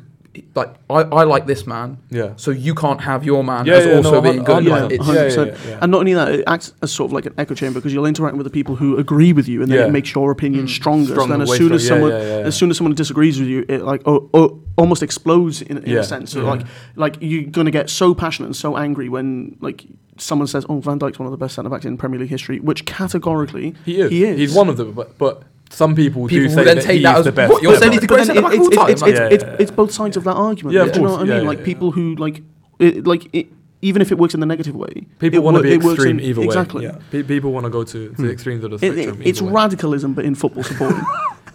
Speaker 6: like I, I like this man,
Speaker 4: yeah.
Speaker 6: so you can't have your man
Speaker 4: Yeah,
Speaker 6: as
Speaker 4: yeah,
Speaker 6: also
Speaker 4: no,
Speaker 6: being good.
Speaker 4: 100%.
Speaker 6: Like, it's,
Speaker 4: Oh, Yeah, yeah,
Speaker 5: 100%.
Speaker 4: yeah, yeah.
Speaker 5: And not only that, it acts as sort of like an echo chamber because you'll interact with the people who agree with you, and then
Speaker 4: Yeah.
Speaker 5: it makes your opinion
Speaker 6: Mm.
Speaker 5: stronger. So
Speaker 4: Stronger,
Speaker 5: then, as
Speaker 4: way
Speaker 5: soon as
Speaker 4: stronger.
Speaker 5: someone,
Speaker 4: Yeah, yeah,
Speaker 5: as
Speaker 4: yeah, yeah.
Speaker 5: soon as someone disagrees with you, it like oh, oh, almost explodes in, in
Speaker 4: Yeah.
Speaker 5: a sense. So
Speaker 4: Yeah.
Speaker 5: like, like you're gonna get so passionate and so angry when like someone says, "Oh, Van Dijk's one of the best centre backs in Premier League history," which categorically
Speaker 4: He is.
Speaker 5: He is.
Speaker 4: He's one of them, but but some people,
Speaker 6: People
Speaker 4: do
Speaker 6: will
Speaker 4: say
Speaker 6: then
Speaker 4: that
Speaker 6: take
Speaker 4: he's
Speaker 6: that as,
Speaker 4: the best.
Speaker 6: "What, you're
Speaker 4: Yeah,
Speaker 6: saying
Speaker 4: but-
Speaker 6: he's the
Speaker 5: but
Speaker 6: greatest
Speaker 5: then
Speaker 6: centre
Speaker 5: it-
Speaker 6: back of
Speaker 5: it's,
Speaker 6: all time?"
Speaker 5: it's,
Speaker 6: Like,
Speaker 5: it's,
Speaker 4: Yeah,
Speaker 5: it's,
Speaker 4: yeah,
Speaker 5: it's both sides of that argument.
Speaker 4: Yeah,
Speaker 5: do
Speaker 4: of
Speaker 5: you know
Speaker 4: course.
Speaker 5: what I
Speaker 4: Yeah,
Speaker 5: mean?
Speaker 4: yeah,
Speaker 5: like
Speaker 4: yeah.
Speaker 5: people who like, it, like it, even if it works in the negative way,
Speaker 4: People
Speaker 5: it
Speaker 4: want to
Speaker 5: wor-
Speaker 4: be
Speaker 5: it works
Speaker 4: extreme
Speaker 5: in-
Speaker 4: either
Speaker 5: Exactly. Hmm.
Speaker 4: way. Yeah. Pe- people want to go to, to the extremes of the
Speaker 5: It- it-
Speaker 4: spectrum.
Speaker 5: it's
Speaker 4: either way.
Speaker 5: radicalism, but in football supporting.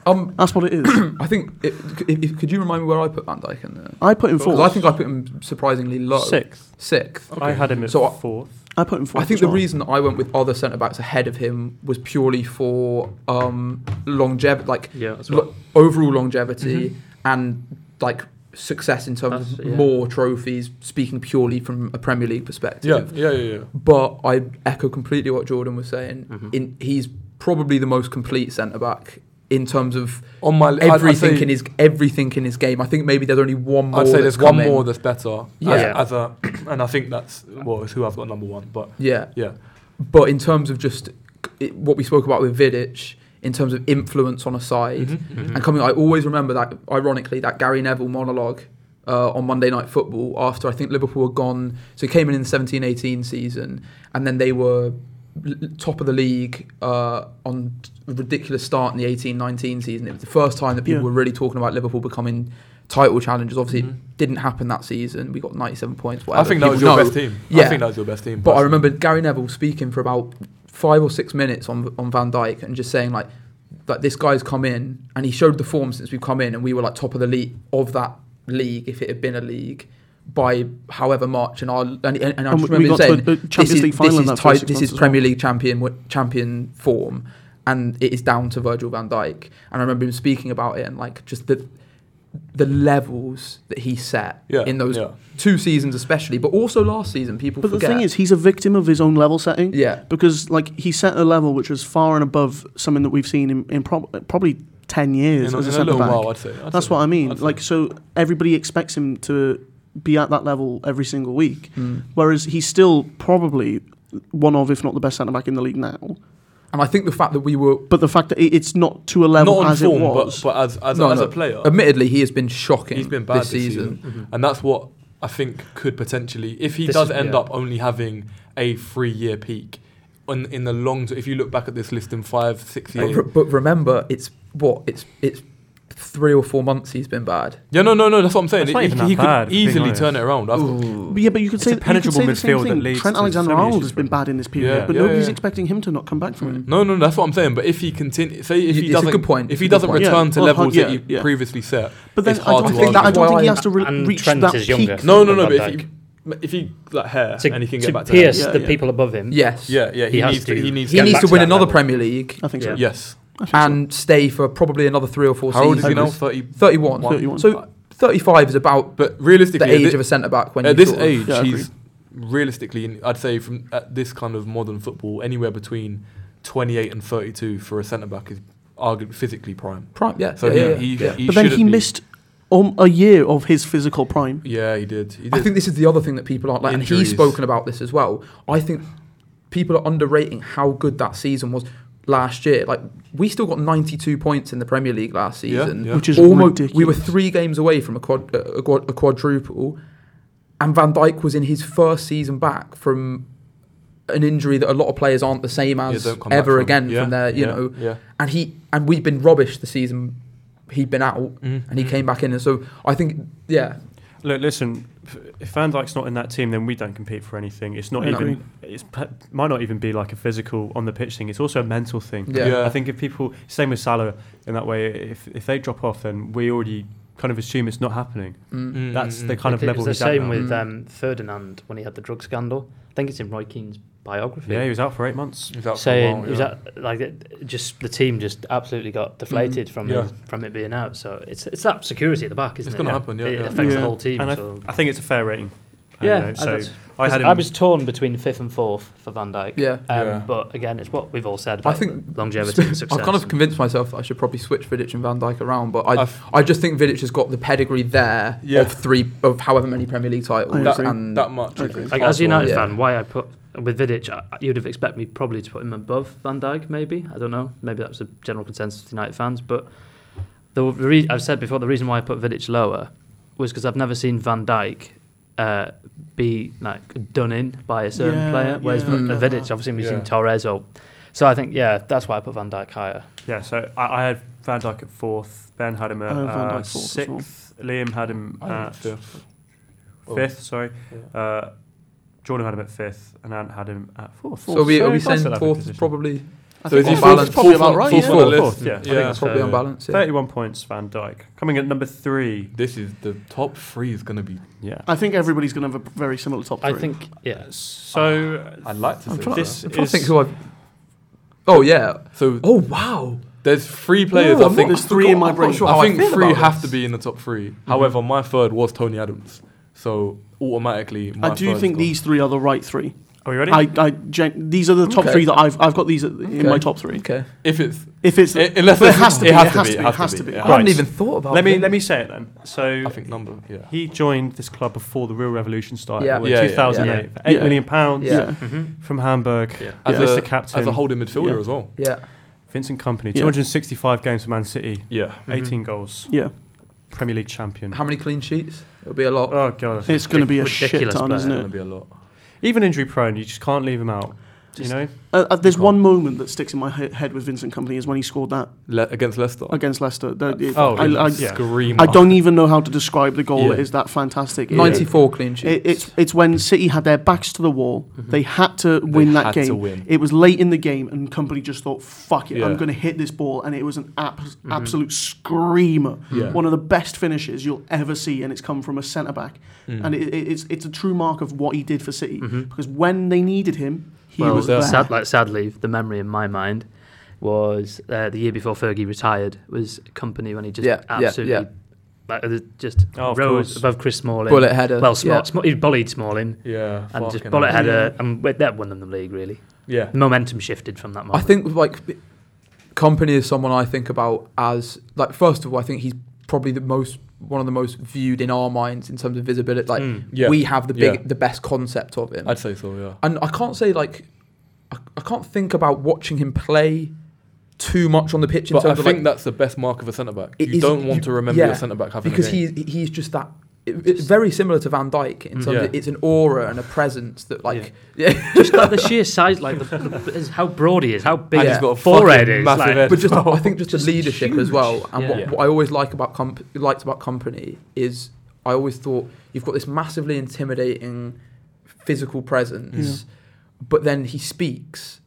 Speaker 6: um,
Speaker 5: That's what it is.
Speaker 6: I think it, if, if- could you remind me where I put Van Dijk in there?
Speaker 5: I put in
Speaker 6: Because
Speaker 5: fourth.
Speaker 6: I think I put him surprisingly low.
Speaker 3: Sixth.
Speaker 6: Sixth.
Speaker 3: I had him at
Speaker 6: So I-
Speaker 3: fourth.
Speaker 5: I put in fourth.
Speaker 6: I think
Speaker 5: as
Speaker 6: the
Speaker 5: well.
Speaker 6: reason that I went with other centre backs ahead of him was purely for um, longevity, like
Speaker 7: yeah, that's
Speaker 6: lo- overall longevity
Speaker 4: Mm-hmm.
Speaker 6: and like success in terms of
Speaker 7: That's- yeah.
Speaker 6: more trophies. Speaking purely from a Premier League perspective,
Speaker 4: Yeah, yeah, yeah, yeah.
Speaker 6: but
Speaker 4: Mm-hmm.
Speaker 6: I echo completely what Jordan was saying.
Speaker 7: Mhm.
Speaker 6: In he's probably the most complete centre back in terms of
Speaker 4: On my li- I'd- I'd
Speaker 6: everything
Speaker 4: say-
Speaker 6: in his everything in his game. I think maybe there's only one more.
Speaker 4: I'd say
Speaker 6: that's
Speaker 4: there's one
Speaker 6: coming.
Speaker 4: more that's better.
Speaker 6: Yeah.
Speaker 4: As, as a, and I think that's well, it's who I've got number one. But
Speaker 6: Yeah,
Speaker 4: yeah,
Speaker 6: but in terms of just it, what we spoke about with Vidic, in terms of influence on a side
Speaker 4: Mm-hmm.
Speaker 6: and coming, I always remember that. Ironically, that Gary Neville monologue uh, on Monday Night Football after I think Liverpool had gone. So he came in in the 17-18 season, and then they were l- l- top of the league uh, on a ridiculous start in the 18-19 season. It was the first time that people
Speaker 5: Yeah.
Speaker 6: were really talking about Liverpool becoming title challengers. Obviously, it didn't happen that season. We got 97 points. Whatever.
Speaker 4: Mm-hmm. I think that was your
Speaker 6: People know.
Speaker 4: best team.
Speaker 6: Yeah.
Speaker 4: I think that was your best team.
Speaker 6: But I
Speaker 4: personally.
Speaker 6: remember Gary Neville speaking for about five or six minutes on on Van Dyke and just saying like like this guy's come in and he showed the form since we've come in and we were like top of the league of that league if it had been a league by however much and I and, and, and I
Speaker 5: And
Speaker 6: just
Speaker 5: we
Speaker 6: remember him
Speaker 5: got to
Speaker 6: saying
Speaker 5: a- a Champions
Speaker 6: this is,
Speaker 5: League
Speaker 6: this
Speaker 5: final
Speaker 6: is,
Speaker 5: in that
Speaker 6: type-
Speaker 5: first six
Speaker 6: this is
Speaker 5: months as
Speaker 6: Premier League champion wi- champion form and it is down to Virgil Van Dyke and I remember him speaking about it and like just the the levels that he set
Speaker 4: Yeah,
Speaker 6: in those
Speaker 4: yeah.
Speaker 6: two seasons especially but also last season people
Speaker 5: But the
Speaker 6: forget
Speaker 5: thing is, he's a victim of his own level setting.
Speaker 6: Yeah.
Speaker 5: Because like he set a level which was far and above something that we've seen in, in prob- probably ten years
Speaker 4: in, a-
Speaker 5: as
Speaker 4: in
Speaker 5: a
Speaker 4: a
Speaker 5: centre
Speaker 4: little
Speaker 5: back.
Speaker 4: while, I'd say. I'd
Speaker 5: That's
Speaker 4: say-
Speaker 5: what I mean.
Speaker 4: I'd say-
Speaker 5: Like so, everybody expects him to be at that level every single week, whereas he's still probably one of, if not the best centre back in the league now.
Speaker 6: And I think the fact that we were
Speaker 5: But the fact that it- it's not to a level
Speaker 4: not on
Speaker 5: as
Speaker 4: form,
Speaker 5: it was.
Speaker 4: but, but as as,
Speaker 6: No,
Speaker 4: as
Speaker 6: no.
Speaker 4: a player,
Speaker 6: admittedly he has been shocking.
Speaker 4: he's been bad
Speaker 6: this season.
Speaker 4: and that's what I think could potentially, if he
Speaker 6: This
Speaker 4: does
Speaker 6: is-
Speaker 4: end
Speaker 6: yeah.
Speaker 4: up only having a three-year peak, on, in the long, if you look back at this list in five, six
Speaker 6: But,
Speaker 4: years,
Speaker 6: re- but remember, it's what it's it's three or four months he's been bad.
Speaker 4: yeah, no, no, no, that's what I'm saying.
Speaker 2: That's not
Speaker 4: he
Speaker 2: even that
Speaker 4: he
Speaker 2: bad, if
Speaker 4: could
Speaker 2: we're being
Speaker 4: easily
Speaker 2: honest.
Speaker 4: turn it around. I've-
Speaker 5: But yeah, but you could
Speaker 3: It's
Speaker 5: say
Speaker 3: a
Speaker 5: you could say
Speaker 3: penetrable
Speaker 5: the same
Speaker 3: midfield that
Speaker 5: thing.
Speaker 3: leads
Speaker 5: Trent
Speaker 3: to so many
Speaker 5: Alexander-Arnold
Speaker 3: issues
Speaker 5: has
Speaker 3: for
Speaker 5: been
Speaker 3: him.
Speaker 5: bad in this period,
Speaker 4: Yeah.
Speaker 5: but
Speaker 4: Yeah,
Speaker 5: nobody's
Speaker 4: yeah. Mm.
Speaker 5: expecting him to not come back from it.
Speaker 4: No, no, that's what I'm saying. But if he continue, say if
Speaker 6: Y-
Speaker 4: he
Speaker 6: it's a
Speaker 4: doesn't,
Speaker 6: good point.
Speaker 4: if he
Speaker 6: It's a good
Speaker 4: doesn't
Speaker 6: point.
Speaker 4: return
Speaker 5: Yeah.
Speaker 4: to
Speaker 5: Well,
Speaker 4: levels
Speaker 5: yeah,
Speaker 4: that he
Speaker 5: yeah.
Speaker 4: previously set,
Speaker 5: But then
Speaker 4: it's
Speaker 5: I
Speaker 4: hard
Speaker 5: don't
Speaker 4: to
Speaker 5: think that, I
Speaker 4: argue.
Speaker 5: don't think he has to
Speaker 7: And-
Speaker 5: re-
Speaker 7: and
Speaker 5: reach
Speaker 7: Trent
Speaker 5: that
Speaker 7: is younger.
Speaker 5: peak.
Speaker 4: no, no, no.
Speaker 7: Van
Speaker 4: But if he, if he like hair
Speaker 7: to,
Speaker 4: and he can
Speaker 7: to
Speaker 4: get back to
Speaker 5: here.
Speaker 4: hair,
Speaker 5: P-
Speaker 7: pierce
Speaker 5: Yeah,
Speaker 7: the
Speaker 5: yeah.
Speaker 7: people above him.
Speaker 6: Yes,
Speaker 4: yeah, yeah,
Speaker 7: He
Speaker 4: he,
Speaker 7: has
Speaker 4: needs to,
Speaker 7: to-
Speaker 4: he needs
Speaker 6: he
Speaker 7: Get
Speaker 4: to,
Speaker 6: needs
Speaker 7: back
Speaker 6: to
Speaker 7: to
Speaker 6: win
Speaker 7: that
Speaker 6: another
Speaker 7: level.
Speaker 6: Premier League
Speaker 5: I think so.
Speaker 7: Yeah.
Speaker 4: yes.
Speaker 6: and stay for probably another three or four
Speaker 4: How old
Speaker 6: seasons.
Speaker 4: is he now? Thirty.
Speaker 6: 31.
Speaker 5: 31.
Speaker 6: So 35 is about
Speaker 4: But
Speaker 6: the
Speaker 4: realistically, at
Speaker 6: age
Speaker 4: thi-
Speaker 6: of a centre back when
Speaker 4: at
Speaker 6: you
Speaker 4: this
Speaker 6: sort of-
Speaker 4: age,
Speaker 5: Yeah, I
Speaker 4: he's realistically, in- I'd say from at this kind of modern football, anywhere between 28 and 32 for a centre back is arguably physically prime.
Speaker 6: prime. Yeah,
Speaker 4: So
Speaker 6: yeah, yeah,
Speaker 4: he, he,
Speaker 6: yeah.
Speaker 4: he
Speaker 5: But then
Speaker 4: shouldn't
Speaker 5: he
Speaker 4: be-
Speaker 5: missed um, a year of his physical prime.
Speaker 4: Yeah, he did. He did.
Speaker 6: I think this is the other thing that people aren't like, and he's
Speaker 4: Injuries.
Speaker 6: spoken about this as well. I think people are underrating how good that season was last year. Like we still got 92 points in the Premier League last
Speaker 4: Yeah,
Speaker 6: season,
Speaker 4: yeah.
Speaker 5: Which is
Speaker 6: We were
Speaker 5: ridiculous.
Speaker 6: three games away from a, quad, a, quad, a quadruple, and Van Dijk was in his first season back from an injury that a lot of players aren't the same
Speaker 4: Yeah,
Speaker 6: as
Speaker 4: don't come back
Speaker 6: ever
Speaker 4: from.
Speaker 6: again
Speaker 4: Yeah,
Speaker 6: from their, you
Speaker 4: yeah,
Speaker 6: know,
Speaker 4: yeah.
Speaker 6: and he and we'd been rubbish the season he'd been out
Speaker 4: Mm,
Speaker 6: and he came back in and so I think yeah
Speaker 3: Look, listen. f- If Van Dyke's not in that team, then we don't compete for anything. It's not
Speaker 5: I agree.
Speaker 3: even. It's pe- might not even be like a physical on the pitch thing. It's also a mental thing.
Speaker 6: Yeah.
Speaker 4: Yeah.
Speaker 3: I think if people same with Salah in that way, if if they drop off, then we already kind of assume it's not happening.
Speaker 4: Mm,
Speaker 3: That's
Speaker 4: mm,
Speaker 3: the
Speaker 4: mm.
Speaker 3: kind of
Speaker 7: It-
Speaker 3: level
Speaker 7: it's the
Speaker 3: he's
Speaker 7: same
Speaker 3: at now.
Speaker 7: with
Speaker 6: Mm.
Speaker 7: um, Ferdinand when he had the drug scandal. I think it's in Roy Keane's biography.
Speaker 3: Yeah, he was out for eight months.
Speaker 4: He's out for a
Speaker 7: saying
Speaker 4: while,
Speaker 7: he was
Speaker 4: yeah.
Speaker 7: at- like it, just the team just absolutely got deflated from
Speaker 4: Yeah.
Speaker 7: his- from it being out. So it's it's that security at the back, isn't
Speaker 4: It's
Speaker 7: it?
Speaker 4: gonna happen, yeah,
Speaker 7: it
Speaker 4: yeah.
Speaker 7: affects
Speaker 5: Yeah.
Speaker 7: the whole team.
Speaker 3: And I,
Speaker 7: so.
Speaker 3: I think it's a fair rating. I
Speaker 7: Yeah,
Speaker 3: don't know,
Speaker 7: I-
Speaker 3: so
Speaker 7: that's-
Speaker 3: I had him.
Speaker 7: I was torn between fifth and fourth for Van Dijk.
Speaker 6: Yeah.
Speaker 7: um,
Speaker 4: Yeah.
Speaker 7: But again, it's what we've all said.
Speaker 6: I
Speaker 7: About
Speaker 6: think-
Speaker 7: longevity and success.
Speaker 6: I've kind of
Speaker 7: and-
Speaker 6: convinced myself that I should probably switch Vidic and Van Dijk around, but I,
Speaker 4: I've-
Speaker 6: I just think Vidic has got the pedigree there
Speaker 4: Yeah.
Speaker 6: of three of however many Premier League titles.
Speaker 5: That-
Speaker 6: and
Speaker 4: Mm. that much. is
Speaker 5: Okay.
Speaker 4: his
Speaker 7: Like, as a
Speaker 4: password.
Speaker 7: United
Speaker 6: yeah.
Speaker 7: fan, why I put with Vidic, I, you'd have expected me probably to put him above Van Dijk, maybe. I don't know. Maybe that was a general consensus of United fans. But the re- I've said before the reason why I put Vidic lower was because I've never seen Van Dijk uh, be like done in by a certain
Speaker 5: Yeah,
Speaker 7: player. Whereas
Speaker 5: yeah, Mm-hmm.
Speaker 7: Van-
Speaker 6: I get
Speaker 7: Vidic, obviously, we've
Speaker 4: Yeah.
Speaker 7: seen Torres or. So I think yeah, that's why I put Van Dijk higher.
Speaker 3: Yeah, so I, I had Van Dyke at fourth. Ben had him at
Speaker 5: I had Van
Speaker 3: uh,
Speaker 5: Dijk fourth as
Speaker 3: sixth. Liam had him
Speaker 4: I think
Speaker 3: at fifth.
Speaker 4: fifth.
Speaker 3: sorry, uh, Jordan had him at fifth, and Ant had him at fourth.
Speaker 6: so are we, are we
Speaker 3: Very close
Speaker 6: saying
Speaker 3: to that
Speaker 6: fourth
Speaker 3: position.
Speaker 6: probably?
Speaker 5: I
Speaker 4: So is
Speaker 5: think
Speaker 4: he
Speaker 6: on
Speaker 5: fourth is
Speaker 6: balance-
Speaker 4: fourth?
Speaker 5: probably about right.
Speaker 4: fourth
Speaker 5: yeah.
Speaker 4: on the
Speaker 6: Fourth,
Speaker 4: list?
Speaker 3: yeah. I think
Speaker 6: That's probably
Speaker 3: fair.
Speaker 6: on balance. Yeah.
Speaker 3: Thirty-one points, Van Dyke coming at number three.
Speaker 4: This is the top three is going to be.
Speaker 3: Yeah.
Speaker 5: I think everybody's going to have a very similar top three.
Speaker 7: I think yeah.
Speaker 3: So
Speaker 4: I'd like to
Speaker 6: Um,
Speaker 5: I'm
Speaker 4: see
Speaker 5: trying-
Speaker 3: this
Speaker 6: I'm trying
Speaker 3: is
Speaker 6: to think who I've. Oh yeah.
Speaker 4: So
Speaker 6: Oh wow.
Speaker 4: there's three players.
Speaker 6: No,
Speaker 4: I
Speaker 6: I'm
Speaker 4: think
Speaker 6: not-
Speaker 5: There's three in my
Speaker 6: I'm not
Speaker 5: brain.
Speaker 6: sure how
Speaker 4: I think
Speaker 6: feel
Speaker 4: three
Speaker 6: about
Speaker 4: have
Speaker 6: this.
Speaker 4: to be in the top 3 However, my third was Tony Adams, so automatically. My
Speaker 5: I do
Speaker 4: third's
Speaker 5: think
Speaker 4: gone.
Speaker 5: these three are the right three.
Speaker 3: Are we ready?
Speaker 5: I, I gen- these are the top
Speaker 6: Okay.
Speaker 5: three that I've I've got these in my
Speaker 6: Okay.
Speaker 5: top three.
Speaker 6: Okay.
Speaker 4: If it's
Speaker 5: If it's
Speaker 4: i- unless
Speaker 5: but it
Speaker 4: it's-
Speaker 5: has to be,
Speaker 4: it
Speaker 5: to
Speaker 4: has,
Speaker 5: be, it has to be.
Speaker 4: yeah.
Speaker 6: I hadn't
Speaker 3: Right.
Speaker 6: even thought about
Speaker 3: let me
Speaker 6: it.
Speaker 3: let me say it then. So
Speaker 4: I think number. Yeah.
Speaker 3: he joined this club before the real revolution started.
Speaker 6: Yeah.
Speaker 3: Yeah.
Speaker 4: Yeah, yeah, yeah.
Speaker 3: 2008. for Eight
Speaker 5: Yeah.
Speaker 3: million pounds
Speaker 6: Yeah.
Speaker 3: from Hamburg.
Speaker 4: As,
Speaker 3: As
Speaker 4: a,
Speaker 3: the captain,
Speaker 4: as a holding midfielder
Speaker 5: Yeah.
Speaker 4: as well.
Speaker 6: Yeah.
Speaker 3: Vincent Company,
Speaker 5: Yeah.
Speaker 3: 265 games for Man City,
Speaker 4: Yeah.
Speaker 3: 18 goals,
Speaker 5: yeah,
Speaker 3: Premier League champion.
Speaker 6: How many clean sheets? It'll be a lot.
Speaker 3: Oh god,
Speaker 5: it's going to be a shit
Speaker 7: Ridiculous
Speaker 5: ton,
Speaker 7: player.
Speaker 5: isn't
Speaker 4: It's gonna
Speaker 5: it?
Speaker 4: be a lot.
Speaker 3: even injury prone, you just can't leave him out.
Speaker 5: Just-
Speaker 3: you know,
Speaker 5: Uh, uh, there's one moment that sticks in my he- head with Vincent Company is when he scored that
Speaker 4: Le- against Leicester.
Speaker 5: against Leicester. That- it-
Speaker 3: Oh,
Speaker 5: I, I,
Speaker 3: yeah.
Speaker 4: Scream.
Speaker 5: I don't even know how to describe the goal.
Speaker 4: Yeah.
Speaker 5: It is that fantastic. It-
Speaker 6: 94 clean sheets.
Speaker 5: It, it's it's when City had their backs to the wall. They had to
Speaker 4: Mm-hmm. They
Speaker 5: win that
Speaker 4: had
Speaker 5: game.
Speaker 4: To win.
Speaker 5: It was late in the game, and company just thought, "Fuck it, I'm
Speaker 4: Yeah. Mm-hmm.
Speaker 5: going to hit this ball," and it was an ab- absolute screamer.
Speaker 4: Yeah.
Speaker 5: One of the best finishes you'll ever see, and it's come from a centre back,
Speaker 4: Mm. Mm-hmm.
Speaker 5: and it, it- it's it's a true mark of what he did for City because when they needed him, he
Speaker 7: well,
Speaker 5: was there.
Speaker 7: sad, like sadly, the memory in my mind was uh, the year before Fergie retired was company when he just
Speaker 6: Yeah, yeah,
Speaker 7: absolutely
Speaker 6: yeah.
Speaker 7: like, uh, just
Speaker 3: Oh, of
Speaker 7: rose
Speaker 3: course.
Speaker 7: above Chris Smalling.
Speaker 6: Bullet header.
Speaker 7: Well, Small,
Speaker 6: Yeah.
Speaker 7: Small- he bullied Smalling
Speaker 4: yeah.
Speaker 7: and just
Speaker 4: fucking
Speaker 7: bullet
Speaker 4: hell.
Speaker 7: header, and with- that won them the league. Really,
Speaker 4: Yeah.
Speaker 7: the momentum shifted from that
Speaker 6: I
Speaker 7: moment.
Speaker 6: think like company is someone I think about as like first of all I think he's probably the most one of the most viewed in our minds in terms of visibility. Like
Speaker 3: Mm,
Speaker 4: yeah,
Speaker 6: we have the big
Speaker 4: yeah.
Speaker 6: the best concept of him,
Speaker 4: I'd say so. Yeah.
Speaker 6: and I can't say like I, I can't think about watching him play too much on the pitch in
Speaker 4: But I
Speaker 6: terms
Speaker 4: think
Speaker 6: of like
Speaker 4: that's the best mark of a centre back.
Speaker 6: It
Speaker 4: You
Speaker 6: is-
Speaker 4: don't want
Speaker 6: you-
Speaker 4: to remember
Speaker 6: yeah,
Speaker 4: your centre back having
Speaker 6: because
Speaker 4: a game. Mm,
Speaker 6: he's he's just that. it- It's very similar to Van Dyke in terms
Speaker 4: Yeah.
Speaker 6: of it's an aura and a presence that like yeah,
Speaker 7: just like the sheer size, like the, the, is how broad he is, how big
Speaker 4: And
Speaker 7: his
Speaker 4: he's got a
Speaker 7: forehead
Speaker 4: fucking
Speaker 7: is.
Speaker 4: massive
Speaker 7: like-
Speaker 4: head.
Speaker 6: but just I think just,
Speaker 7: Just
Speaker 6: the leadership as well. And
Speaker 7: Yeah.
Speaker 6: what, what I always like about comp- liked about company is I always thought you've got this massively intimidating physical presence, but then he speaks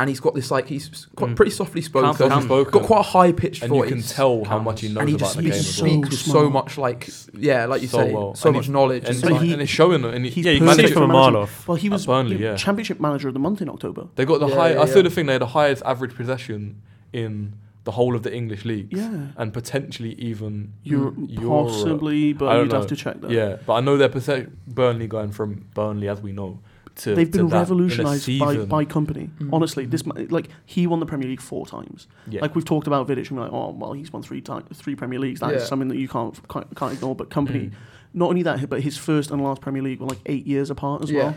Speaker 6: and he's got this like he's quite
Speaker 7: Mm.
Speaker 6: pretty softly spoken,
Speaker 7: Calm- calm.
Speaker 4: Spoken.
Speaker 6: got quite a high pitched
Speaker 4: and
Speaker 6: voice.
Speaker 4: you can tell how
Speaker 7: Counts.
Speaker 4: much he knows
Speaker 6: and he
Speaker 4: about
Speaker 6: just
Speaker 4: the
Speaker 6: speaks,
Speaker 4: game. as well.
Speaker 5: so
Speaker 6: speaks with so
Speaker 5: smart.
Speaker 6: much like yeah, like you
Speaker 4: So
Speaker 6: say,
Speaker 4: well.
Speaker 6: so
Speaker 4: And
Speaker 6: much
Speaker 4: he-
Speaker 6: knowledge.
Speaker 4: And,
Speaker 6: And,
Speaker 5: But
Speaker 4: but
Speaker 6: stuff.
Speaker 5: he-
Speaker 4: and it's showing, and he,
Speaker 5: He's
Speaker 4: yeah, you
Speaker 3: can
Speaker 4: can
Speaker 3: see
Speaker 4: see
Speaker 5: perfect
Speaker 3: from
Speaker 5: for
Speaker 3: a
Speaker 5: manager.
Speaker 3: mile off.
Speaker 5: Well, he was
Speaker 4: Burnley,
Speaker 5: yeah,
Speaker 4: yeah.
Speaker 5: championship manager of the month in October.
Speaker 4: they got the
Speaker 6: Yeah,
Speaker 4: high.
Speaker 6: yeah,
Speaker 4: I saw
Speaker 6: yeah.
Speaker 4: the thing. They had the highest average possession in the whole of the English league,
Speaker 5: Yeah,
Speaker 4: and potentially even
Speaker 5: you're
Speaker 4: Europe.
Speaker 5: possibly,
Speaker 4: uh, I
Speaker 5: but
Speaker 4: don't
Speaker 5: you'd
Speaker 4: know.
Speaker 5: have to check that.
Speaker 4: Yeah, but I know they're perse- Burnley going from Burnley as we know to
Speaker 5: They've
Speaker 4: to
Speaker 5: been
Speaker 4: that in a
Speaker 5: revolutionised by,
Speaker 4: season.
Speaker 5: by company.
Speaker 6: Mm.
Speaker 5: Honestly, this ma- like he won the Premier League four times.
Speaker 4: yeah.
Speaker 5: Like we've talked about Vidic, and we're like, oh well, he's won three time, three Premier Leagues. That is
Speaker 6: Yeah.
Speaker 5: something that you can't can't, can't ignore. But company,
Speaker 4: Mm.
Speaker 5: not only that, but his first and last Premier League were like eight years apart as
Speaker 6: Yeah.
Speaker 5: well,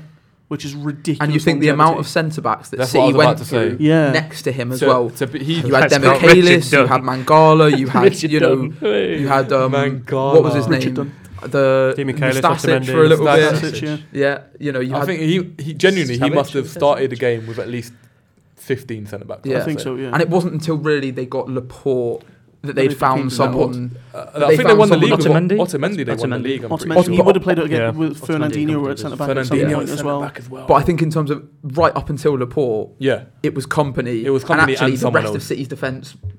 Speaker 5: which is ridiculous.
Speaker 6: and you think the amount of centre backs that
Speaker 4: That's what I
Speaker 6: City
Speaker 4: was about
Speaker 6: went
Speaker 4: to
Speaker 6: through
Speaker 4: say.
Speaker 5: Yeah.
Speaker 6: next to him as
Speaker 4: To-
Speaker 6: well.
Speaker 4: to be- he-
Speaker 6: You had
Speaker 7: That's got Richard
Speaker 6: Demichelis, you
Speaker 7: Dunn.
Speaker 6: had Mangala, you had you know you had um,
Speaker 4: Mangala.
Speaker 6: what was his
Speaker 5: Richard
Speaker 6: name?
Speaker 5: Dunn.
Speaker 6: The
Speaker 3: Demichelis,
Speaker 6: Mustasic
Speaker 3: Otamendi,
Speaker 6: for a little
Speaker 4: Mustasic.
Speaker 6: bit.
Speaker 5: That's it, yeah.
Speaker 6: Yeah, you know you
Speaker 4: I
Speaker 6: had
Speaker 4: think he, he genuinely he
Speaker 7: Savage,
Speaker 4: must
Speaker 7: is
Speaker 4: have
Speaker 7: it
Speaker 4: started a
Speaker 7: Savage?
Speaker 4: game with at least fifteen centre backs.
Speaker 6: Yeah.
Speaker 5: I think so. Yeah,
Speaker 6: and it wasn't until really they got Laporte that they'd
Speaker 5: they
Speaker 6: found
Speaker 5: became Laporte.
Speaker 6: someone.
Speaker 4: Uh,
Speaker 6: They
Speaker 4: I think they
Speaker 6: found
Speaker 4: won the league.
Speaker 6: someone-
Speaker 4: with
Speaker 7: Otamendi?
Speaker 4: Ot- Otamendi, they won the
Speaker 7: Otamendi.
Speaker 4: league. I'm
Speaker 5: Otamendi,
Speaker 4: pretty
Speaker 5: he
Speaker 4: sure.
Speaker 5: would have played it again
Speaker 3: Yeah.
Speaker 5: with
Speaker 7: Otamendi
Speaker 5: Fernandinho at
Speaker 7: completed
Speaker 5: centre back at some
Speaker 4: Fernandinho
Speaker 5: point
Speaker 4: at
Speaker 5: as
Speaker 4: centre
Speaker 5: well.
Speaker 4: back as well.
Speaker 6: But I think in terms of right up until Laporte,
Speaker 4: yeah,
Speaker 6: it was company.
Speaker 4: It was Kompany
Speaker 6: actually
Speaker 4: and
Speaker 6: the
Speaker 4: someone
Speaker 6: rest of
Speaker 4: else.
Speaker 6: City's defence.
Speaker 7: Well,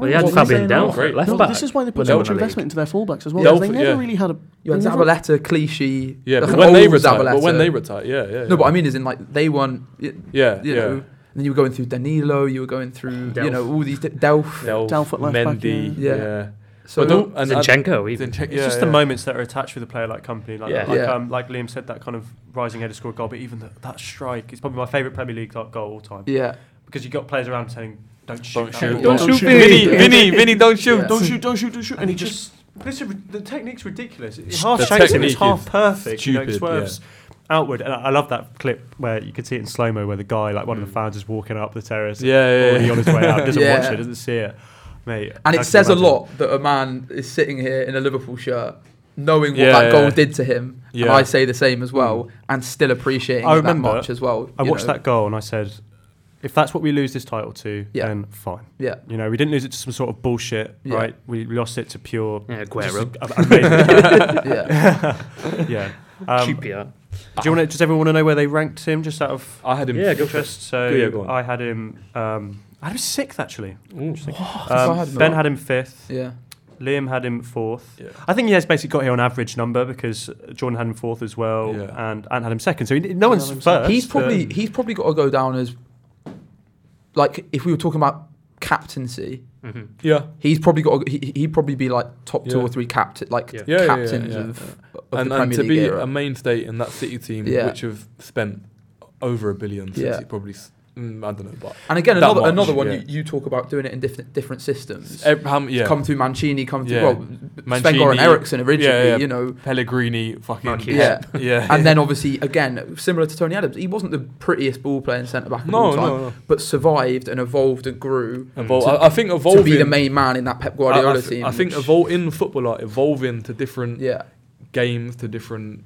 Speaker 5: Probably
Speaker 7: he had
Speaker 5: wasn't
Speaker 7: Fabian
Speaker 5: saying
Speaker 7: Delph
Speaker 5: enough.
Speaker 4: Great.
Speaker 7: at left
Speaker 5: No,
Speaker 7: back.
Speaker 5: this is why they
Speaker 7: when
Speaker 5: put
Speaker 7: they
Speaker 5: so
Speaker 7: won
Speaker 5: much
Speaker 7: the league.
Speaker 5: investment into their fullbacks as well. because
Speaker 4: Delph,
Speaker 5: they never
Speaker 4: yeah.
Speaker 5: really had a.
Speaker 6: You had
Speaker 5: they never-
Speaker 6: Zabaleta, Clichy.
Speaker 4: yeah.
Speaker 6: like
Speaker 4: But
Speaker 6: an
Speaker 4: when they
Speaker 6: old
Speaker 4: retire, but when
Speaker 6: Zabaleta.
Speaker 4: they retire, yeah, yeah.
Speaker 6: no,
Speaker 4: yeah.
Speaker 6: but I mean, is in like they weren't. You,
Speaker 4: yeah,
Speaker 6: you
Speaker 4: yeah.
Speaker 6: know, and then you were going through Danilo. You were going through you
Speaker 7: Delph.
Speaker 6: know all these Delph.
Speaker 4: Delph,
Speaker 5: Delph at left back,
Speaker 4: Mendy,
Speaker 6: yeah.
Speaker 4: yeah.
Speaker 6: Yeah.
Speaker 4: But
Speaker 6: So
Speaker 4: don't- and I-
Speaker 7: Zinchenko, even.
Speaker 4: Zinchenko,
Speaker 3: It's
Speaker 4: yeah,
Speaker 3: just
Speaker 4: yeah.
Speaker 3: the moments that are attached with a player like company, like
Speaker 7: Yeah.
Speaker 3: like,
Speaker 6: Yeah.
Speaker 3: Um, like Liam said, that kind of rising header score goal. But even that, that strike, it's probably my favourite Premier League goal of all time
Speaker 6: yeah,
Speaker 3: because you got players around saying, "Don't shoot,
Speaker 4: Don't
Speaker 3: that
Speaker 4: shoot,
Speaker 3: ball."
Speaker 5: don't shoot.
Speaker 4: Vinny, Vinny, Vinny, don't shoot.
Speaker 6: Yeah.
Speaker 5: Don't shoot! Don't shoot! Don't shoot!
Speaker 3: And he just this is, rid- the technique's ridiculous. It's
Speaker 4: The
Speaker 3: half shaped and
Speaker 4: technique
Speaker 3: it's
Speaker 4: is
Speaker 3: half perfect. you know, it
Speaker 4: stupid,
Speaker 3: swerves outward. And I, I love that clip where you could see it in slow mo where the guy, like one of the fans, is walking up the terrace.
Speaker 4: Yeah, yeah,
Speaker 3: already
Speaker 4: yeah.
Speaker 3: on his way out. Doesn't
Speaker 6: Yeah.
Speaker 3: watch it. Doesn't see it. Mate, I
Speaker 6: and
Speaker 3: can
Speaker 6: it says a
Speaker 3: imagine.
Speaker 6: lot that a man is sitting here in a Liverpool shirt, knowing what
Speaker 4: Yeah,
Speaker 6: that goal
Speaker 4: yeah.
Speaker 6: did to him. And
Speaker 4: Yeah. Hmm.
Speaker 6: I say the same as well, and still appreciating
Speaker 3: I
Speaker 6: it that
Speaker 3: remember
Speaker 6: much as well.
Speaker 3: I
Speaker 6: you
Speaker 3: watched
Speaker 6: know.
Speaker 3: that goal and I said, if that's what we lose this title to,
Speaker 6: Yeah.
Speaker 3: then fine.
Speaker 6: Yeah,
Speaker 3: You know, we didn't lose it to some sort of bullshit,
Speaker 6: Yeah.
Speaker 3: right? We lost it to pure.
Speaker 7: Yeah,
Speaker 3: just
Speaker 7: Aguero,
Speaker 3: a- amazing-
Speaker 6: yeah.
Speaker 3: yeah. Um, do
Speaker 7: QPR.
Speaker 3: you want to? Does everyone want to know where they ranked him? Just out of
Speaker 4: I had him.
Speaker 7: Yeah, go for it.
Speaker 3: interest. So
Speaker 4: Go, yeah, go on.
Speaker 3: I had him. Um, I had him sixth actually.
Speaker 4: Ooh.
Speaker 6: I
Speaker 3: Um,
Speaker 6: had him
Speaker 3: ben
Speaker 6: at-
Speaker 3: had him fifth.
Speaker 6: yeah.
Speaker 3: Liam had him fourth.
Speaker 4: Yeah.
Speaker 3: I think he has basically got here on average number because Jordan had him fourth as well,
Speaker 4: Yeah.
Speaker 3: and Ant had him second. So he, no one's
Speaker 5: had him
Speaker 3: first.
Speaker 6: he's probably
Speaker 3: but-
Speaker 6: he's probably got to go down as like if we were talking about captaincy,
Speaker 7: Mm-hmm.
Speaker 4: Yeah.
Speaker 6: he's probably got to, he he'd probably be like top two
Speaker 4: Yeah.
Speaker 6: or three captain like
Speaker 7: Yeah.
Speaker 4: Yeah, yeah, yeah,
Speaker 6: captains
Speaker 4: yeah.
Speaker 6: of, of
Speaker 4: and,
Speaker 6: the
Speaker 4: and
Speaker 6: Premier
Speaker 4: to
Speaker 6: League
Speaker 4: be
Speaker 6: era.
Speaker 4: a mainstay in that City team,
Speaker 6: Yeah.
Speaker 4: which have spent over a billion since
Speaker 6: Yeah.
Speaker 4: he probably. s- Mm, I don't know, but
Speaker 6: And again,
Speaker 4: That
Speaker 6: another
Speaker 4: much,
Speaker 6: another one
Speaker 4: yeah.
Speaker 6: you, you talk about doing it in different different systems.
Speaker 4: Ev- how m- yeah,
Speaker 6: Come through Mancini, come through
Speaker 4: Yeah.
Speaker 6: well,
Speaker 4: Mancini,
Speaker 6: Sven-Goran Eriksson originally,
Speaker 4: yeah, yeah.
Speaker 6: you know,
Speaker 4: Pellegrini, fucking
Speaker 7: Marquinhos.
Speaker 6: yeah.
Speaker 4: yeah.
Speaker 6: And then obviously again, similar to Tony Adams, he wasn't the prettiest ball playing centre back of
Speaker 4: no,
Speaker 6: all time,
Speaker 4: no, no.
Speaker 6: but survived and evolved and grew
Speaker 4: Evol-
Speaker 6: Mm. To-
Speaker 4: I, I think evolving
Speaker 6: to be the main man in that Pep
Speaker 4: I-
Speaker 6: Guardiola
Speaker 4: I, th-
Speaker 6: team.
Speaker 4: I think
Speaker 6: which-
Speaker 4: evol- in football, like, evolving to different
Speaker 6: yeah,
Speaker 4: games, to different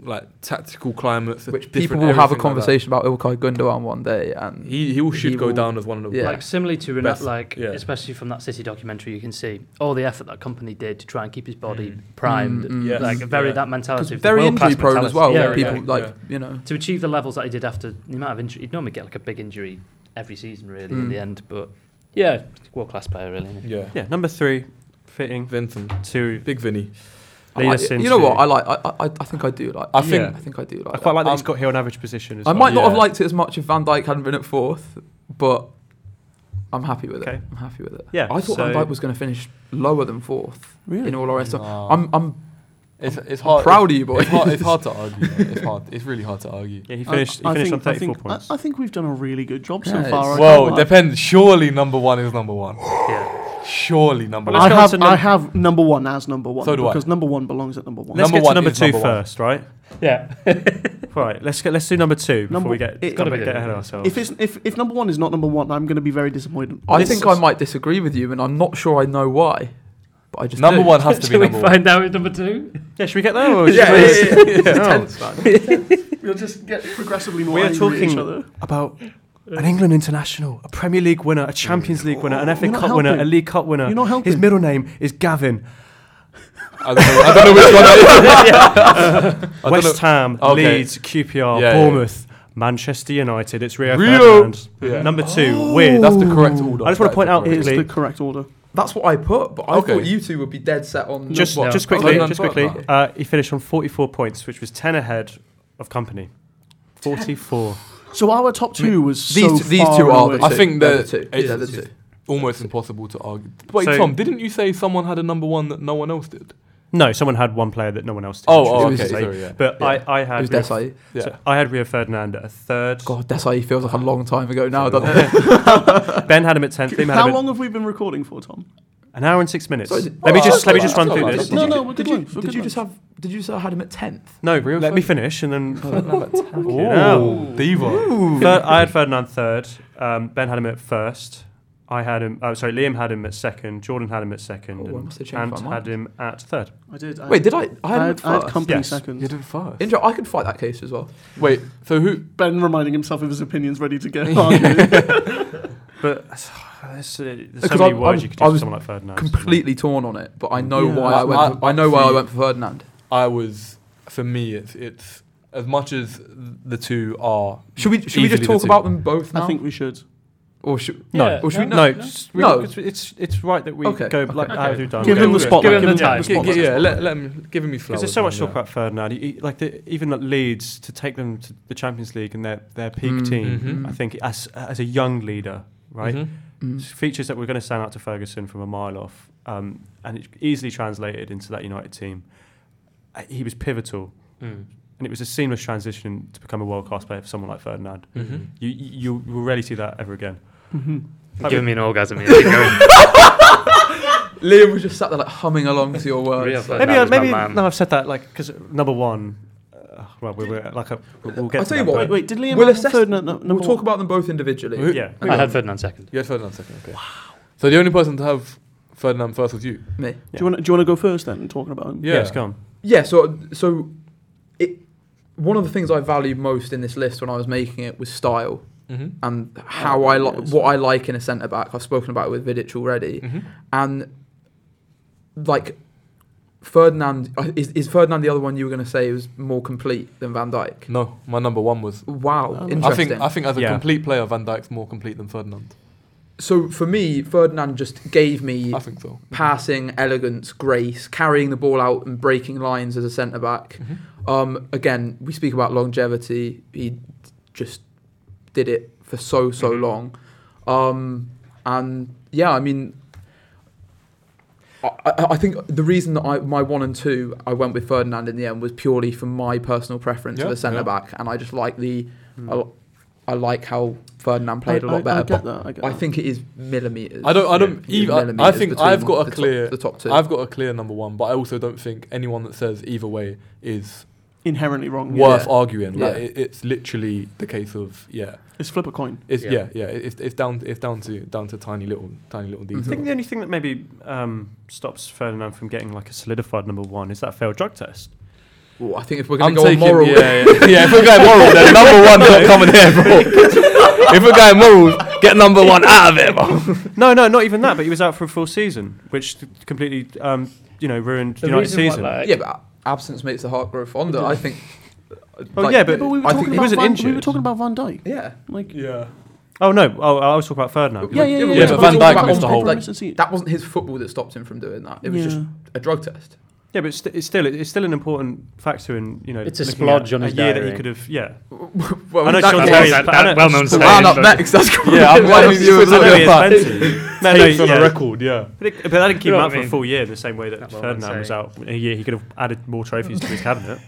Speaker 4: like tactical climates, to
Speaker 6: which people
Speaker 4: different
Speaker 6: will have a
Speaker 4: everything like that.
Speaker 6: conversation about Ilkay Gundogan one day, and
Speaker 4: he he will should
Speaker 6: He
Speaker 4: go
Speaker 6: will-
Speaker 4: down as one of the
Speaker 6: Yeah.
Speaker 7: Like similarly to Renat,
Speaker 4: Best-
Speaker 7: like
Speaker 4: yeah.
Speaker 7: especially from that City documentary, you can see all the effort that company did to try and keep his body primed,
Speaker 6: Mm, mm.
Speaker 4: Yes.
Speaker 7: like very
Speaker 4: Yeah.
Speaker 7: that
Speaker 6: 'cause
Speaker 7: mentality, of the
Speaker 6: very
Speaker 7: world-class
Speaker 6: injury prone as well.
Speaker 7: mentality.
Speaker 6: where
Speaker 7: Yeah,
Speaker 6: people
Speaker 7: yeah.
Speaker 6: like
Speaker 4: yeah.
Speaker 6: you know,
Speaker 7: to achieve the levels that he did after the amount of injury, he'd normally get like a big injury every season, really, in
Speaker 6: Mm.
Speaker 7: the end. But yeah, world class player, really. isn't he?
Speaker 4: Yeah,
Speaker 3: Yeah, number three, fitting
Speaker 4: Vincent,
Speaker 3: to
Speaker 4: big Vinny.
Speaker 6: I
Speaker 3: lead
Speaker 6: like
Speaker 3: us
Speaker 6: it.
Speaker 3: into.
Speaker 6: you know what I like. I, I, I think I do like.
Speaker 4: I
Speaker 6: that.
Speaker 4: think-
Speaker 6: I think I do like.
Speaker 3: I quite like that he's
Speaker 4: Um,
Speaker 3: got here on average position. As
Speaker 6: I
Speaker 3: well.
Speaker 6: might not have
Speaker 4: Yeah.
Speaker 6: liked it as much if Van Dijk hadn't been at fourth, but I'm happy with
Speaker 3: Okay.
Speaker 6: it. I'm happy with it.
Speaker 3: Yeah,
Speaker 6: I thought
Speaker 3: so-
Speaker 6: Van Dijk was going to finish lower than fourth
Speaker 5: Really?
Speaker 6: in all our estimate.
Speaker 4: Nah.
Speaker 6: I'm I'm
Speaker 4: It's it's hard.
Speaker 6: proud of you, boy.
Speaker 4: It's hard, it's hard to argue. man. It's hard. It's really hard to argue.
Speaker 3: Yeah, he
Speaker 5: I-
Speaker 3: finished.
Speaker 5: I
Speaker 3: he finished
Speaker 5: think-
Speaker 3: on
Speaker 5: I
Speaker 3: thirty-four
Speaker 5: think-
Speaker 3: points.
Speaker 5: I, I think we've done a really good job
Speaker 6: Yeah,
Speaker 5: so
Speaker 6: it's-
Speaker 5: far. I
Speaker 4: Well,
Speaker 5: can't
Speaker 4: it
Speaker 5: lie.
Speaker 4: depends. Surely number one is number one.
Speaker 7: Yeah.
Speaker 4: Surely number
Speaker 3: Well,
Speaker 4: one.
Speaker 3: let's
Speaker 5: I
Speaker 3: go on
Speaker 5: have,
Speaker 3: to num-
Speaker 5: I have number one as number one
Speaker 4: So do I.
Speaker 5: because number one belongs at number one.
Speaker 3: let's
Speaker 4: number
Speaker 3: get to
Speaker 4: one
Speaker 3: number
Speaker 4: is
Speaker 3: two
Speaker 4: number one.
Speaker 3: first, right?
Speaker 7: Yeah.
Speaker 3: Right. Let's get. Let's do number two before
Speaker 5: Number-
Speaker 3: we get.
Speaker 5: it-
Speaker 7: Gotta
Speaker 3: gotta
Speaker 7: be
Speaker 3: get
Speaker 7: good.
Speaker 3: ahead of ourselves.
Speaker 5: if it's if, if number one is not number one, I'm going to be very disappointed.
Speaker 6: I
Speaker 3: This
Speaker 6: think I might disagree with you, and I'm not sure I know why, but I just
Speaker 4: number
Speaker 6: do.
Speaker 4: one has to be
Speaker 7: Should we
Speaker 4: number one.
Speaker 7: find out who's number two?
Speaker 3: yeah, should we get there? Or
Speaker 6: Yeah,
Speaker 3: should we-
Speaker 6: yeah, yeah, yeah.
Speaker 3: No.
Speaker 6: Tense, man.
Speaker 5: You'll just get progressively more
Speaker 3: We are
Speaker 5: angry at each
Speaker 3: talking
Speaker 5: other.
Speaker 3: about an England international, a Premier League winner, a Champions League winner, an FA
Speaker 5: You're not
Speaker 3: Cup winner, a
Speaker 5: helping.
Speaker 3: League Cup winner.
Speaker 5: You're not helping.
Speaker 3: His middle name is Gavin.
Speaker 4: I don't know. I don't know which one. That is. I don't
Speaker 3: West Ham,
Speaker 4: Okay.
Speaker 3: Leeds, QPR,
Speaker 4: Yeah, yeah,
Speaker 3: Bournemouth, Manchester United. It's Rio,
Speaker 4: Rio.
Speaker 3: Ferdinand.
Speaker 4: Yeah.
Speaker 3: Number two, with
Speaker 4: That's the correct order.
Speaker 3: I just wanna
Speaker 4: That is
Speaker 3: point
Speaker 4: the
Speaker 3: out
Speaker 4: correct
Speaker 5: It is
Speaker 3: quickly.
Speaker 5: the correct order.
Speaker 6: That's what I put, but I
Speaker 4: Okay.
Speaker 6: thought you two would be dead set on
Speaker 3: just
Speaker 6: what-
Speaker 3: just
Speaker 6: what
Speaker 3: quickly,
Speaker 6: I've
Speaker 3: just
Speaker 6: got
Speaker 3: quickly.
Speaker 6: about.
Speaker 3: Uh, he finished on 44 points, which was 10 ahead of company. 44.
Speaker 5: So our top two was
Speaker 6: These
Speaker 5: so
Speaker 6: these
Speaker 5: far
Speaker 6: two are
Speaker 5: away.
Speaker 6: the
Speaker 4: I
Speaker 6: two.
Speaker 4: think
Speaker 6: They're
Speaker 4: that
Speaker 6: the two.
Speaker 4: it's-
Speaker 6: They're the two.
Speaker 4: Almost impossible to argue. Wait,
Speaker 3: So-
Speaker 4: Tom, didn't you say someone had a number one that no one else did?
Speaker 3: No, someone had one player that no one else did.
Speaker 4: Oh,
Speaker 3: which
Speaker 4: oh,
Speaker 3: was
Speaker 6: okay,
Speaker 3: Jose.
Speaker 4: sorry, yeah.
Speaker 3: But I, I had.
Speaker 6: Who's
Speaker 3: Rio-
Speaker 6: Desai?
Speaker 4: Yeah.
Speaker 3: so I had Rio Ferdinand at a third.
Speaker 6: God, Desai feels like a long time ago now, doesn't it?
Speaker 3: Ben had him at 10th. Liam had
Speaker 5: How
Speaker 3: him at
Speaker 5: long have we been recording for, Tom?
Speaker 3: An hour and six minutes.
Speaker 6: So is it-
Speaker 3: let me
Speaker 6: Oh,
Speaker 3: just let me
Speaker 6: that's
Speaker 3: just run
Speaker 6: all
Speaker 3: through
Speaker 6: right.
Speaker 3: this.
Speaker 5: No, no, we're good
Speaker 6: did you,
Speaker 5: lines, we're
Speaker 6: did
Speaker 5: good
Speaker 6: you just
Speaker 5: lines.
Speaker 6: have? Did you say I had him at tenth?
Speaker 3: No, Oh,
Speaker 4: Real
Speaker 3: let me
Speaker 4: fun.
Speaker 3: finish and then.
Speaker 4: Ooh, diva.
Speaker 3: Third, I had Ferdinand third. Um, ben had him at first. I had him. Oh, sorry, Liam had him at second. Jordan had him at second.
Speaker 6: Oh, I
Speaker 3: and
Speaker 6: must have changed
Speaker 3: Ant
Speaker 6: my mind.
Speaker 3: had him at third.
Speaker 5: I did. I
Speaker 6: Wait, did I?
Speaker 5: I
Speaker 6: I had, him
Speaker 5: had,
Speaker 6: at
Speaker 5: I had
Speaker 6: first.
Speaker 5: company
Speaker 3: Yes.
Speaker 5: second.
Speaker 4: You did first.
Speaker 6: Intro, I could fight that case as well.
Speaker 4: Wait, so who?
Speaker 5: Ben reminding himself of his opinions ready to get argued.
Speaker 3: But there's, uh, there's so
Speaker 6: Because
Speaker 3: many
Speaker 6: I'm-
Speaker 3: words
Speaker 6: I'm-
Speaker 3: you could do
Speaker 6: I
Speaker 3: for
Speaker 6: was
Speaker 3: someone like Ferdinand.
Speaker 6: Completely torn on it, but I know
Speaker 5: Yeah.
Speaker 6: why I
Speaker 4: Like,
Speaker 6: went. For,
Speaker 4: I-
Speaker 6: I know why I
Speaker 4: see-
Speaker 6: went for Ferdinand.
Speaker 4: I was for me. It's it's as much as the two are.
Speaker 6: Should we? Should we
Speaker 4: Easily
Speaker 6: just
Speaker 4: the
Speaker 6: talk
Speaker 4: two.
Speaker 6: about them both now?
Speaker 5: I think we should.
Speaker 6: or should?
Speaker 3: No.
Speaker 7: Yeah,
Speaker 6: Or should we?
Speaker 3: No,
Speaker 6: no.
Speaker 3: it's, we-
Speaker 6: No.
Speaker 3: It's, it's it's right that we
Speaker 6: Okay,
Speaker 3: go
Speaker 6: okay,
Speaker 3: like
Speaker 6: okay.
Speaker 3: as we've done.
Speaker 5: Give
Speaker 3: We'll
Speaker 5: him
Speaker 3: go-
Speaker 5: the spotlight.
Speaker 7: Give him the
Speaker 5: the
Speaker 7: time.
Speaker 4: G-
Speaker 5: spotlight.
Speaker 4: g- yeah, let, let him give um, me
Speaker 3: Because
Speaker 4: flowers.
Speaker 3: there's so much
Speaker 4: man,
Speaker 3: talk
Speaker 4: yeah.
Speaker 3: about Ferdinand. He- he- like the, even like Leeds to take them to the Champions League and their their peak
Speaker 6: Mm,
Speaker 3: team.
Speaker 4: mhm.
Speaker 3: I think as as a young leader, right?
Speaker 4: Mhm.
Speaker 6: Mm.
Speaker 3: features that were going to stand out to Ferguson from a mile off, um, and it easily translated into that United team. Uh, He was pivotal, and it was a seamless transition to become a world class player for someone like Ferdinand.
Speaker 6: Mm-hmm.
Speaker 4: Mhm.
Speaker 3: You, you you will rarely see that ever again.
Speaker 7: You're giving me an orgasm. Here. Keep going.
Speaker 6: Liam was just sat there like humming along to your words.
Speaker 7: Real
Speaker 6: like-
Speaker 7: Ferdinand. Fernando's
Speaker 3: maybe
Speaker 7: my
Speaker 3: maybe
Speaker 7: man.
Speaker 3: no, I've said that like because number one. Uh, well, we we're like a, we'll we'll get.
Speaker 6: I'll
Speaker 3: to
Speaker 6: tell you
Speaker 3: that,
Speaker 6: what,
Speaker 3: but-
Speaker 5: Wait, did Liam
Speaker 6: We'll
Speaker 5: have
Speaker 6: assess.
Speaker 5: third? No, no, number
Speaker 6: we'll talk
Speaker 5: one?
Speaker 6: about them both individually.
Speaker 4: Who-
Speaker 3: Yeah,
Speaker 7: I had Ferdinand second.
Speaker 4: You had Ferdinand second. Okay. Wow. So the only person to have Ferdinand first was you.
Speaker 6: Me.
Speaker 5: Do you want? Do you want to go first then? Talking about him.
Speaker 4: Yeah.
Speaker 3: yes, go on.
Speaker 6: Yeah. So so, it. One of the things I valued most in this list when I was making it was style.
Speaker 4: Mm-hmm.
Speaker 6: and how I like what I like in a centre back. I've spoken about it with Vidic already,
Speaker 4: Mm-hmm.
Speaker 6: and like Ferdinand uh, is, is Ferdinand the other one you were going to say was more complete than Van Dijk?
Speaker 4: No, my number one was.
Speaker 6: Wow,
Speaker 5: I
Speaker 6: interesting.
Speaker 4: I think Mm. I think as a
Speaker 3: Yeah.
Speaker 4: complete player, Van Dijk's more complete than Ferdinand.
Speaker 6: so for me, Ferdinand just gave me
Speaker 4: I think so.
Speaker 6: passing, elegance, grace, carrying the ball out and breaking lines as a centre back.
Speaker 5: Mm-hmm.
Speaker 6: Um, again, we speak about longevity. He just did it for so so
Speaker 5: Mm-hmm.
Speaker 6: long, um, and yeah, I mean, I, I, I think the reason that I my one and two I went with Ferdinand in the end was purely from my personal preference
Speaker 4: Yeah,
Speaker 6: of a centre
Speaker 4: yeah.
Speaker 6: back, and I just like the I, I like how
Speaker 5: Mm.
Speaker 6: Ferdinand
Speaker 5: I,
Speaker 6: played a lot
Speaker 5: I,
Speaker 6: better.
Speaker 5: I get
Speaker 6: but
Speaker 5: that. I, get
Speaker 6: I
Speaker 5: that.
Speaker 6: think it is millimeters.
Speaker 4: I don't. I don't.
Speaker 6: It is
Speaker 4: Either, I- I
Speaker 6: millimetres
Speaker 4: think
Speaker 6: between
Speaker 4: I've got
Speaker 6: the
Speaker 4: a clear.
Speaker 6: top, the top 2
Speaker 4: I've got a clear number one, but I also don't think anyone that says either way is
Speaker 5: inherently wrong.
Speaker 6: What?
Speaker 4: worth arguing. Like,
Speaker 6: Yeah.
Speaker 4: it, it's literally the case of yeah.
Speaker 5: It's flip a coin.
Speaker 4: It's
Speaker 7: Yeah.
Speaker 4: yeah, yeah. it- it's, it's down. It's down to down to tiny little tiny little
Speaker 6: Mhm.
Speaker 4: details.
Speaker 3: I think the only thing that maybe um, stops Ferdinand from getting like a solidified number one is that failed drug test.
Speaker 6: Well, I think if we're going to go on moral,
Speaker 4: Yeah, yeah, yeah. If we're going moral, then number one's not coming here, bro. if we're going moral, get number one out of it, bro.
Speaker 3: No, no, not even that. But he was out for a full season, which t- completely, um, you know, ruined
Speaker 7: The
Speaker 3: United's
Speaker 7: reason why, like-
Speaker 3: season.
Speaker 6: yeah, but absence makes the heart grow fonder. I think.
Speaker 3: Oh,
Speaker 6: like,
Speaker 3: yeah, but-
Speaker 5: But we were
Speaker 6: I
Speaker 5: talking
Speaker 6: think
Speaker 5: about
Speaker 3: wasn't
Speaker 5: Van, we
Speaker 3: injured.
Speaker 5: were talking about Van Dyke.
Speaker 6: yeah.
Speaker 5: Like
Speaker 4: Yeah.
Speaker 3: oh no, oh, I was talking about Ferdinand.
Speaker 5: yeah, yeah, yeah.
Speaker 6: but
Speaker 4: yeah, but Van Dijk
Speaker 6: Van
Speaker 4: missed the whole-
Speaker 6: Like, that wasn't his football that stopped him from doing that. It was just a drug test.
Speaker 3: Yeah, but it's, st- it's still it's still an important factor in you know.
Speaker 7: It's a
Speaker 3: looking at
Speaker 7: splodge on his
Speaker 3: a year that
Speaker 7: diary.
Speaker 3: he could have. Yeah,
Speaker 6: well,
Speaker 3: I know
Speaker 6: that
Speaker 3: Sean
Speaker 6: was-
Speaker 3: Terry's
Speaker 7: that,
Speaker 3: I know-
Speaker 7: well known
Speaker 6: Well,
Speaker 7: saying.
Speaker 6: I'm up
Speaker 7: but-
Speaker 6: next. That's cool.
Speaker 4: Yeah, I'm
Speaker 6: Why
Speaker 4: glad
Speaker 6: did
Speaker 4: you
Speaker 6: you-
Speaker 4: were
Speaker 3: I know he
Speaker 4: talking
Speaker 3: is
Speaker 4: about
Speaker 3: plenty. no, no,
Speaker 4: tapes on
Speaker 3: yeah.
Speaker 4: a record. Yeah.
Speaker 3: But, it, but that didn't keep
Speaker 7: You know
Speaker 3: him
Speaker 7: what
Speaker 3: out
Speaker 7: I
Speaker 3: for a
Speaker 7: mean?
Speaker 3: full year. The same way that
Speaker 7: That's what I'm
Speaker 3: Ferdinand was
Speaker 7: saying.
Speaker 3: out in a year, he could have added more trophies to his cabinet.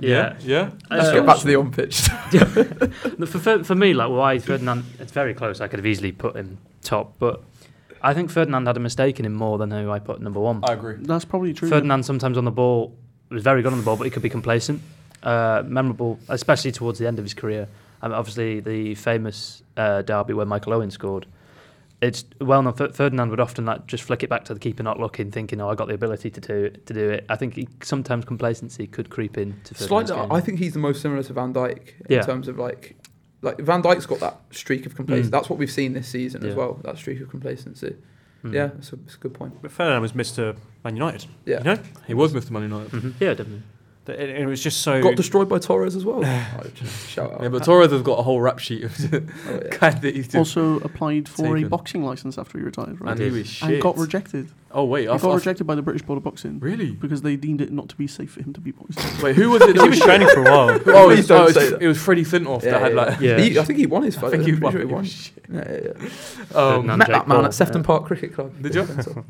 Speaker 7: yeah.
Speaker 4: Yeah.
Speaker 6: Let's
Speaker 7: Uh,
Speaker 6: get back to the on pitch.
Speaker 7: No, For, for, for me, like why Ferdinand, it's very close. I could have easily put him top, but I think Ferdinand had a mistake in him more than who I put number
Speaker 6: Uh,
Speaker 7: one.
Speaker 4: I agree.
Speaker 5: That's probably true.
Speaker 7: Ferdinand sometimes on the ball was very good on the ball, but he could be complacent. Uh, memorable, especially towards the end of his career. And obviously, the famous uh, derby where Michael Owen scored. It's well known. Fer- Ferdinand would often like just flick it back to the keeper, not looking, thinking, "Oh, I got the ability to do it, to do it." I think he, sometimes complacency could creep in to Ferdinand's
Speaker 6: Slightly,
Speaker 7: game.
Speaker 6: I think he's the most similar to Van Dyke in
Speaker 7: Yeah.
Speaker 6: terms of like, like Van Dyke's got that streak of complacency.
Speaker 7: Mm.
Speaker 6: That's what we've seen this season as
Speaker 7: Yeah.
Speaker 6: well. That streak of complacency.
Speaker 7: Mm.
Speaker 6: Yeah, that's a, that's a good point.
Speaker 3: But Ferdinand was Mr. Man United.
Speaker 6: Yeah.
Speaker 3: you know,
Speaker 4: He was Mr. Man United.
Speaker 7: Mhm. yeah, definitely.
Speaker 3: Th- it, it was just so.
Speaker 6: Got destroyed by Torres as well. Oh, just Shout out.
Speaker 4: Yeah, but Torres has got a whole rap sheet of
Speaker 6: Oh, yeah.
Speaker 4: kind that he's doing.
Speaker 5: also applied for a
Speaker 4: Taken.
Speaker 5: boxing license after he retired, right?
Speaker 4: And he was shit.
Speaker 5: And got rejected.
Speaker 4: Oh wait,
Speaker 5: He
Speaker 4: I
Speaker 5: got
Speaker 4: thought.
Speaker 5: rejected by the British Board of Boxing
Speaker 4: Really?
Speaker 5: because they deemed it not to be safe for him to be boxing.
Speaker 4: Wait, who was it?
Speaker 3: he was training for a while.
Speaker 4: Oh, it
Speaker 6: Please
Speaker 4: was,
Speaker 6: don't
Speaker 4: oh, it
Speaker 6: say
Speaker 4: was-
Speaker 6: that.
Speaker 4: it was Freddie Sintoff that had like.
Speaker 7: Yeah.
Speaker 6: He- I think he won his
Speaker 4: I
Speaker 6: fight.
Speaker 4: think he
Speaker 6: I'm
Speaker 4: won.
Speaker 6: pretty sure
Speaker 4: He was
Speaker 6: Yeah, yeah, yeah.
Speaker 4: Um,
Speaker 7: And
Speaker 6: Met
Speaker 7: Jake
Speaker 6: that man
Speaker 7: Paul,
Speaker 6: Oh, at Sefton
Speaker 7: yeah.
Speaker 6: Park Cricket Club.
Speaker 4: Did you?
Speaker 6: Yeah.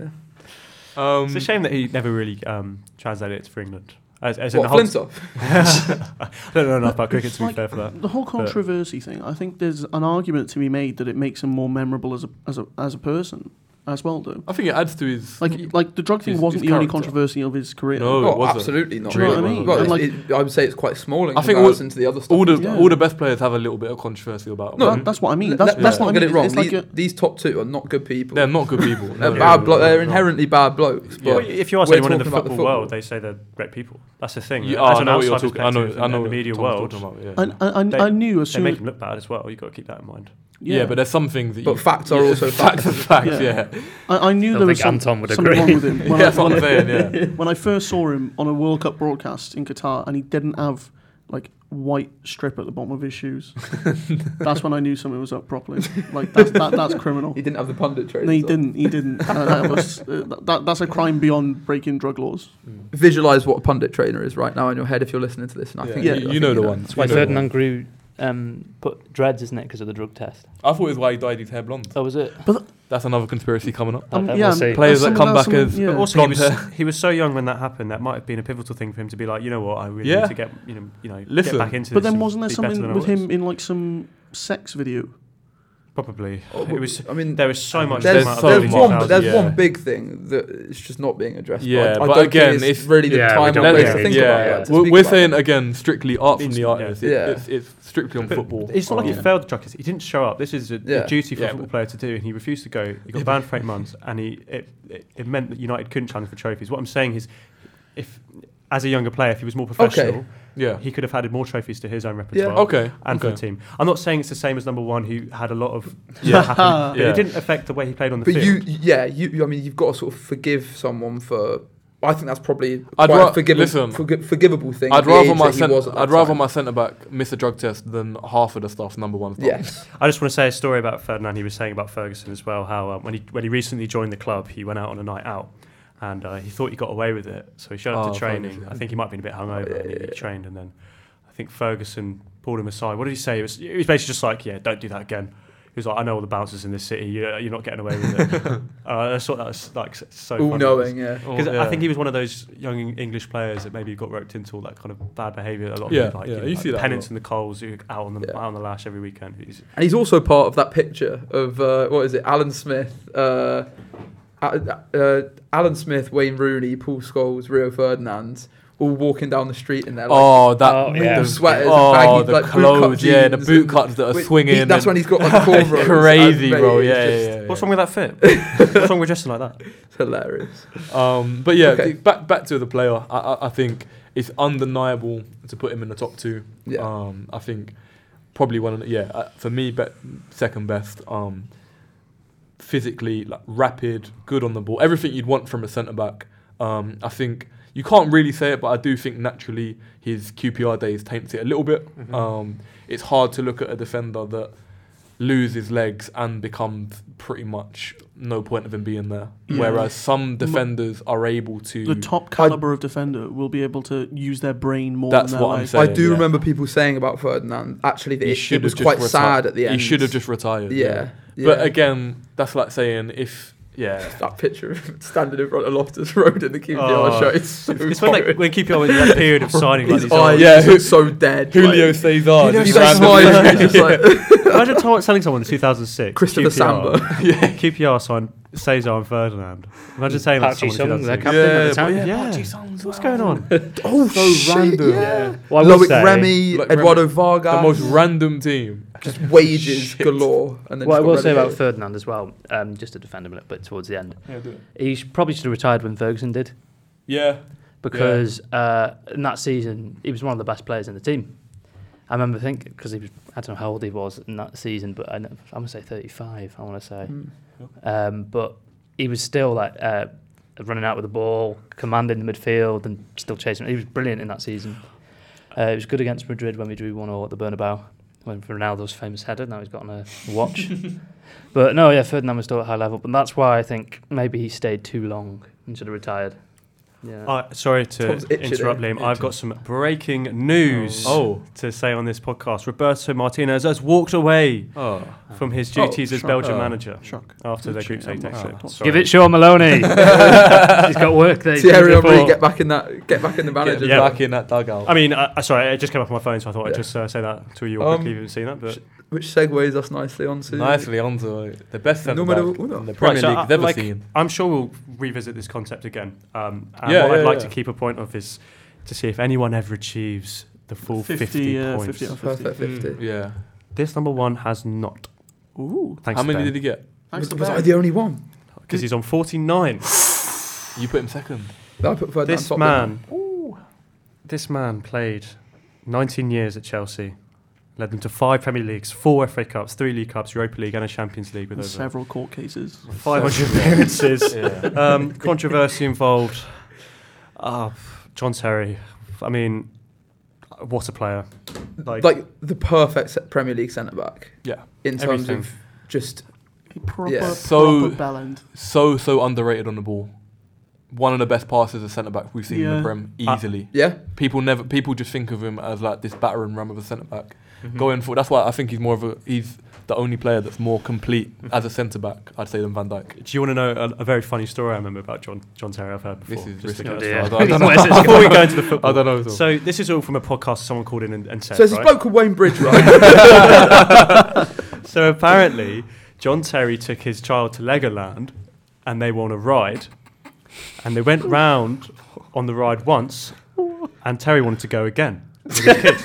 Speaker 4: um,
Speaker 3: It's a shame that he never really um, translated it for England. As, as in the
Speaker 6: What,
Speaker 3: whole
Speaker 6: Flintoff?
Speaker 3: I don't know enough about cricket to be
Speaker 5: Like,
Speaker 3: fair for that.
Speaker 5: The whole controversy thing, I think there's an argument to be made that it makes him more memorable as a as a as a person as well, though.
Speaker 4: I think it adds to his.
Speaker 5: Like like the drug thing
Speaker 4: Mm. His-
Speaker 5: wasn't
Speaker 4: his
Speaker 5: the only
Speaker 4: character.
Speaker 5: controversy of his career.
Speaker 4: No. Oh, it
Speaker 6: Oh,
Speaker 4: wasn't.
Speaker 6: absolutely not.
Speaker 5: Do you know what I
Speaker 6: Really
Speaker 5: mean?
Speaker 6: Well, it's-
Speaker 5: Like-
Speaker 6: it- I would say it's quite small in
Speaker 4: I think all-
Speaker 6: comparison to the other stuff.
Speaker 4: all the
Speaker 5: Yeah.
Speaker 4: all the best players have a little bit of controversy about.
Speaker 5: No,
Speaker 4: them.
Speaker 5: that, that's what I mean.
Speaker 6: Let-
Speaker 5: That's,
Speaker 6: let's
Speaker 5: that's
Speaker 6: not
Speaker 5: what
Speaker 6: get
Speaker 5: I mean.
Speaker 6: it wrong.
Speaker 5: It's like
Speaker 6: these,
Speaker 5: a-
Speaker 6: these top two are not good people.
Speaker 4: they're not good people.
Speaker 6: They're
Speaker 4: No,
Speaker 6: bad.
Speaker 4: no,
Speaker 6: blo-
Speaker 4: no,
Speaker 6: they're
Speaker 4: no.
Speaker 6: inherently bad blokes.
Speaker 4: Yeah.
Speaker 3: Well,
Speaker 6: But
Speaker 3: if you ask
Speaker 6: we're
Speaker 3: anyone in the
Speaker 6: talking about
Speaker 3: football,
Speaker 6: the
Speaker 3: world,
Speaker 6: football.
Speaker 3: they say they're great people. That's the thing.
Speaker 4: You, oh,
Speaker 3: As
Speaker 4: I
Speaker 3: an
Speaker 4: know what you're
Speaker 3: outsider's
Speaker 4: talking. I know.
Speaker 3: perspective
Speaker 4: I
Speaker 3: and
Speaker 4: know
Speaker 3: the
Speaker 4: what
Speaker 3: media
Speaker 4: Tom's
Speaker 3: world.
Speaker 4: talking about, yeah.
Speaker 5: I, I, I, I knew as
Speaker 3: They
Speaker 5: soon.
Speaker 3: make him look bad as well. You've got to keep that in mind.
Speaker 4: yeah. but there's some things that.
Speaker 6: But
Speaker 4: you,
Speaker 6: facts are
Speaker 4: Yeah,
Speaker 6: also
Speaker 4: facts.
Speaker 6: facts.
Speaker 4: are facts.
Speaker 5: Yeah.
Speaker 4: Yeah.
Speaker 5: I, I knew
Speaker 7: Don't
Speaker 5: there was
Speaker 7: think
Speaker 5: some,
Speaker 7: Anton would
Speaker 5: something
Speaker 7: agree.
Speaker 5: wrong with him. When
Speaker 4: Yeah,
Speaker 5: I,
Speaker 4: that's what
Speaker 5: when
Speaker 4: I'm
Speaker 5: I-
Speaker 4: saying. Yeah.
Speaker 5: when I first saw him on a World Cup broadcast in Qatar, and he didn't have like white strip at the bottom of his shoes, that's when I knew something was up properly. Like that's, that, that's criminal.
Speaker 6: he didn't have the pundit trade.
Speaker 5: No, he didn't. He didn't. Uh, that was uh, th- that, That's a crime beyond breaking drug laws.
Speaker 6: Visualize what a pundit trainer is right now in your head if you're listening to this. And I
Speaker 4: Yeah.
Speaker 6: think
Speaker 5: Yeah.
Speaker 6: I
Speaker 4: You-
Speaker 6: think
Speaker 4: you know the one.
Speaker 7: That's why
Speaker 4: You know the one.
Speaker 7: Ferdinand grew um, put dreads, isn't it, because of the drug test?
Speaker 4: I thought it was why he dyed his hair blonde.
Speaker 7: Oh, was it?
Speaker 4: That's another conspiracy coming up.
Speaker 5: Um,
Speaker 7: Uh,
Speaker 5: yeah,
Speaker 7: we'll see.
Speaker 4: Players
Speaker 5: uh,
Speaker 4: that
Speaker 5: someone
Speaker 4: come
Speaker 5: else-
Speaker 4: back as-
Speaker 5: someone-
Speaker 3: But
Speaker 5: yeah.
Speaker 3: also, he
Speaker 4: Blonde
Speaker 3: was, he was so young when that happened. That might have been a pivotal thing for him to be like, you know what, I really
Speaker 4: Yeah.
Speaker 3: need to get you know, you know,
Speaker 4: Listen.
Speaker 3: get back into.
Speaker 5: But
Speaker 3: this
Speaker 5: then
Speaker 3: and
Speaker 5: wasn't there
Speaker 3: be better than
Speaker 5: something
Speaker 3: I
Speaker 5: with
Speaker 3: was."
Speaker 5: him in like some sex video?
Speaker 3: Probably.
Speaker 6: Oh,
Speaker 3: it was.
Speaker 6: I mean,
Speaker 3: There was so much.
Speaker 6: there's,
Speaker 3: amount of
Speaker 6: there's
Speaker 3: early
Speaker 4: so
Speaker 6: one,
Speaker 3: 2000s.
Speaker 6: there's
Speaker 4: yeah.
Speaker 6: one big thing that it's just not being addressed.
Speaker 4: Yeah,
Speaker 6: I, I
Speaker 4: but
Speaker 6: don't
Speaker 4: again,
Speaker 6: think it's,
Speaker 4: it's-
Speaker 6: really the
Speaker 7: Yeah, we
Speaker 6: time
Speaker 7: don't
Speaker 6: and place
Speaker 7: really
Speaker 6: to think
Speaker 7: yeah,
Speaker 6: about
Speaker 7: yeah.
Speaker 6: it. to
Speaker 4: We're,
Speaker 6: speak
Speaker 4: we're
Speaker 6: about
Speaker 4: saying
Speaker 6: it.
Speaker 4: again strictly art from
Speaker 3: It's-
Speaker 4: the artist. It-
Speaker 6: yeah. Um,
Speaker 4: It's, it's strictly on
Speaker 3: But
Speaker 4: football.
Speaker 3: It's not like he uh,
Speaker 6: Yeah.
Speaker 3: failed the drug test. He didn't show up. This is a, a
Speaker 6: Yeah.
Speaker 3: duty for
Speaker 4: Yeah,
Speaker 3: a football player to do, and he refused to go. He got banned for eight months, and he it, it, it meant that United couldn't challenge for trophies. What I'm saying is, if as a younger player, if he was more professional,
Speaker 4: Yeah.
Speaker 3: he could have added more trophies to his own repertoire.
Speaker 4: Okay.
Speaker 3: And for the
Speaker 4: okay.
Speaker 3: team, I'm not saying it's the same as number one, who had a lot of
Speaker 4: Yeah.
Speaker 3: yeah. happen, but
Speaker 4: Yeah.
Speaker 3: it didn't affect the way he played on the
Speaker 6: But
Speaker 3: field.
Speaker 6: you, yeah, you, you. I mean, you've got to sort of forgive someone for. I think that's probably
Speaker 4: I'd
Speaker 6: quite
Speaker 4: ra-
Speaker 6: a forgivable,
Speaker 4: listen,
Speaker 6: forgi- forgivable thing.
Speaker 4: I'd
Speaker 6: the age
Speaker 4: rather my
Speaker 6: that he
Speaker 4: cent-
Speaker 6: was at that
Speaker 4: I'd rather
Speaker 6: time.
Speaker 4: my centre back miss a drug test than half of the stuff number one stuff.
Speaker 6: Yes.
Speaker 3: I just want to say a story about Ferdinand. He was saying about Ferguson as well, how um, when he when he recently joined the club, he went out on a night out, and uh, he thought he got away with it. So he showed up
Speaker 4: Oh,
Speaker 3: to training.
Speaker 4: Ferguson.
Speaker 3: I think he might have been a bit hungover.
Speaker 6: yeah,
Speaker 3: and he
Speaker 6: yeah, yeah.
Speaker 3: trained, and then I think Ferguson pulled him aside. What did he say? It was, it was basically just like, "Yeah, don't do that again." was like, I know all the bouncers in this city. You're, you're not getting away with it. uh, I thought that was like s- so
Speaker 6: All
Speaker 3: funny.
Speaker 6: knowing, yeah.
Speaker 3: Because
Speaker 4: Oh, Yeah.
Speaker 3: I think he was one of those young English players that maybe got roped into all that kind of bad behaviour. A lot of
Speaker 4: Yeah,
Speaker 3: like,
Speaker 4: yeah,
Speaker 3: know,
Speaker 4: you
Speaker 3: like
Speaker 4: see that a
Speaker 3: penance
Speaker 4: lot.
Speaker 3: and the coals who are out on the
Speaker 6: Yeah.
Speaker 3: out on the lash every weekend. He's,
Speaker 6: And he's also part of that picture of uh, what is it? Alan Smith, uh, A- uh, Alan Smith, Wayne Rooney, Paul Scholes, Rio Ferdinand, all walking down the street in their like,
Speaker 4: Oh, that
Speaker 2: Oh,
Speaker 6: with
Speaker 2: yeah.
Speaker 6: the sweaters,
Speaker 4: oh,
Speaker 6: and baggy,
Speaker 4: the
Speaker 6: like, bootcut
Speaker 4: clothes,
Speaker 6: jeans
Speaker 4: yeah, the boot
Speaker 6: and-
Speaker 4: cuts that are
Speaker 6: Wait,
Speaker 4: swinging.
Speaker 6: he- that's
Speaker 4: and-
Speaker 6: when he's got like cornrows.
Speaker 4: crazy,
Speaker 6: and,
Speaker 4: bro.
Speaker 6: mate,
Speaker 4: Yeah,
Speaker 6: it's
Speaker 4: yeah,
Speaker 6: just
Speaker 4: yeah, yeah.
Speaker 3: What's wrong with that fit? What's wrong with dressing like that?
Speaker 6: It's hilarious.
Speaker 4: Um, but yeah,
Speaker 6: Okay.
Speaker 4: the- back back to the player. I, I, I think it's undeniable to put him in the top two.
Speaker 6: Yeah.
Speaker 4: Um, I think probably one of the, yeah uh, for me be- second best. Um, physically like rapid, good on the ball, everything you'd want from a centre back. Um, I think you can't really say it, but I do think naturally his QPR days taints it a little bit.
Speaker 6: Mm-hmm.
Speaker 3: Oh.
Speaker 4: Um, it's hard to look at a defender that loses legs and becomes pretty much no point of him being there.
Speaker 6: Mm.
Speaker 5: Yeah.
Speaker 4: Whereas some defenders are able to.
Speaker 5: The top caliber of defender will be able to use their brain more.
Speaker 4: That's
Speaker 5: than their
Speaker 4: what I'm
Speaker 5: legs.
Speaker 4: saying.
Speaker 6: I do
Speaker 4: yeah.
Speaker 6: remember people saying about Ferdinand actually that
Speaker 4: he
Speaker 6: it,
Speaker 4: should
Speaker 6: it was
Speaker 4: have just
Speaker 6: quite
Speaker 4: reti-
Speaker 6: sad at the end.
Speaker 4: He should have just retired.
Speaker 6: Yeah. yeah.
Speaker 4: But again, that's like saying if yeah.
Speaker 6: that picture of standing in front of Loftus Road in the QPR
Speaker 3: Oh.
Speaker 6: show is so
Speaker 3: It's when like
Speaker 6: horrid.
Speaker 3: when keep you on that period of signing like
Speaker 6: His
Speaker 3: these.
Speaker 6: eyes
Speaker 3: old-
Speaker 4: yeah,
Speaker 6: yeah,
Speaker 4: who-
Speaker 6: so dead.
Speaker 4: Julio
Speaker 6: like,
Speaker 4: Cesar.
Speaker 6: Julio
Speaker 4: just
Speaker 6: Cesar
Speaker 4: randomly-
Speaker 6: smiling, just like-
Speaker 3: Imagine t- telling someone in 2006.
Speaker 6: Christopher
Speaker 3: QPR,
Speaker 6: Samba.
Speaker 4: yeah.
Speaker 3: QPR signed Cesar and Ferdinand. Imagine saying that to
Speaker 2: Park Ji
Speaker 3: someone in
Speaker 2: Sung, their
Speaker 3: 2006.
Speaker 2: captain at the
Speaker 4: Yeah,
Speaker 2: time.
Speaker 4: but
Speaker 3: Yeah. What's going on?
Speaker 6: oh
Speaker 4: So random.
Speaker 6: Yeah.
Speaker 2: Well, I will
Speaker 6: Loic
Speaker 2: say-
Speaker 6: Remy,
Speaker 4: Loic
Speaker 6: Eduardo
Speaker 4: The
Speaker 6: Vargas,
Speaker 4: most random team.
Speaker 6: just wages galore. And then
Speaker 7: What I
Speaker 6: just got
Speaker 7: will say about
Speaker 6: relegated.
Speaker 7: Ferdinand as well, um, just to defend him a little bit towards the end,
Speaker 4: Yeah, do it.
Speaker 7: he sh- probably should have retired when Ferguson did
Speaker 4: yeah.
Speaker 7: because uh, in that season he was one of the best players in the team. I remember think because he was I don't know how old he was in that season, but I, am gonna say 35. I want to say,
Speaker 6: Mm.
Speaker 7: um, but he was still like uh, running out with the ball, commanding the midfield, and still chasing. He was brilliant in that season. Uh, he was good against Madrid when we drew one 0 at the Bernabeu. When Ronaldo's famous header, now he's got on a watch. but no, yeah, Ferdinand was still at high level, but that's why I think maybe he stayed too long and should have retired. Yeah.
Speaker 3: Uh, sorry to
Speaker 6: Tom's itching
Speaker 3: interrupt,
Speaker 6: it.
Speaker 3: Liam. I've got some breaking news
Speaker 4: Oh.
Speaker 3: to say on this podcast. Roberto Martinez has walked away
Speaker 4: Oh.
Speaker 3: from his duties as
Speaker 5: shock.
Speaker 3: Belgian
Speaker 4: Oh.
Speaker 3: manager
Speaker 5: Shock.
Speaker 3: after their
Speaker 5: Literally,
Speaker 3: group stage
Speaker 5: I'm
Speaker 3: exit.
Speaker 5: not-
Speaker 3: Sorry.
Speaker 2: Give it Sean Maloney. He's got work there. he's done
Speaker 6: Thierry Henry,
Speaker 2: before.
Speaker 6: get back in that, get back in the manager.
Speaker 3: Yeah.
Speaker 4: Back in that dugout.
Speaker 3: I mean, uh, sorry, it just came up on my phone, so I thought I'd
Speaker 6: Yeah.
Speaker 3: just uh, say that to you
Speaker 6: Um,
Speaker 3: all quickly if you haven't seen that. But
Speaker 6: Which segues us nicely onto
Speaker 4: Nicely onto the best centre back
Speaker 6: Numero uno.
Speaker 4: in the Premier
Speaker 3: Right, so
Speaker 4: League
Speaker 3: I-
Speaker 4: I've ever
Speaker 3: like-
Speaker 4: seen.
Speaker 3: I'm sure we'll revisit this concept again. Um, and
Speaker 4: Yeah,
Speaker 3: what I'd
Speaker 4: yeah,
Speaker 3: like
Speaker 4: yeah.
Speaker 3: to keep a point of is to see if anyone ever achieves the full 50,
Speaker 5: 50, uh,
Speaker 3: points.
Speaker 5: 50.
Speaker 6: perfect fifty.
Speaker 4: Mm, yeah.
Speaker 3: This number one has not.
Speaker 5: Ooh,
Speaker 3: Thanks
Speaker 4: How many did he get?
Speaker 5: thanks to
Speaker 6: was I
Speaker 5: Ben.
Speaker 6: the only one?
Speaker 3: Because he's on 49.
Speaker 4: You put him second.
Speaker 6: I put Ferdinand
Speaker 3: this
Speaker 6: top
Speaker 3: man, this man played 19 years at Chelsea, led them to five Premier Leagues, four FA Cups, three League Cups, Europa League, and a Champions League with
Speaker 5: And
Speaker 3: over
Speaker 5: several court cases.
Speaker 3: 500 appearances.
Speaker 4: Yeah.
Speaker 3: um, controversy involved. Ah, John Terry. I mean, what a player!
Speaker 6: Like,
Speaker 3: Like,
Speaker 6: the perfect se- Premier League centre back
Speaker 4: Yeah.
Speaker 6: in terms
Speaker 3: everything.
Speaker 6: of just
Speaker 5: A proper,
Speaker 6: Yeah.
Speaker 4: So-
Speaker 5: proper bell end.
Speaker 4: So so underrated on the ball. One of the best passes as centre back we've seen in
Speaker 5: Yeah.
Speaker 4: the Prem
Speaker 3: Uh,
Speaker 4: easily.
Speaker 6: yeah.
Speaker 4: people never people just think of him as like this battering ram of a centre back.
Speaker 3: Mm-hmm.
Speaker 4: Going for that's why I think he's more of a he's the only player that's more complete as a centre back. I'd say than Van Dijk.
Speaker 3: Do you want to know a, a very funny story I remember about John John Terry? I've heard before.
Speaker 4: This is
Speaker 3: Just to
Speaker 4: risky.
Speaker 3: go-
Speaker 4: so I
Speaker 7: Yeah.
Speaker 4: don't- I don't know.
Speaker 7: What is it?
Speaker 3: Before we go into the football,
Speaker 4: I don't know at all.
Speaker 3: So this is all from a podcast someone called in and, and said.
Speaker 6: So it's a
Speaker 3: right?
Speaker 6: spoke of Wayne Bridge, right?
Speaker 3: So apparently, John Terry took his child to Legoland, and they were on a ride, and they went round on the ride once, and Terry wanted to go again. with his kid.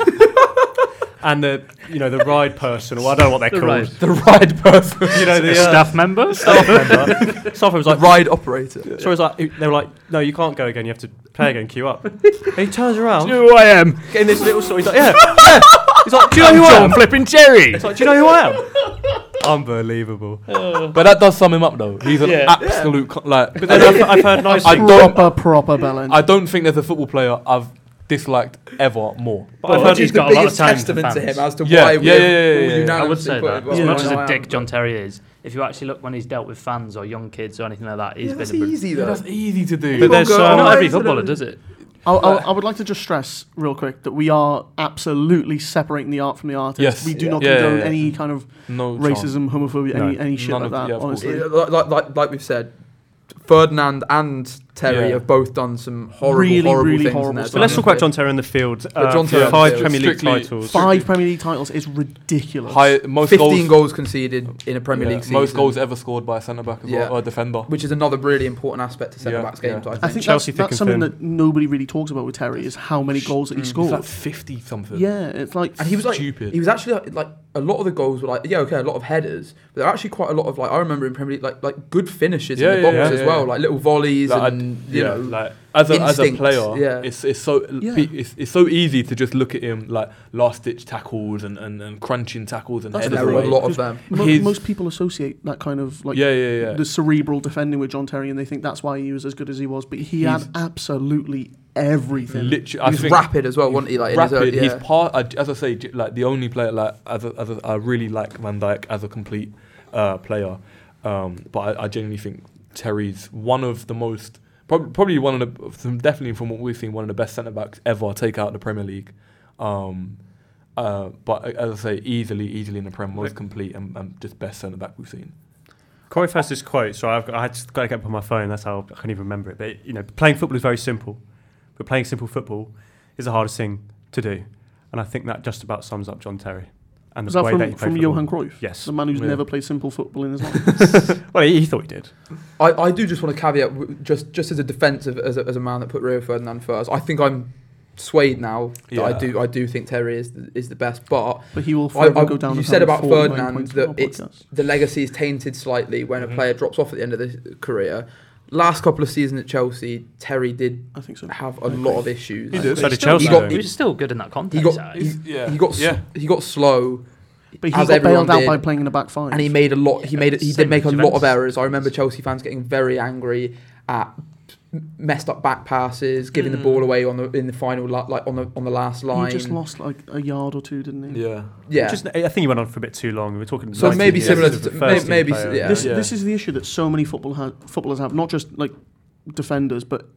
Speaker 3: And the you know the ride person, or I don't know what they're
Speaker 7: The
Speaker 3: called.
Speaker 7: ride-
Speaker 4: the right person.
Speaker 3: You know the
Speaker 7: A
Speaker 3: uh,
Speaker 7: staff member?
Speaker 3: staff member. staff member was like,
Speaker 6: Ride operator.
Speaker 3: so it was like they were like, no, you can't go again. You have to play again, queue up. And he turns around,
Speaker 2: Who I am?
Speaker 3: getting this little story. He's like, yeah, yeah. He's like, do you know who I am?
Speaker 2: John flipping Jerry.
Speaker 3: He's like, do you know who I am? Unbelievable.
Speaker 4: But that does sum him up though. He's an
Speaker 2: Yeah.
Speaker 4: absolute co- like.
Speaker 3: But then I've, I've heard nice.
Speaker 4: I
Speaker 3: things.
Speaker 4: don't-
Speaker 5: Proper, proper bell end.
Speaker 4: I don't think there's a football player I've disliked ever more.
Speaker 3: But I've
Speaker 7: Well, he's
Speaker 3: heard he's
Speaker 6: It's the
Speaker 7: got a lot of
Speaker 6: biggest
Speaker 7: time for
Speaker 6: testament to
Speaker 7: fans.
Speaker 6: him as to
Speaker 4: Yeah,
Speaker 6: why
Speaker 4: yeah,
Speaker 6: we
Speaker 4: yeah, yeah, yeah, yeah. I would
Speaker 7: I would say
Speaker 6: put
Speaker 7: that.
Speaker 6: it, well,
Speaker 7: As much as
Speaker 6: I
Speaker 7: a
Speaker 6: am,
Speaker 7: dick
Speaker 6: but
Speaker 7: John Terry is, if you actually look when he's dealt with fans or young kids or anything like that, he's
Speaker 6: Yeah, that's
Speaker 7: been a br-
Speaker 6: easy
Speaker 4: Yeah,
Speaker 6: though.
Speaker 4: that's easy to do.
Speaker 3: But there's
Speaker 6: Go
Speaker 3: um,
Speaker 6: on.
Speaker 7: not every
Speaker 6: Isn't it?
Speaker 7: footballer does it.
Speaker 5: I, I, I would like to just stress real quick that we are absolutely separating the art from the artist.
Speaker 4: Yes.
Speaker 5: We do
Speaker 4: Yeah.
Speaker 5: not
Speaker 4: Yeah, yeah,
Speaker 5: condone
Speaker 4: yeah.
Speaker 5: any kind of
Speaker 4: No chance.
Speaker 5: racism, homophobia, any,
Speaker 3: No.
Speaker 5: any shit
Speaker 4: None
Speaker 5: like
Speaker 4: of-
Speaker 5: that.
Speaker 4: yeah, of course.
Speaker 5: honestly,
Speaker 4: Yeah.
Speaker 6: like, like, like, like we've said, Ferdinand and Terry
Speaker 4: Yeah.
Speaker 6: have both done some horrible,
Speaker 5: Really,
Speaker 6: horrible
Speaker 5: really
Speaker 6: things.
Speaker 5: horrible
Speaker 6: in their
Speaker 5: stuff.
Speaker 3: But let's
Speaker 6: time.
Speaker 3: talk about John Terry in the field. Uh,
Speaker 6: John
Speaker 3: for
Speaker 6: Terry
Speaker 3: five
Speaker 6: is
Speaker 3: Premier League
Speaker 4: strictly-
Speaker 3: titles.
Speaker 5: five Premier League titles is ridiculous.
Speaker 4: High, most
Speaker 6: 15
Speaker 4: goals,
Speaker 6: goals, conceded in a Premier
Speaker 4: yeah,
Speaker 6: League season.
Speaker 4: Most goals ever scored by a centre back as
Speaker 6: Yeah.
Speaker 4: well, or a defender.
Speaker 6: which is another really important aspect to centre backs
Speaker 4: Yeah,
Speaker 6: games.
Speaker 4: yeah.
Speaker 6: I
Speaker 5: I
Speaker 6: think.
Speaker 5: think
Speaker 3: Chelsea thick
Speaker 5: that's, that's
Speaker 3: and
Speaker 5: something
Speaker 3: thin.
Speaker 5: that nobody really talks about with Terry is how many goals that he
Speaker 4: It's like
Speaker 5: scored.
Speaker 4: fifty something.
Speaker 5: Yeah, it's like
Speaker 6: and he was like,
Speaker 4: Stupid.
Speaker 6: he was actually like, like a lot of the goals were like, yeah, okay, a lot of headers, but there are actually quite a lot of like I remember in Premier League like like good finishes in
Speaker 4: Yeah,
Speaker 6: the
Speaker 4: yeah,
Speaker 6: box
Speaker 4: yeah,
Speaker 6: as
Speaker 4: yeah.
Speaker 6: well, like little volleys
Speaker 4: Like, I'd-
Speaker 6: and you
Speaker 4: yeah,
Speaker 6: know,
Speaker 4: like as a, as a
Speaker 6: instincts,
Speaker 4: player,
Speaker 6: yeah.
Speaker 4: it's it's so
Speaker 5: Yeah.
Speaker 4: pe- it's, it's so easy to just look at him like last ditch tackles and, and, and crunching tackles and
Speaker 5: That's
Speaker 6: and
Speaker 4: headers
Speaker 6: there were a
Speaker 4: away.
Speaker 5: right.
Speaker 6: lot of them.
Speaker 5: Mo-
Speaker 4: his-
Speaker 5: most people associate that kind of like
Speaker 4: yeah, yeah, yeah.
Speaker 5: the cerebral defending with John Terry, and they think that's why he was as good as he was. But he had
Speaker 4: He's-
Speaker 5: absolutely everything.
Speaker 4: Literally, I
Speaker 6: He was
Speaker 4: think
Speaker 6: rapid as well, wasn't he? Like
Speaker 4: rapid.
Speaker 6: in his
Speaker 4: He's
Speaker 6: own, yeah.
Speaker 4: part, I- as I say, j- like the only player like as a, as a, I really like Van Dijk as a complete uh, player, um, but I, I genuinely think Terry's one of the most prob- probably one of the from- definitely from what we've seen one of the best centre backs ever take out the Premier League. Um, uh, but a- as I say, easily, easily in the Prem was
Speaker 3: Like- complete
Speaker 4: complete and, just best centre back we've seen.
Speaker 3: Corey first this quote, so I've got, I just got to get up on my phone. That's how I can even remember it. But you know, playing football is very simple, but playing simple football is the hardest thing to do, and I think that just about sums up John Terry and the
Speaker 5: Was that
Speaker 3: way that
Speaker 5: from,
Speaker 3: he played
Speaker 5: from
Speaker 3: football.
Speaker 5: Johan Cruyff? Um,
Speaker 3: Yes.
Speaker 5: The man who's
Speaker 4: Yeah.
Speaker 5: never played simple football in his life.
Speaker 3: Well, he, he thought he did.
Speaker 6: I, I do just want to caveat w- just just as a defence of as a, as a man that put Rio Ferdinand first. I think I'm swayed now. That I
Speaker 4: Yeah.
Speaker 6: do I do think Terry is the, is the best, but
Speaker 5: But he will
Speaker 6: I-
Speaker 5: forever
Speaker 6: I-
Speaker 5: go down.
Speaker 6: you
Speaker 5: as
Speaker 6: said
Speaker 5: having
Speaker 6: about
Speaker 5: 49
Speaker 6: Ferdinand
Speaker 5: points in
Speaker 6: that
Speaker 5: our
Speaker 6: it's-
Speaker 5: podcast.
Speaker 6: the legacy is tainted slightly when a
Speaker 3: Mm-hmm.
Speaker 4: Mhm.
Speaker 6: player drops off at the end of the career. Last couple of seasons at Chelsea, Terry did
Speaker 5: I think so.
Speaker 6: have a lot of issues.
Speaker 4: He did.
Speaker 3: So did
Speaker 7: Still-
Speaker 3: Chelsea.
Speaker 6: he got-
Speaker 3: though.
Speaker 7: He was still good in that
Speaker 6: He
Speaker 7: context.
Speaker 6: got
Speaker 7: I-
Speaker 6: he,
Speaker 4: Yeah,
Speaker 6: he got s-
Speaker 4: yeah.
Speaker 6: he got slow,
Speaker 5: But he
Speaker 6: as
Speaker 5: got
Speaker 6: everyone
Speaker 5: bailed out
Speaker 6: did.
Speaker 5: by playing in a back five.
Speaker 6: and he made a lot. He
Speaker 7: Yeah,
Speaker 6: made it, he
Speaker 7: same
Speaker 6: did make a
Speaker 7: with
Speaker 6: lot of
Speaker 7: Juventus.
Speaker 6: errors. I remember Chelsea fans getting very angry at m- messed up back passes, giving the
Speaker 4: Mm.
Speaker 6: ball away on the in the final la- like on the on the last line.
Speaker 5: He just lost like a yard or two, didn't he?
Speaker 4: yeah.
Speaker 6: Yeah.
Speaker 3: Just, I think he went on for a bit too long. We We're talking.
Speaker 6: So
Speaker 3: 19
Speaker 6: maybe
Speaker 3: years
Speaker 6: similar
Speaker 3: as
Speaker 6: to-
Speaker 3: a first-team
Speaker 6: maybe-
Speaker 3: player.
Speaker 6: yeah.
Speaker 5: This
Speaker 4: Yeah.
Speaker 5: this is the issue that so many football ha- footballers have, not just like defenders, but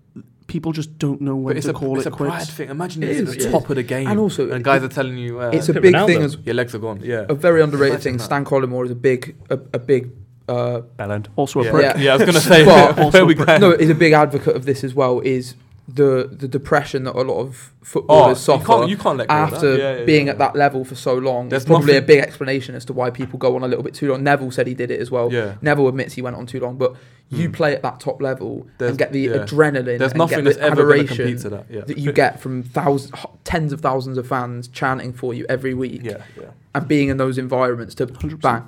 Speaker 5: people just don't know when
Speaker 4: But it's
Speaker 5: to
Speaker 4: a,
Speaker 5: call
Speaker 4: it's
Speaker 5: it
Speaker 4: a pride
Speaker 5: quits.
Speaker 4: thing. Imagine
Speaker 6: It
Speaker 4: it's
Speaker 6: is,
Speaker 4: the
Speaker 6: it
Speaker 4: top
Speaker 6: is.
Speaker 4: of the game,
Speaker 6: And also,
Speaker 4: and guys are telling you uh,
Speaker 6: it's a
Speaker 7: Look at
Speaker 6: big
Speaker 7: Ronaldo.
Speaker 6: thing as
Speaker 4: your legs are gone. Yeah,
Speaker 6: a very underrated
Speaker 4: Imagine
Speaker 6: thing.
Speaker 4: that.
Speaker 6: Stan Collymore is a big a, a big uh,
Speaker 3: Bell end.
Speaker 5: Also a
Speaker 4: yeah.
Speaker 5: prick.
Speaker 6: Yeah.
Speaker 4: I was gonna say.
Speaker 6: But-
Speaker 4: where we going?
Speaker 6: no, is a big advocate of this as well. Is the the depression that a lot of
Speaker 4: oh,
Speaker 6: footballers
Speaker 4: you
Speaker 6: suffer
Speaker 4: can't, you can't let go of that.
Speaker 6: after
Speaker 4: Yeah, yeah,
Speaker 6: being
Speaker 4: yeah.
Speaker 6: at that level for so long? There's
Speaker 4: There's
Speaker 6: probably a
Speaker 4: nothing-
Speaker 6: big explanation as to why people go on a little bit too long. Neville said he did it as well.
Speaker 4: Yeah.
Speaker 6: Neville admits he went on too long, but you
Speaker 4: Hmm.
Speaker 6: play at that top level
Speaker 4: There's-
Speaker 6: and get the
Speaker 4: yeah.
Speaker 6: adrenaline.
Speaker 4: There's
Speaker 6: and
Speaker 4: nothing
Speaker 6: get the
Speaker 4: that's ever going to
Speaker 6: adoration
Speaker 4: compete to that. Yeah.
Speaker 6: that you get from thousands, tens of thousands of fans chanting for you every week,
Speaker 4: Yeah, yeah.
Speaker 6: and being in those environments to
Speaker 5: 100%.
Speaker 6: back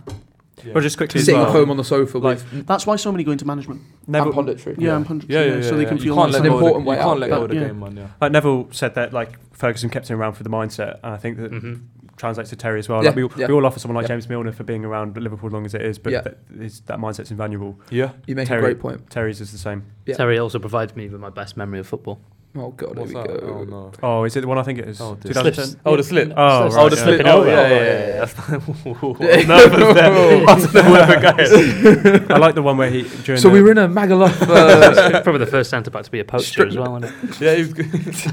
Speaker 4: yeah.
Speaker 3: But just quickly, as
Speaker 6: sitting
Speaker 3: well,
Speaker 6: at home on the sofa
Speaker 4: Like,
Speaker 6: with
Speaker 5: That's why so many go into management.
Speaker 6: and
Speaker 3: Neville,
Speaker 6: punditry.
Speaker 5: Yeah,
Speaker 4: Yeah.
Speaker 5: I'm hundred.
Speaker 4: yeah, yeah, yeah,
Speaker 5: so they
Speaker 4: yeah.
Speaker 5: can
Speaker 4: you
Speaker 5: feel
Speaker 4: can't
Speaker 5: like
Speaker 4: let
Speaker 6: an
Speaker 4: go of the-
Speaker 6: important way
Speaker 4: You can't
Speaker 6: out,
Speaker 4: let go of the
Speaker 5: yeah.
Speaker 4: game, man. Yeah.
Speaker 3: Like Neville said that like Ferguson kept him around for the mindset, and I think that
Speaker 7: Mhm.
Speaker 3: translates to Terry as well.
Speaker 6: Mm-hmm. Yeah,
Speaker 3: Like we,
Speaker 6: yeah.
Speaker 3: we all offer someone like
Speaker 6: Yeah.
Speaker 3: James Milner for being around Liverpool as long as it is, but
Speaker 6: Yeah.
Speaker 3: that, is, that mindset's invaluable.
Speaker 4: Yeah.
Speaker 6: You make
Speaker 3: Terry.
Speaker 6: a great point.
Speaker 3: Terry's is the same.
Speaker 6: Yeah.
Speaker 7: Terry also provides me with my best memory of football.
Speaker 6: Oh god,
Speaker 4: What's
Speaker 6: here
Speaker 4: that?
Speaker 6: we go.
Speaker 4: Oh no.
Speaker 3: Oh, is it the one I think it is?
Speaker 4: Oh, dear.
Speaker 3: 2010?
Speaker 7: Slips.
Speaker 4: Oh, the slip.
Speaker 3: Oh,
Speaker 7: Slips.
Speaker 3: right,
Speaker 4: Oh, the
Speaker 3: yeah.
Speaker 4: slip.
Speaker 7: Slipping
Speaker 4: Oh,
Speaker 7: over.
Speaker 4: yeah, yeah, yeah. yeah. That's I don't know where we're going.
Speaker 3: I like the one where he during
Speaker 6: So
Speaker 3: the,
Speaker 6: we were in a Magaluf. Uh,
Speaker 7: Probably the first centre back to be a poacher as well. Isn't it?
Speaker 4: Yeah, he's good.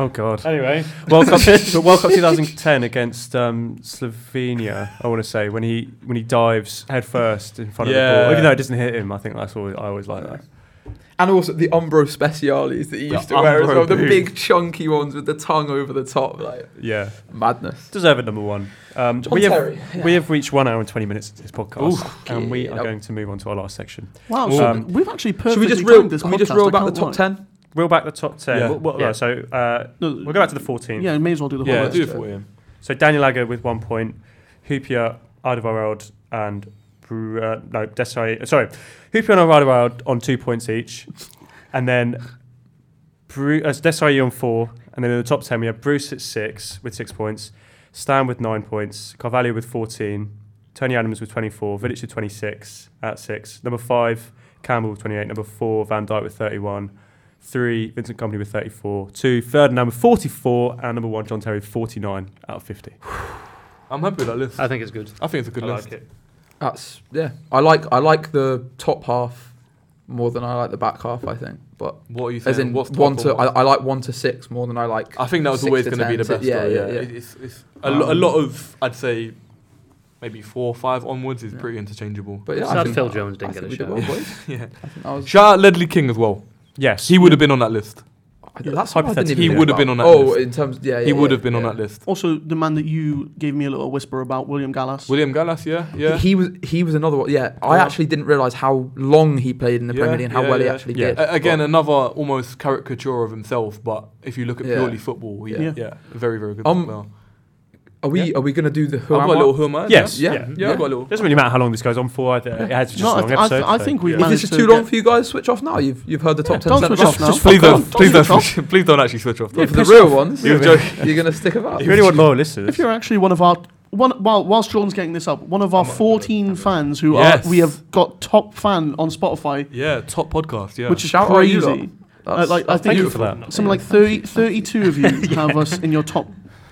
Speaker 3: Oh god.
Speaker 7: Anyway,
Speaker 3: World Cup but World Cup 2010 against um, Slovenia, I want to say when he when he dives headfirst in front of the
Speaker 4: Yeah.
Speaker 3: ball. Even though it doesn't hit him, I think that's always I always like that.
Speaker 6: and also the Umbro speciales that he
Speaker 4: The
Speaker 6: used to wear as
Speaker 4: Umbro
Speaker 6: well. The
Speaker 4: boots.
Speaker 6: big chunky ones with the tongue over the top, like
Speaker 3: Yeah.
Speaker 6: madness.
Speaker 3: Deserved number one. Um,
Speaker 6: John
Speaker 3: we have
Speaker 6: Terry,
Speaker 3: we
Speaker 6: yeah.
Speaker 3: have reached one hour and twenty minutes of this podcast, and we are
Speaker 6: Okey-doke.
Speaker 3: going to move on to our last section.
Speaker 5: Wow, so
Speaker 3: Um,
Speaker 5: we've actually
Speaker 6: Should
Speaker 5: perfectly
Speaker 6: we just reel?
Speaker 5: timed this
Speaker 6: Can we just
Speaker 5: podcast,
Speaker 6: reel
Speaker 5: I
Speaker 6: back the
Speaker 5: can't
Speaker 6: top
Speaker 5: lie.
Speaker 6: ten?
Speaker 3: Reel back the top ten.
Speaker 4: Yeah.
Speaker 3: What- what-
Speaker 7: Yeah.
Speaker 3: So uh,
Speaker 5: No,
Speaker 3: we'll go back to the fourteen.
Speaker 5: Yeah, may as well do the whole
Speaker 4: Yeah,
Speaker 5: list.
Speaker 4: do it for him.
Speaker 3: So Daniel Agger with one point, Hoopier, Alderweireld, and Bru- uh, no Desai. uh, Sorry, Hoopier and Alderweireld on two points each, and then Bru- uh, Desai on four, and then in the top ten we have Bruce at six with six points, Stan with nine points, Carvalho with fourteen, Tony Adams with twenty four, Vidic with twenty six at six, number five Campbell with twenty eight, number four Van Dyke with thirty one. Three, Vincent Company with 34. Two, Ferdinand with 44. And number one, John Terry with 49 out of 50.
Speaker 4: I'm happy with that list.
Speaker 7: I think it's good.
Speaker 4: I think it's a good
Speaker 7: I
Speaker 4: list.
Speaker 7: like it.
Speaker 6: That's yeah. I like I like the top half more than I like the back half. I think but
Speaker 4: What are you
Speaker 6: as
Speaker 4: thinking?
Speaker 6: in
Speaker 4: What's top
Speaker 6: one
Speaker 4: and
Speaker 6: to
Speaker 4: what's-
Speaker 6: I, I like one to six more than I like.
Speaker 4: I think that was
Speaker 6: six
Speaker 4: always
Speaker 6: to
Speaker 4: going to
Speaker 6: 10
Speaker 4: be the
Speaker 6: to-
Speaker 4: best.
Speaker 6: yeah,
Speaker 4: though,
Speaker 6: yeah, yeah.
Speaker 4: It- It's, it's a, lo- a lot
Speaker 6: Um,
Speaker 4: of I'd say maybe four or five onwards is
Speaker 6: Yeah.
Speaker 4: pretty interchangeable.
Speaker 6: But yeah, I
Speaker 7: Sad
Speaker 6: think-
Speaker 7: Phil Jones
Speaker 6: I
Speaker 7: didn't get
Speaker 6: think
Speaker 7: a
Speaker 6: we did
Speaker 7: shout.
Speaker 6: well, boys.
Speaker 4: yeah,
Speaker 6: I think that was-
Speaker 4: shout out Ledley King as well.
Speaker 3: Yes.
Speaker 4: He would have been on that list.
Speaker 6: I- That's what I didn't even
Speaker 3: Hypothetically,
Speaker 6: think
Speaker 4: he would have
Speaker 6: about.
Speaker 4: been on that
Speaker 6: Oh,
Speaker 4: list.
Speaker 6: in terms, yeah, yeah
Speaker 4: he would have
Speaker 6: yeah,
Speaker 4: been on
Speaker 6: yeah.
Speaker 4: that list.
Speaker 5: Also, the man that you gave me a little whisper about, William Gallas.
Speaker 4: William Gallas, yeah, yeah.
Speaker 6: He, he was he was another one. Yeah, I
Speaker 4: Yeah.
Speaker 6: actually didn't realize how long he played in the Premier
Speaker 4: Yeah,
Speaker 6: League and how
Speaker 4: yeah,
Speaker 6: well he
Speaker 4: yeah.
Speaker 6: actually
Speaker 3: Yeah.
Speaker 6: did.
Speaker 4: A- again,
Speaker 6: But,
Speaker 4: another almost caricature of himself, but if you look at
Speaker 6: Yeah.
Speaker 4: purely football, he,
Speaker 5: Yeah.
Speaker 4: yeah. very, very good.
Speaker 6: Um,
Speaker 4: well.
Speaker 6: are we are we gonna do the who
Speaker 4: I've
Speaker 6: am
Speaker 4: got a
Speaker 6: I?
Speaker 4: little who am I?
Speaker 3: Yes.
Speaker 6: Yeah,
Speaker 3: Yeah.
Speaker 6: yeah.
Speaker 4: yeah, I've got a little.
Speaker 3: Doesn't really matter how long this goes on for. I th- It has just
Speaker 5: No,
Speaker 3: a
Speaker 5: I
Speaker 3: long
Speaker 5: th- I
Speaker 3: episode.
Speaker 5: th- I
Speaker 3: so-
Speaker 5: think we've
Speaker 3: yeah.
Speaker 6: If
Speaker 5: managed-
Speaker 6: this is
Speaker 5: to
Speaker 6: too
Speaker 5: get-
Speaker 6: long for you guys, switch off now. You've you've heard the top
Speaker 5: Yeah,
Speaker 6: ten.
Speaker 5: don't
Speaker 6: centre
Speaker 5: switch off
Speaker 6: backs.
Speaker 5: now.
Speaker 4: Just please don't,
Speaker 5: Don't
Speaker 4: please
Speaker 5: switch
Speaker 4: don't, please don't actually switch off.
Speaker 6: Yeah, for the
Speaker 4: though.
Speaker 6: real ones,
Speaker 4: You were
Speaker 6: you're,
Speaker 4: joking.
Speaker 6: gonna stick about.
Speaker 3: If you really want loyal listeners,
Speaker 5: If you're actually one of our one, while whilst Jordan's getting this up, one of our 14 fans who
Speaker 4: Yes.
Speaker 5: are we have got top fan on Spotify,
Speaker 4: Yeah, top podcast. Yeah,
Speaker 5: which is
Speaker 6: Shout out you lot.
Speaker 5: crazy. Uh, like, I
Speaker 3: thank
Speaker 5: think
Speaker 3: you for that.
Speaker 5: something like 30, 32 of you have us in your top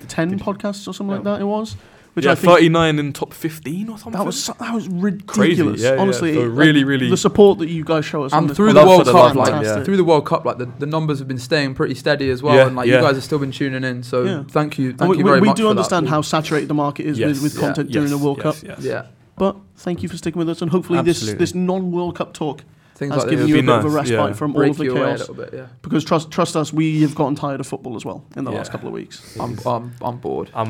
Speaker 5: 10 podcasts or something like that. It was, which
Speaker 4: yeah,
Speaker 5: I think
Speaker 4: 39 in top 15 or something.
Speaker 5: that was so- that was ridiculous.
Speaker 4: yeah, yeah.
Speaker 5: honestly,
Speaker 4: So
Speaker 5: like,
Speaker 4: really, really-
Speaker 5: the support that you guys show us on
Speaker 6: and
Speaker 5: this
Speaker 6: through the
Speaker 5: podcast
Speaker 6: World
Speaker 5: is
Speaker 6: Cup, like
Speaker 5: fantastic.
Speaker 6: through the World Cup, like the, the numbers have been staying pretty steady as well,
Speaker 4: Yeah,
Speaker 6: and like
Speaker 4: yeah.
Speaker 6: you guys have still been tuning in. So
Speaker 5: Yeah.
Speaker 6: thank you,
Speaker 5: And
Speaker 6: thank
Speaker 5: we,
Speaker 6: you
Speaker 5: we-
Speaker 6: very
Speaker 5: we
Speaker 6: much.
Speaker 5: do
Speaker 6: for
Speaker 5: understand
Speaker 6: that.
Speaker 5: how saturated the market is
Speaker 4: Yes,
Speaker 5: with, with
Speaker 4: yeah,
Speaker 5: content during the World Cup.
Speaker 4: Yes,
Speaker 6: Yeah,
Speaker 5: But thank you for sticking with us, and hopefully
Speaker 3: Absolutely.
Speaker 5: this this non-World Cup talk
Speaker 6: things
Speaker 5: has
Speaker 6: like
Speaker 5: given
Speaker 6: this
Speaker 5: you a
Speaker 4: It'd
Speaker 5: bit
Speaker 4: be
Speaker 5: of a
Speaker 4: nice,
Speaker 5: respite
Speaker 4: yeah.
Speaker 5: from all
Speaker 6: break
Speaker 5: of the
Speaker 6: you away a
Speaker 5: chaos.
Speaker 6: little bit. Yeah,
Speaker 5: Because trust trust us, we have gotten tired of football as well in the
Speaker 4: Yeah.
Speaker 5: last couple of weeks.
Speaker 6: I'm, I'm, I'm bored,
Speaker 4: Um,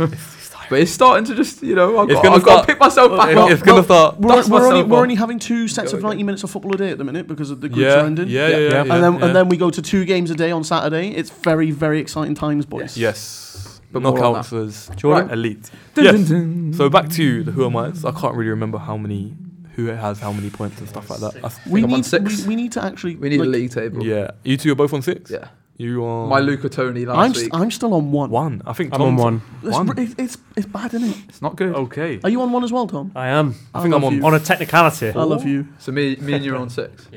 Speaker 6: but it's starting to just you know I've
Speaker 4: It's
Speaker 6: got,
Speaker 4: gonna
Speaker 6: I've got
Speaker 4: start-
Speaker 6: to pick myself back
Speaker 4: it-
Speaker 6: up.
Speaker 4: it's gonna start.
Speaker 5: We're,
Speaker 6: That's
Speaker 5: we're, only,
Speaker 6: myself
Speaker 5: we're
Speaker 6: on.
Speaker 5: only having two sets
Speaker 6: Go
Speaker 5: of
Speaker 6: again.
Speaker 5: 90 minutes of football a day at the minute because of the groups
Speaker 4: Yeah,
Speaker 5: are ending.
Speaker 4: yeah, yeah,
Speaker 6: Yeah.
Speaker 4: yeah.
Speaker 5: and then
Speaker 4: yeah.
Speaker 5: and then we go to two games a day on Saturday. It's very very exciting times, boys.
Speaker 4: yes,
Speaker 6: But more on
Speaker 4: knockouts
Speaker 6: that.
Speaker 4: was
Speaker 6: Jordan?
Speaker 4: elite.
Speaker 6: Dun,
Speaker 4: Yes.
Speaker 6: dun, dun.
Speaker 4: So back to the who am I? I can't really remember how many, who has how many points and stuff like that. I th-
Speaker 5: We
Speaker 6: think I'm on
Speaker 5: need
Speaker 6: six.
Speaker 5: We, we need to actually
Speaker 6: we need
Speaker 5: like,
Speaker 6: a league table.
Speaker 4: yeah, you two are both on six.
Speaker 6: yeah.
Speaker 4: You are
Speaker 6: My Luca Tony last
Speaker 5: I'm
Speaker 6: week.
Speaker 5: st- I'm still on one.
Speaker 4: one. I think
Speaker 3: I'm on
Speaker 4: Tom's-
Speaker 3: one.
Speaker 5: It's,
Speaker 4: One.
Speaker 5: it's it's it's bad, isn't it?
Speaker 6: it's not good.
Speaker 3: Okay.
Speaker 5: Are you on one as well, Tom?
Speaker 3: I am
Speaker 4: I think
Speaker 5: I
Speaker 4: I'm
Speaker 5: love
Speaker 4: on.
Speaker 5: you.
Speaker 3: on a technicality.
Speaker 5: I love you.
Speaker 6: So me, me and you're on six.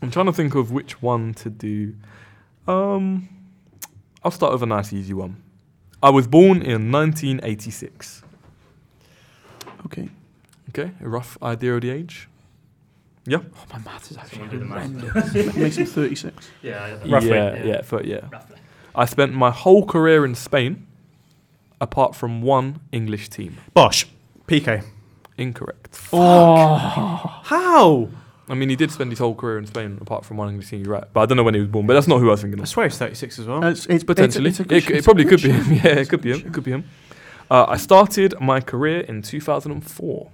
Speaker 4: I'm trying to think of which one to do. Um, I'll start with a nice easy one. I was born in 1986.
Speaker 5: Okay.
Speaker 4: Okay, a rough idea of the age.
Speaker 6: Oh, my maths is actually
Speaker 7: Someone do the maths.
Speaker 6: horrendous.
Speaker 5: That makes him 36.
Speaker 7: Yeah,
Speaker 3: Roughly,
Speaker 4: Yeah,
Speaker 7: yeah.
Speaker 4: yeah, for, yeah. I spent my whole career in Spain, apart from one English team.
Speaker 3: Bosh. PK.
Speaker 4: Incorrect.
Speaker 3: How?
Speaker 4: I mean, he did spend his whole career in Spain, apart from one English team. You're right, but I don't know when he was born. But that's not who I was thinking
Speaker 3: I
Speaker 4: of.
Speaker 3: swear he's 36 as well.
Speaker 5: Uh, it's, it's,
Speaker 4: Potentially,
Speaker 5: it's, it's a
Speaker 4: it,
Speaker 5: good
Speaker 4: c-
Speaker 5: shout.
Speaker 4: it probably
Speaker 5: It's
Speaker 4: could
Speaker 5: a
Speaker 4: be
Speaker 5: good
Speaker 4: him.
Speaker 5: shout. It's
Speaker 4: Yeah, it
Speaker 5: a
Speaker 4: could be
Speaker 5: good
Speaker 4: him. It could be him. Uh, I started my career in 2004.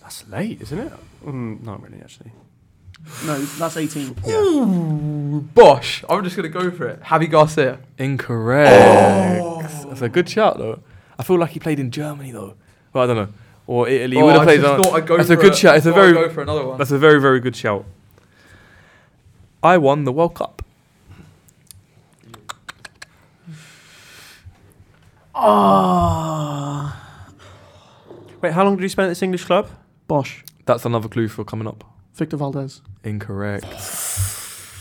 Speaker 3: That's late, isn't it? Mm, not really, actually.
Speaker 5: shout. No, that's 18.
Speaker 6: Bosh. I'm just gonna go for it. Javi Garcia.
Speaker 4: Incorrect.
Speaker 6: Oh.
Speaker 4: That's a good shout though. I feel like he played in Germany though. Well, I don't know, or Italy. he
Speaker 6: Oh,
Speaker 4: would have
Speaker 6: I
Speaker 4: played.
Speaker 6: just
Speaker 4: on-
Speaker 6: thought I'd go
Speaker 4: that's
Speaker 6: for
Speaker 4: a good shout. It's a
Speaker 6: thought I'd
Speaker 4: very
Speaker 6: go for another one.
Speaker 4: That's a very, very good shout. I won the World Cup.
Speaker 5: Ah,
Speaker 3: Wait, how long did you spend at this English club?
Speaker 5: Bosch.
Speaker 4: That's another clue for coming up.
Speaker 5: Victor Valdez.
Speaker 4: Incorrect.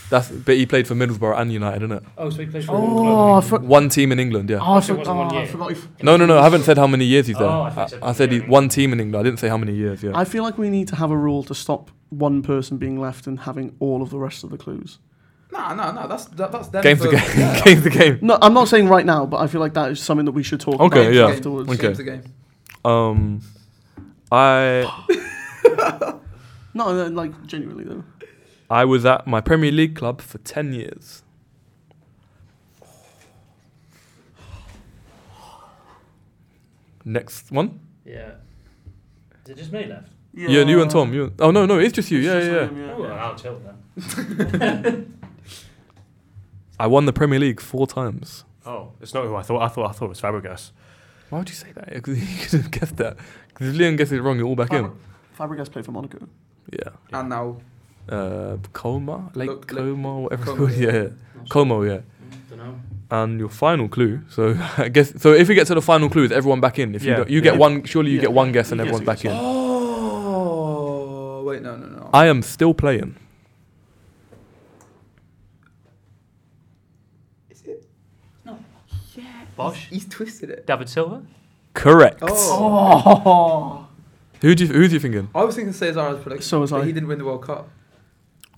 Speaker 4: That's but he played for Middlesbrough and United, isn't it?
Speaker 7: Oh, so he plays for
Speaker 5: Oh, I, for-
Speaker 4: One team in England, yeah.
Speaker 5: oh, I,
Speaker 7: It
Speaker 5: for-
Speaker 7: wasn't one
Speaker 5: oh, I
Speaker 7: year.
Speaker 5: forgot. if-
Speaker 4: No, no, no. I haven't said how many years he's there.
Speaker 7: Oh, I
Speaker 4: I,
Speaker 7: think so.
Speaker 4: I said he, one team in England. I didn't say how many years. Yeah.
Speaker 5: I feel like we need to have a rule to stop one person being left and having all of the rest of the clues.
Speaker 6: Nah, nah, nah. That's that, that's them.
Speaker 4: Game to
Speaker 6: for-
Speaker 4: game.
Speaker 6: yeah.
Speaker 4: Game to game.
Speaker 5: No, I'm not saying right now, but I feel like that is something that we should talk
Speaker 4: Okay,
Speaker 5: about
Speaker 4: yeah.
Speaker 5: afterwards.
Speaker 4: Okay.
Speaker 6: Game to game.
Speaker 4: Um, I
Speaker 5: No, no, like genuinely though.
Speaker 4: I was at my Premier League club for ten years. Next one.
Speaker 7: Yeah. Is it just me left?
Speaker 4: Yeah, you and Tom. You. Oh no, no, it's just you. yeah, yeah, yeah.
Speaker 7: Oh, well, I'll chill then.
Speaker 4: I won the Premier League four times.
Speaker 3: Oh, it's not who I thought. I thought I thought it was Fabregas.
Speaker 4: Why would you say that? Because you could have guessed that. Because if Leon gets it wrong, you're all back in.
Speaker 5: Fabregas played for Monaco.
Speaker 4: Yeah.
Speaker 6: And now
Speaker 4: Uh, Coma, Lake
Speaker 6: Look, Lake-
Speaker 4: Coma, whatever it's
Speaker 6: Como,
Speaker 4: called.
Speaker 6: yeah.
Speaker 4: Yeah, Como, yeah.
Speaker 7: Don't know.
Speaker 4: And your final clue. So I guess. So if we get to the final clue, is everyone back in? If you
Speaker 3: Yeah.
Speaker 4: don't, you
Speaker 3: Yeah.
Speaker 4: get one, surely you
Speaker 5: Yeah.
Speaker 4: get one guess and
Speaker 5: You guess
Speaker 4: everyone's back in.
Speaker 6: Oh wait, no, no, no.
Speaker 4: I am still playing.
Speaker 7: Bosh.
Speaker 6: He's twisted it.
Speaker 7: David Silva.
Speaker 4: Correct.
Speaker 6: Oh.
Speaker 5: Oh,
Speaker 4: Who do you, who do you thinking?
Speaker 6: I was thinking Cesar as prediction.
Speaker 5: So was
Speaker 6: but
Speaker 5: I.
Speaker 6: He didn't win the World Cup.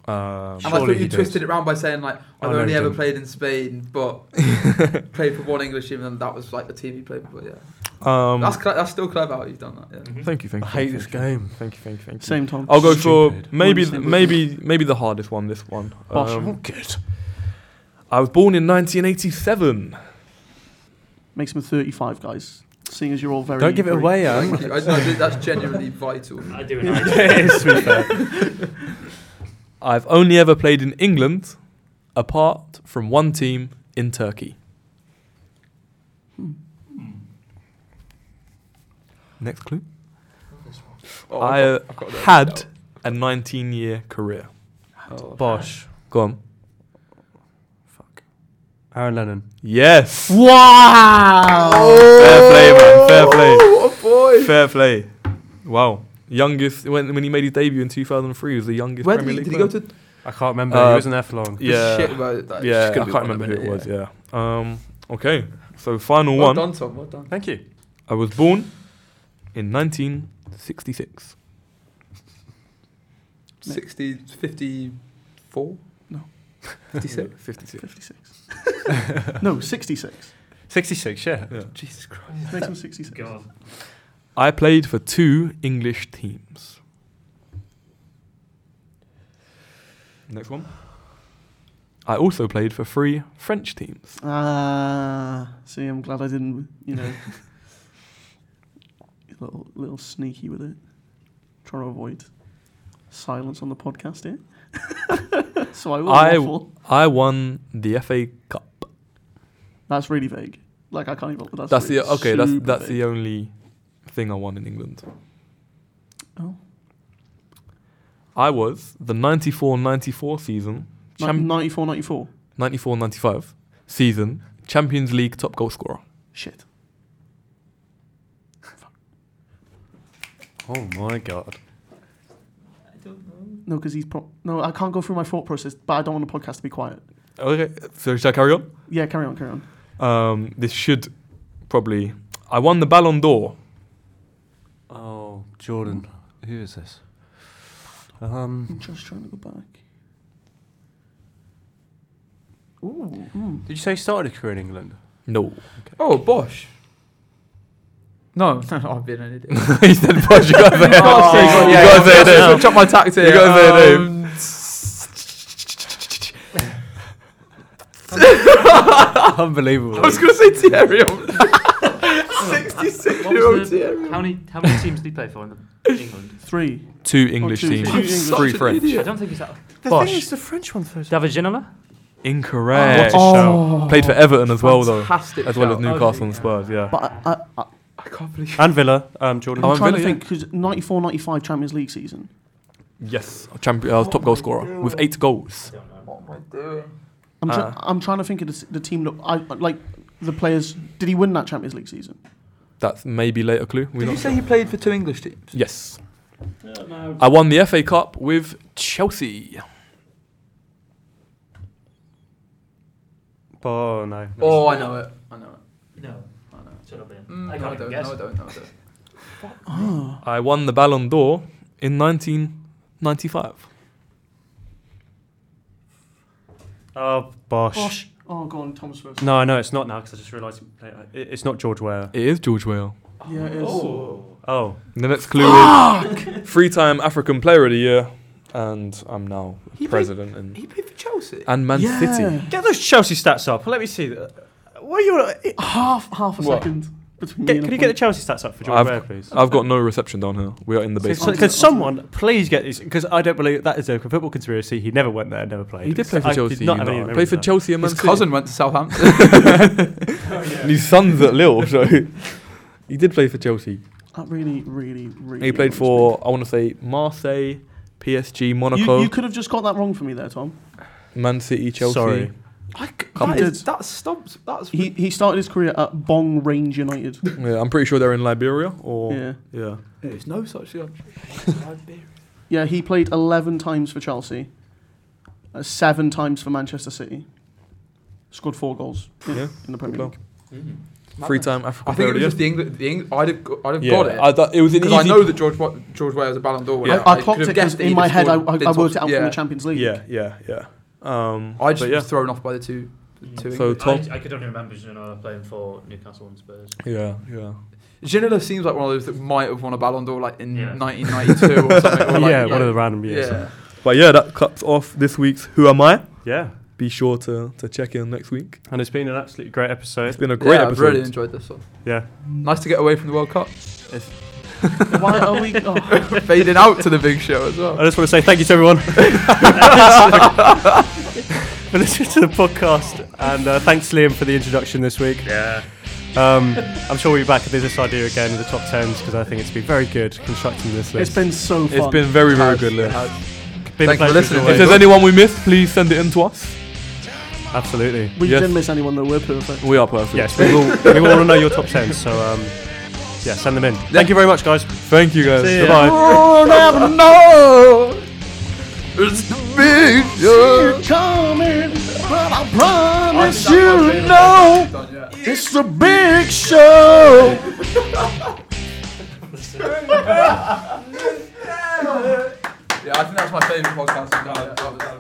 Speaker 4: Um,
Speaker 6: And I
Speaker 3: Surely
Speaker 6: thought
Speaker 3: he
Speaker 6: you
Speaker 3: did.
Speaker 6: twisted it round by saying like
Speaker 3: Oh,
Speaker 6: I've
Speaker 3: no,
Speaker 6: only
Speaker 3: he
Speaker 6: ever
Speaker 3: didn't.
Speaker 6: played in Spain, but played for one English team, and that was like the team he played for. Yeah,
Speaker 4: um,
Speaker 6: that's cle- that's still clever how you've done that. Yeah.
Speaker 4: thank you, thank you.
Speaker 3: I hate
Speaker 4: thank
Speaker 3: this
Speaker 4: you.
Speaker 3: game.
Speaker 4: Thank you, thank you, thank you.
Speaker 5: Same time.
Speaker 4: I'll go for
Speaker 3: Stupid.
Speaker 4: maybe
Speaker 5: Wouldn't say
Speaker 4: maybe maybe the hardest one. This one.
Speaker 5: Bosh.
Speaker 4: Um, I was born in 1987.
Speaker 5: Makes him 35, guys. Seeing as you're all very.
Speaker 4: Don't give it
Speaker 5: very-
Speaker 4: away, Anne.
Speaker 6: Thank you. I, no, dude, that's genuinely vital.
Speaker 7: I do
Speaker 4: Yes, to be fair. I've only ever played in England, apart from one team in Turkey.
Speaker 6: Hmm.
Speaker 4: Next clue.
Speaker 6: Oh,
Speaker 4: I uh,
Speaker 6: I've got- I've got
Speaker 4: had a 19-year career.
Speaker 3: Bosh.
Speaker 4: Go on.
Speaker 3: Fuck. Aaron Lennon.
Speaker 4: Yes.
Speaker 5: Wow!
Speaker 4: Fair play, man. Fair play.
Speaker 6: Oh, what a boy!
Speaker 4: Fair play. Wow. Youngest when when he made his debut in 2003 he was the youngest
Speaker 6: Where did
Speaker 4: Premier
Speaker 6: he,
Speaker 4: League
Speaker 6: did he go
Speaker 4: player.
Speaker 6: to?
Speaker 3: I can't remember.
Speaker 4: Uh,
Speaker 3: he wasn't there for long.
Speaker 4: Yeah.
Speaker 6: Shit about it, that.
Speaker 4: yeah,
Speaker 6: It's
Speaker 4: I
Speaker 6: gonna be
Speaker 4: can't
Speaker 6: one of
Speaker 4: remember who
Speaker 6: them,
Speaker 4: it was. Yeah. Um. Okay. So final
Speaker 6: Well
Speaker 4: one.
Speaker 6: done, Tom. Well done.
Speaker 3: Thank you.
Speaker 4: I was born in 1966.
Speaker 6: 60, 54?
Speaker 5: No.
Speaker 6: 56?
Speaker 4: 56.
Speaker 5: 56. no, 66.
Speaker 3: 66, yeah.
Speaker 6: Jesus Christ.
Speaker 5: Makes him 66.
Speaker 4: I played for two English teams. Next one. I also played for three French teams.
Speaker 5: Ah, see, I'm glad I didn't, you know, little little sneaky with it. Trying to avoid silence on the podcast here. so I will
Speaker 4: I-
Speaker 5: waffle.
Speaker 4: I won the FA Cup.
Speaker 5: That's really vague. Like I can't even. That's,
Speaker 4: That's the
Speaker 5: really
Speaker 4: okay. That's
Speaker 5: super
Speaker 4: that's
Speaker 5: vague.
Speaker 4: the uh, only thing I won in England.
Speaker 5: Oh.
Speaker 4: I was the 94-94 season
Speaker 5: Ni-
Speaker 4: champ-
Speaker 5: 94, 94.
Speaker 4: 94-95 season Champions League top goal scorer.
Speaker 5: Shit.
Speaker 3: Oh my god.
Speaker 5: No, because he's pro- no. I can't go through my thought process, but I don't want the podcast to be quiet.
Speaker 4: Okay, so shall I carry on?
Speaker 5: Yeah, carry on, carry on.
Speaker 4: Um, this should probably. I won the Ballon d'Or.
Speaker 3: Oh, Jordan. Who is this? Um,
Speaker 5: I'm just trying to go back. Ooh. Hmm.
Speaker 3: did you say he started his career in England?
Speaker 4: No.
Speaker 6: Oh, Bosch. No, I've been an idiot.
Speaker 4: he said, "Bosh, you gotta say
Speaker 6: Oh,
Speaker 4: it. You
Speaker 6: yeah,
Speaker 4: gotta say
Speaker 6: yeah,
Speaker 4: it. there.
Speaker 6: Switch up my Oh, tactic.
Speaker 4: You gotta say it. there.
Speaker 3: Unbelievable.
Speaker 6: I was going to say Thierry. 66 year old Thierry.
Speaker 7: How many how many teams did he play for in the- England?
Speaker 5: Three.
Speaker 4: Two English
Speaker 5: two
Speaker 4: teams,
Speaker 5: teams. I'm such
Speaker 4: three
Speaker 6: an
Speaker 4: French.
Speaker 6: idiot.
Speaker 7: I don't think he's that.
Speaker 3: the
Speaker 7: Bosh.
Speaker 3: thing is, the French one first.
Speaker 7: David Ginola?
Speaker 4: Incorrect.
Speaker 3: Oh.
Speaker 4: Played for Everton as well, though,
Speaker 6: Fantastic
Speaker 4: as well as
Speaker 6: shout.
Speaker 4: Newcastle and Spurs. Yeah.
Speaker 5: But I, I, I,
Speaker 6: I can't believe
Speaker 3: And Villa. Um, Jordan.
Speaker 5: I'm
Speaker 4: Oh, and
Speaker 5: trying to
Speaker 4: Villa,
Speaker 5: think because 94, 95 Champions League season.
Speaker 4: Yes, champion, uh, top goal scorer with eight goals.
Speaker 5: I'm, try-
Speaker 4: Ah.
Speaker 5: I'm trying to think of the, s- the team that I like. The players. Did he win that Champions League season?
Speaker 4: That's maybe later clue.
Speaker 6: Did
Speaker 4: We don't
Speaker 6: you
Speaker 4: know.
Speaker 6: say he played for two English teams?
Speaker 4: Yes. I won the FA Cup with Chelsea.
Speaker 3: Oh, no.
Speaker 6: Oh, I know it. I know it.
Speaker 7: No.
Speaker 6: I know it.
Speaker 7: Shut up, Ian.
Speaker 6: Mm,
Speaker 7: I
Speaker 6: no, I
Speaker 7: can't
Speaker 6: don't,
Speaker 7: guess.
Speaker 6: no, I don't, no, I don't.
Speaker 3: Oh.
Speaker 4: I won the Ballon d'Or in 1995.
Speaker 3: Oh, Bosh.
Speaker 5: Bosh. Oh, go on, Thomas first.
Speaker 3: No, no, it's not now because I just realised he played- uh, it- it's not George Ware.
Speaker 4: It is George Weah.
Speaker 5: Yeah, it is.
Speaker 3: Oh,
Speaker 4: The next clue is three-time African Player of the Year, and I'm now
Speaker 6: He
Speaker 4: president and,
Speaker 6: He played for Chelsea.
Speaker 4: and Man
Speaker 5: yeah.
Speaker 4: City.
Speaker 3: get those Chelsea stats up. Let me see. that. What are you?
Speaker 5: Half, half a
Speaker 4: What?
Speaker 5: second between
Speaker 3: Get,
Speaker 5: me and
Speaker 3: can
Speaker 5: a
Speaker 3: you get the
Speaker 5: point.
Speaker 3: Chelsea stats up for George
Speaker 4: I've-
Speaker 3: Ware, please?
Speaker 4: I've got no reception down here. We are in the
Speaker 3: Could
Speaker 4: basement.
Speaker 5: I'll do it, I'll do
Speaker 3: someone please get this? Because I don't believe that is a football conspiracy. He never went there, never played.
Speaker 4: He did play for
Speaker 3: I
Speaker 4: Chelsea.
Speaker 3: Did not have
Speaker 4: you
Speaker 3: any
Speaker 4: know.
Speaker 3: memory
Speaker 4: Played
Speaker 3: of
Speaker 4: for
Speaker 3: that.
Speaker 4: Chelsea and Man
Speaker 6: His
Speaker 4: City.
Speaker 6: cousin went to Southampton.
Speaker 4: And his son's at Lille, so he did play for Chelsea.
Speaker 5: That really, really, really.
Speaker 4: He played
Speaker 5: annoys
Speaker 4: for I want to say Marseille, PSG,
Speaker 5: me.
Speaker 4: Monaco,
Speaker 5: You, you could have just got that wrong for me there, Tom.
Speaker 4: Man City, Chelsea.
Speaker 3: Sorry.
Speaker 6: I c-
Speaker 5: Come
Speaker 6: that, is,
Speaker 5: on.
Speaker 6: that stumps. That's
Speaker 5: He he started his career at Bong Range United.
Speaker 4: Yeah, I'm pretty sure they're in Liberia or
Speaker 5: yeah,
Speaker 4: yeah.
Speaker 6: There's no such country.
Speaker 5: yeah. He played eleven times for Chelsea, uh, seven times for Manchester City. Scored four goals in,
Speaker 4: Yeah,
Speaker 5: in the Premier
Speaker 4: good
Speaker 5: League.
Speaker 4: Free time Africa.
Speaker 6: I think it was
Speaker 4: Player of
Speaker 6: just the England. The England. I'd have, go- I'd have
Speaker 4: the Year.
Speaker 6: got
Speaker 4: yeah,
Speaker 6: it.
Speaker 4: I thought it was an
Speaker 6: Because I
Speaker 4: easy-
Speaker 6: know that George Wa- George Weah was a Ballon d'Or.
Speaker 4: Yeah.
Speaker 6: winner.
Speaker 4: I-
Speaker 5: I,
Speaker 6: could
Speaker 5: clocked
Speaker 6: have
Speaker 5: it because
Speaker 6: guessed that
Speaker 5: in
Speaker 6: he'd
Speaker 5: my
Speaker 6: have
Speaker 5: head I,
Speaker 6: scored-
Speaker 5: I,
Speaker 6: been
Speaker 5: I worked it
Speaker 6: top-
Speaker 5: out
Speaker 6: yeah.
Speaker 5: from the Champions League.
Speaker 4: Yeah, yeah, yeah. Um,
Speaker 6: I just
Speaker 4: but yeah.
Speaker 6: was thrown off by the two. the two
Speaker 4: So
Speaker 6: England.
Speaker 4: Tom,
Speaker 7: I, I could only remember Ginola playing for Newcastle and Spurs.
Speaker 4: yeah, yeah.
Speaker 6: Ginola seems like one of those that might have won a Ballon d'Or like in
Speaker 7: Yeah.
Speaker 6: 1992 or something. Or like,
Speaker 3: yeah, one of the random years.
Speaker 6: Yeah.
Speaker 4: But yeah, that cuts off this week's Who Am I?
Speaker 3: yeah.
Speaker 4: Be sure to, to check in next week.
Speaker 3: And it's been an absolutely great episode.
Speaker 4: It's been a great
Speaker 6: yeah,
Speaker 4: episode.
Speaker 6: I've really enjoyed this one.
Speaker 3: yeah.
Speaker 6: Nice to get away from the World Cup.
Speaker 5: Why are we? Oh.
Speaker 6: Fading out to the big show as well.
Speaker 3: I just want to say thank you to everyone for listening to the podcast. And uh, thanks, Liam, for the introduction this week.
Speaker 7: Yeah.
Speaker 3: Um, I'm sure we'll be back at this idea again with the top tens because I think it's been very good constructing this
Speaker 5: It's
Speaker 3: list.
Speaker 5: been so fun.
Speaker 4: It's been very, very
Speaker 6: Has-
Speaker 4: good, Liam.
Speaker 6: has-
Speaker 3: Been a
Speaker 6: thank you
Speaker 3: pleasure
Speaker 6: for
Speaker 3: as
Speaker 6: listening.
Speaker 4: If
Speaker 3: always.
Speaker 4: there's anyone we missed, please send it in to us.
Speaker 3: Absolutely.
Speaker 5: we
Speaker 4: yes.
Speaker 5: didn't miss anyone though. We're perfect.
Speaker 4: We are perfect.
Speaker 3: Yes, we will. we will want to know your top tens. So um, yeah, send them in. Thank you very much, guys.
Speaker 4: Thank you guys.
Speaker 3: See ya.
Speaker 4: Goodbye.
Speaker 6: Oh, never know. It's the big show.
Speaker 5: Coming, but I promise you
Speaker 6: know.
Speaker 5: it's a big show.
Speaker 6: Yeah, I think that's my favourite podcast. I've done.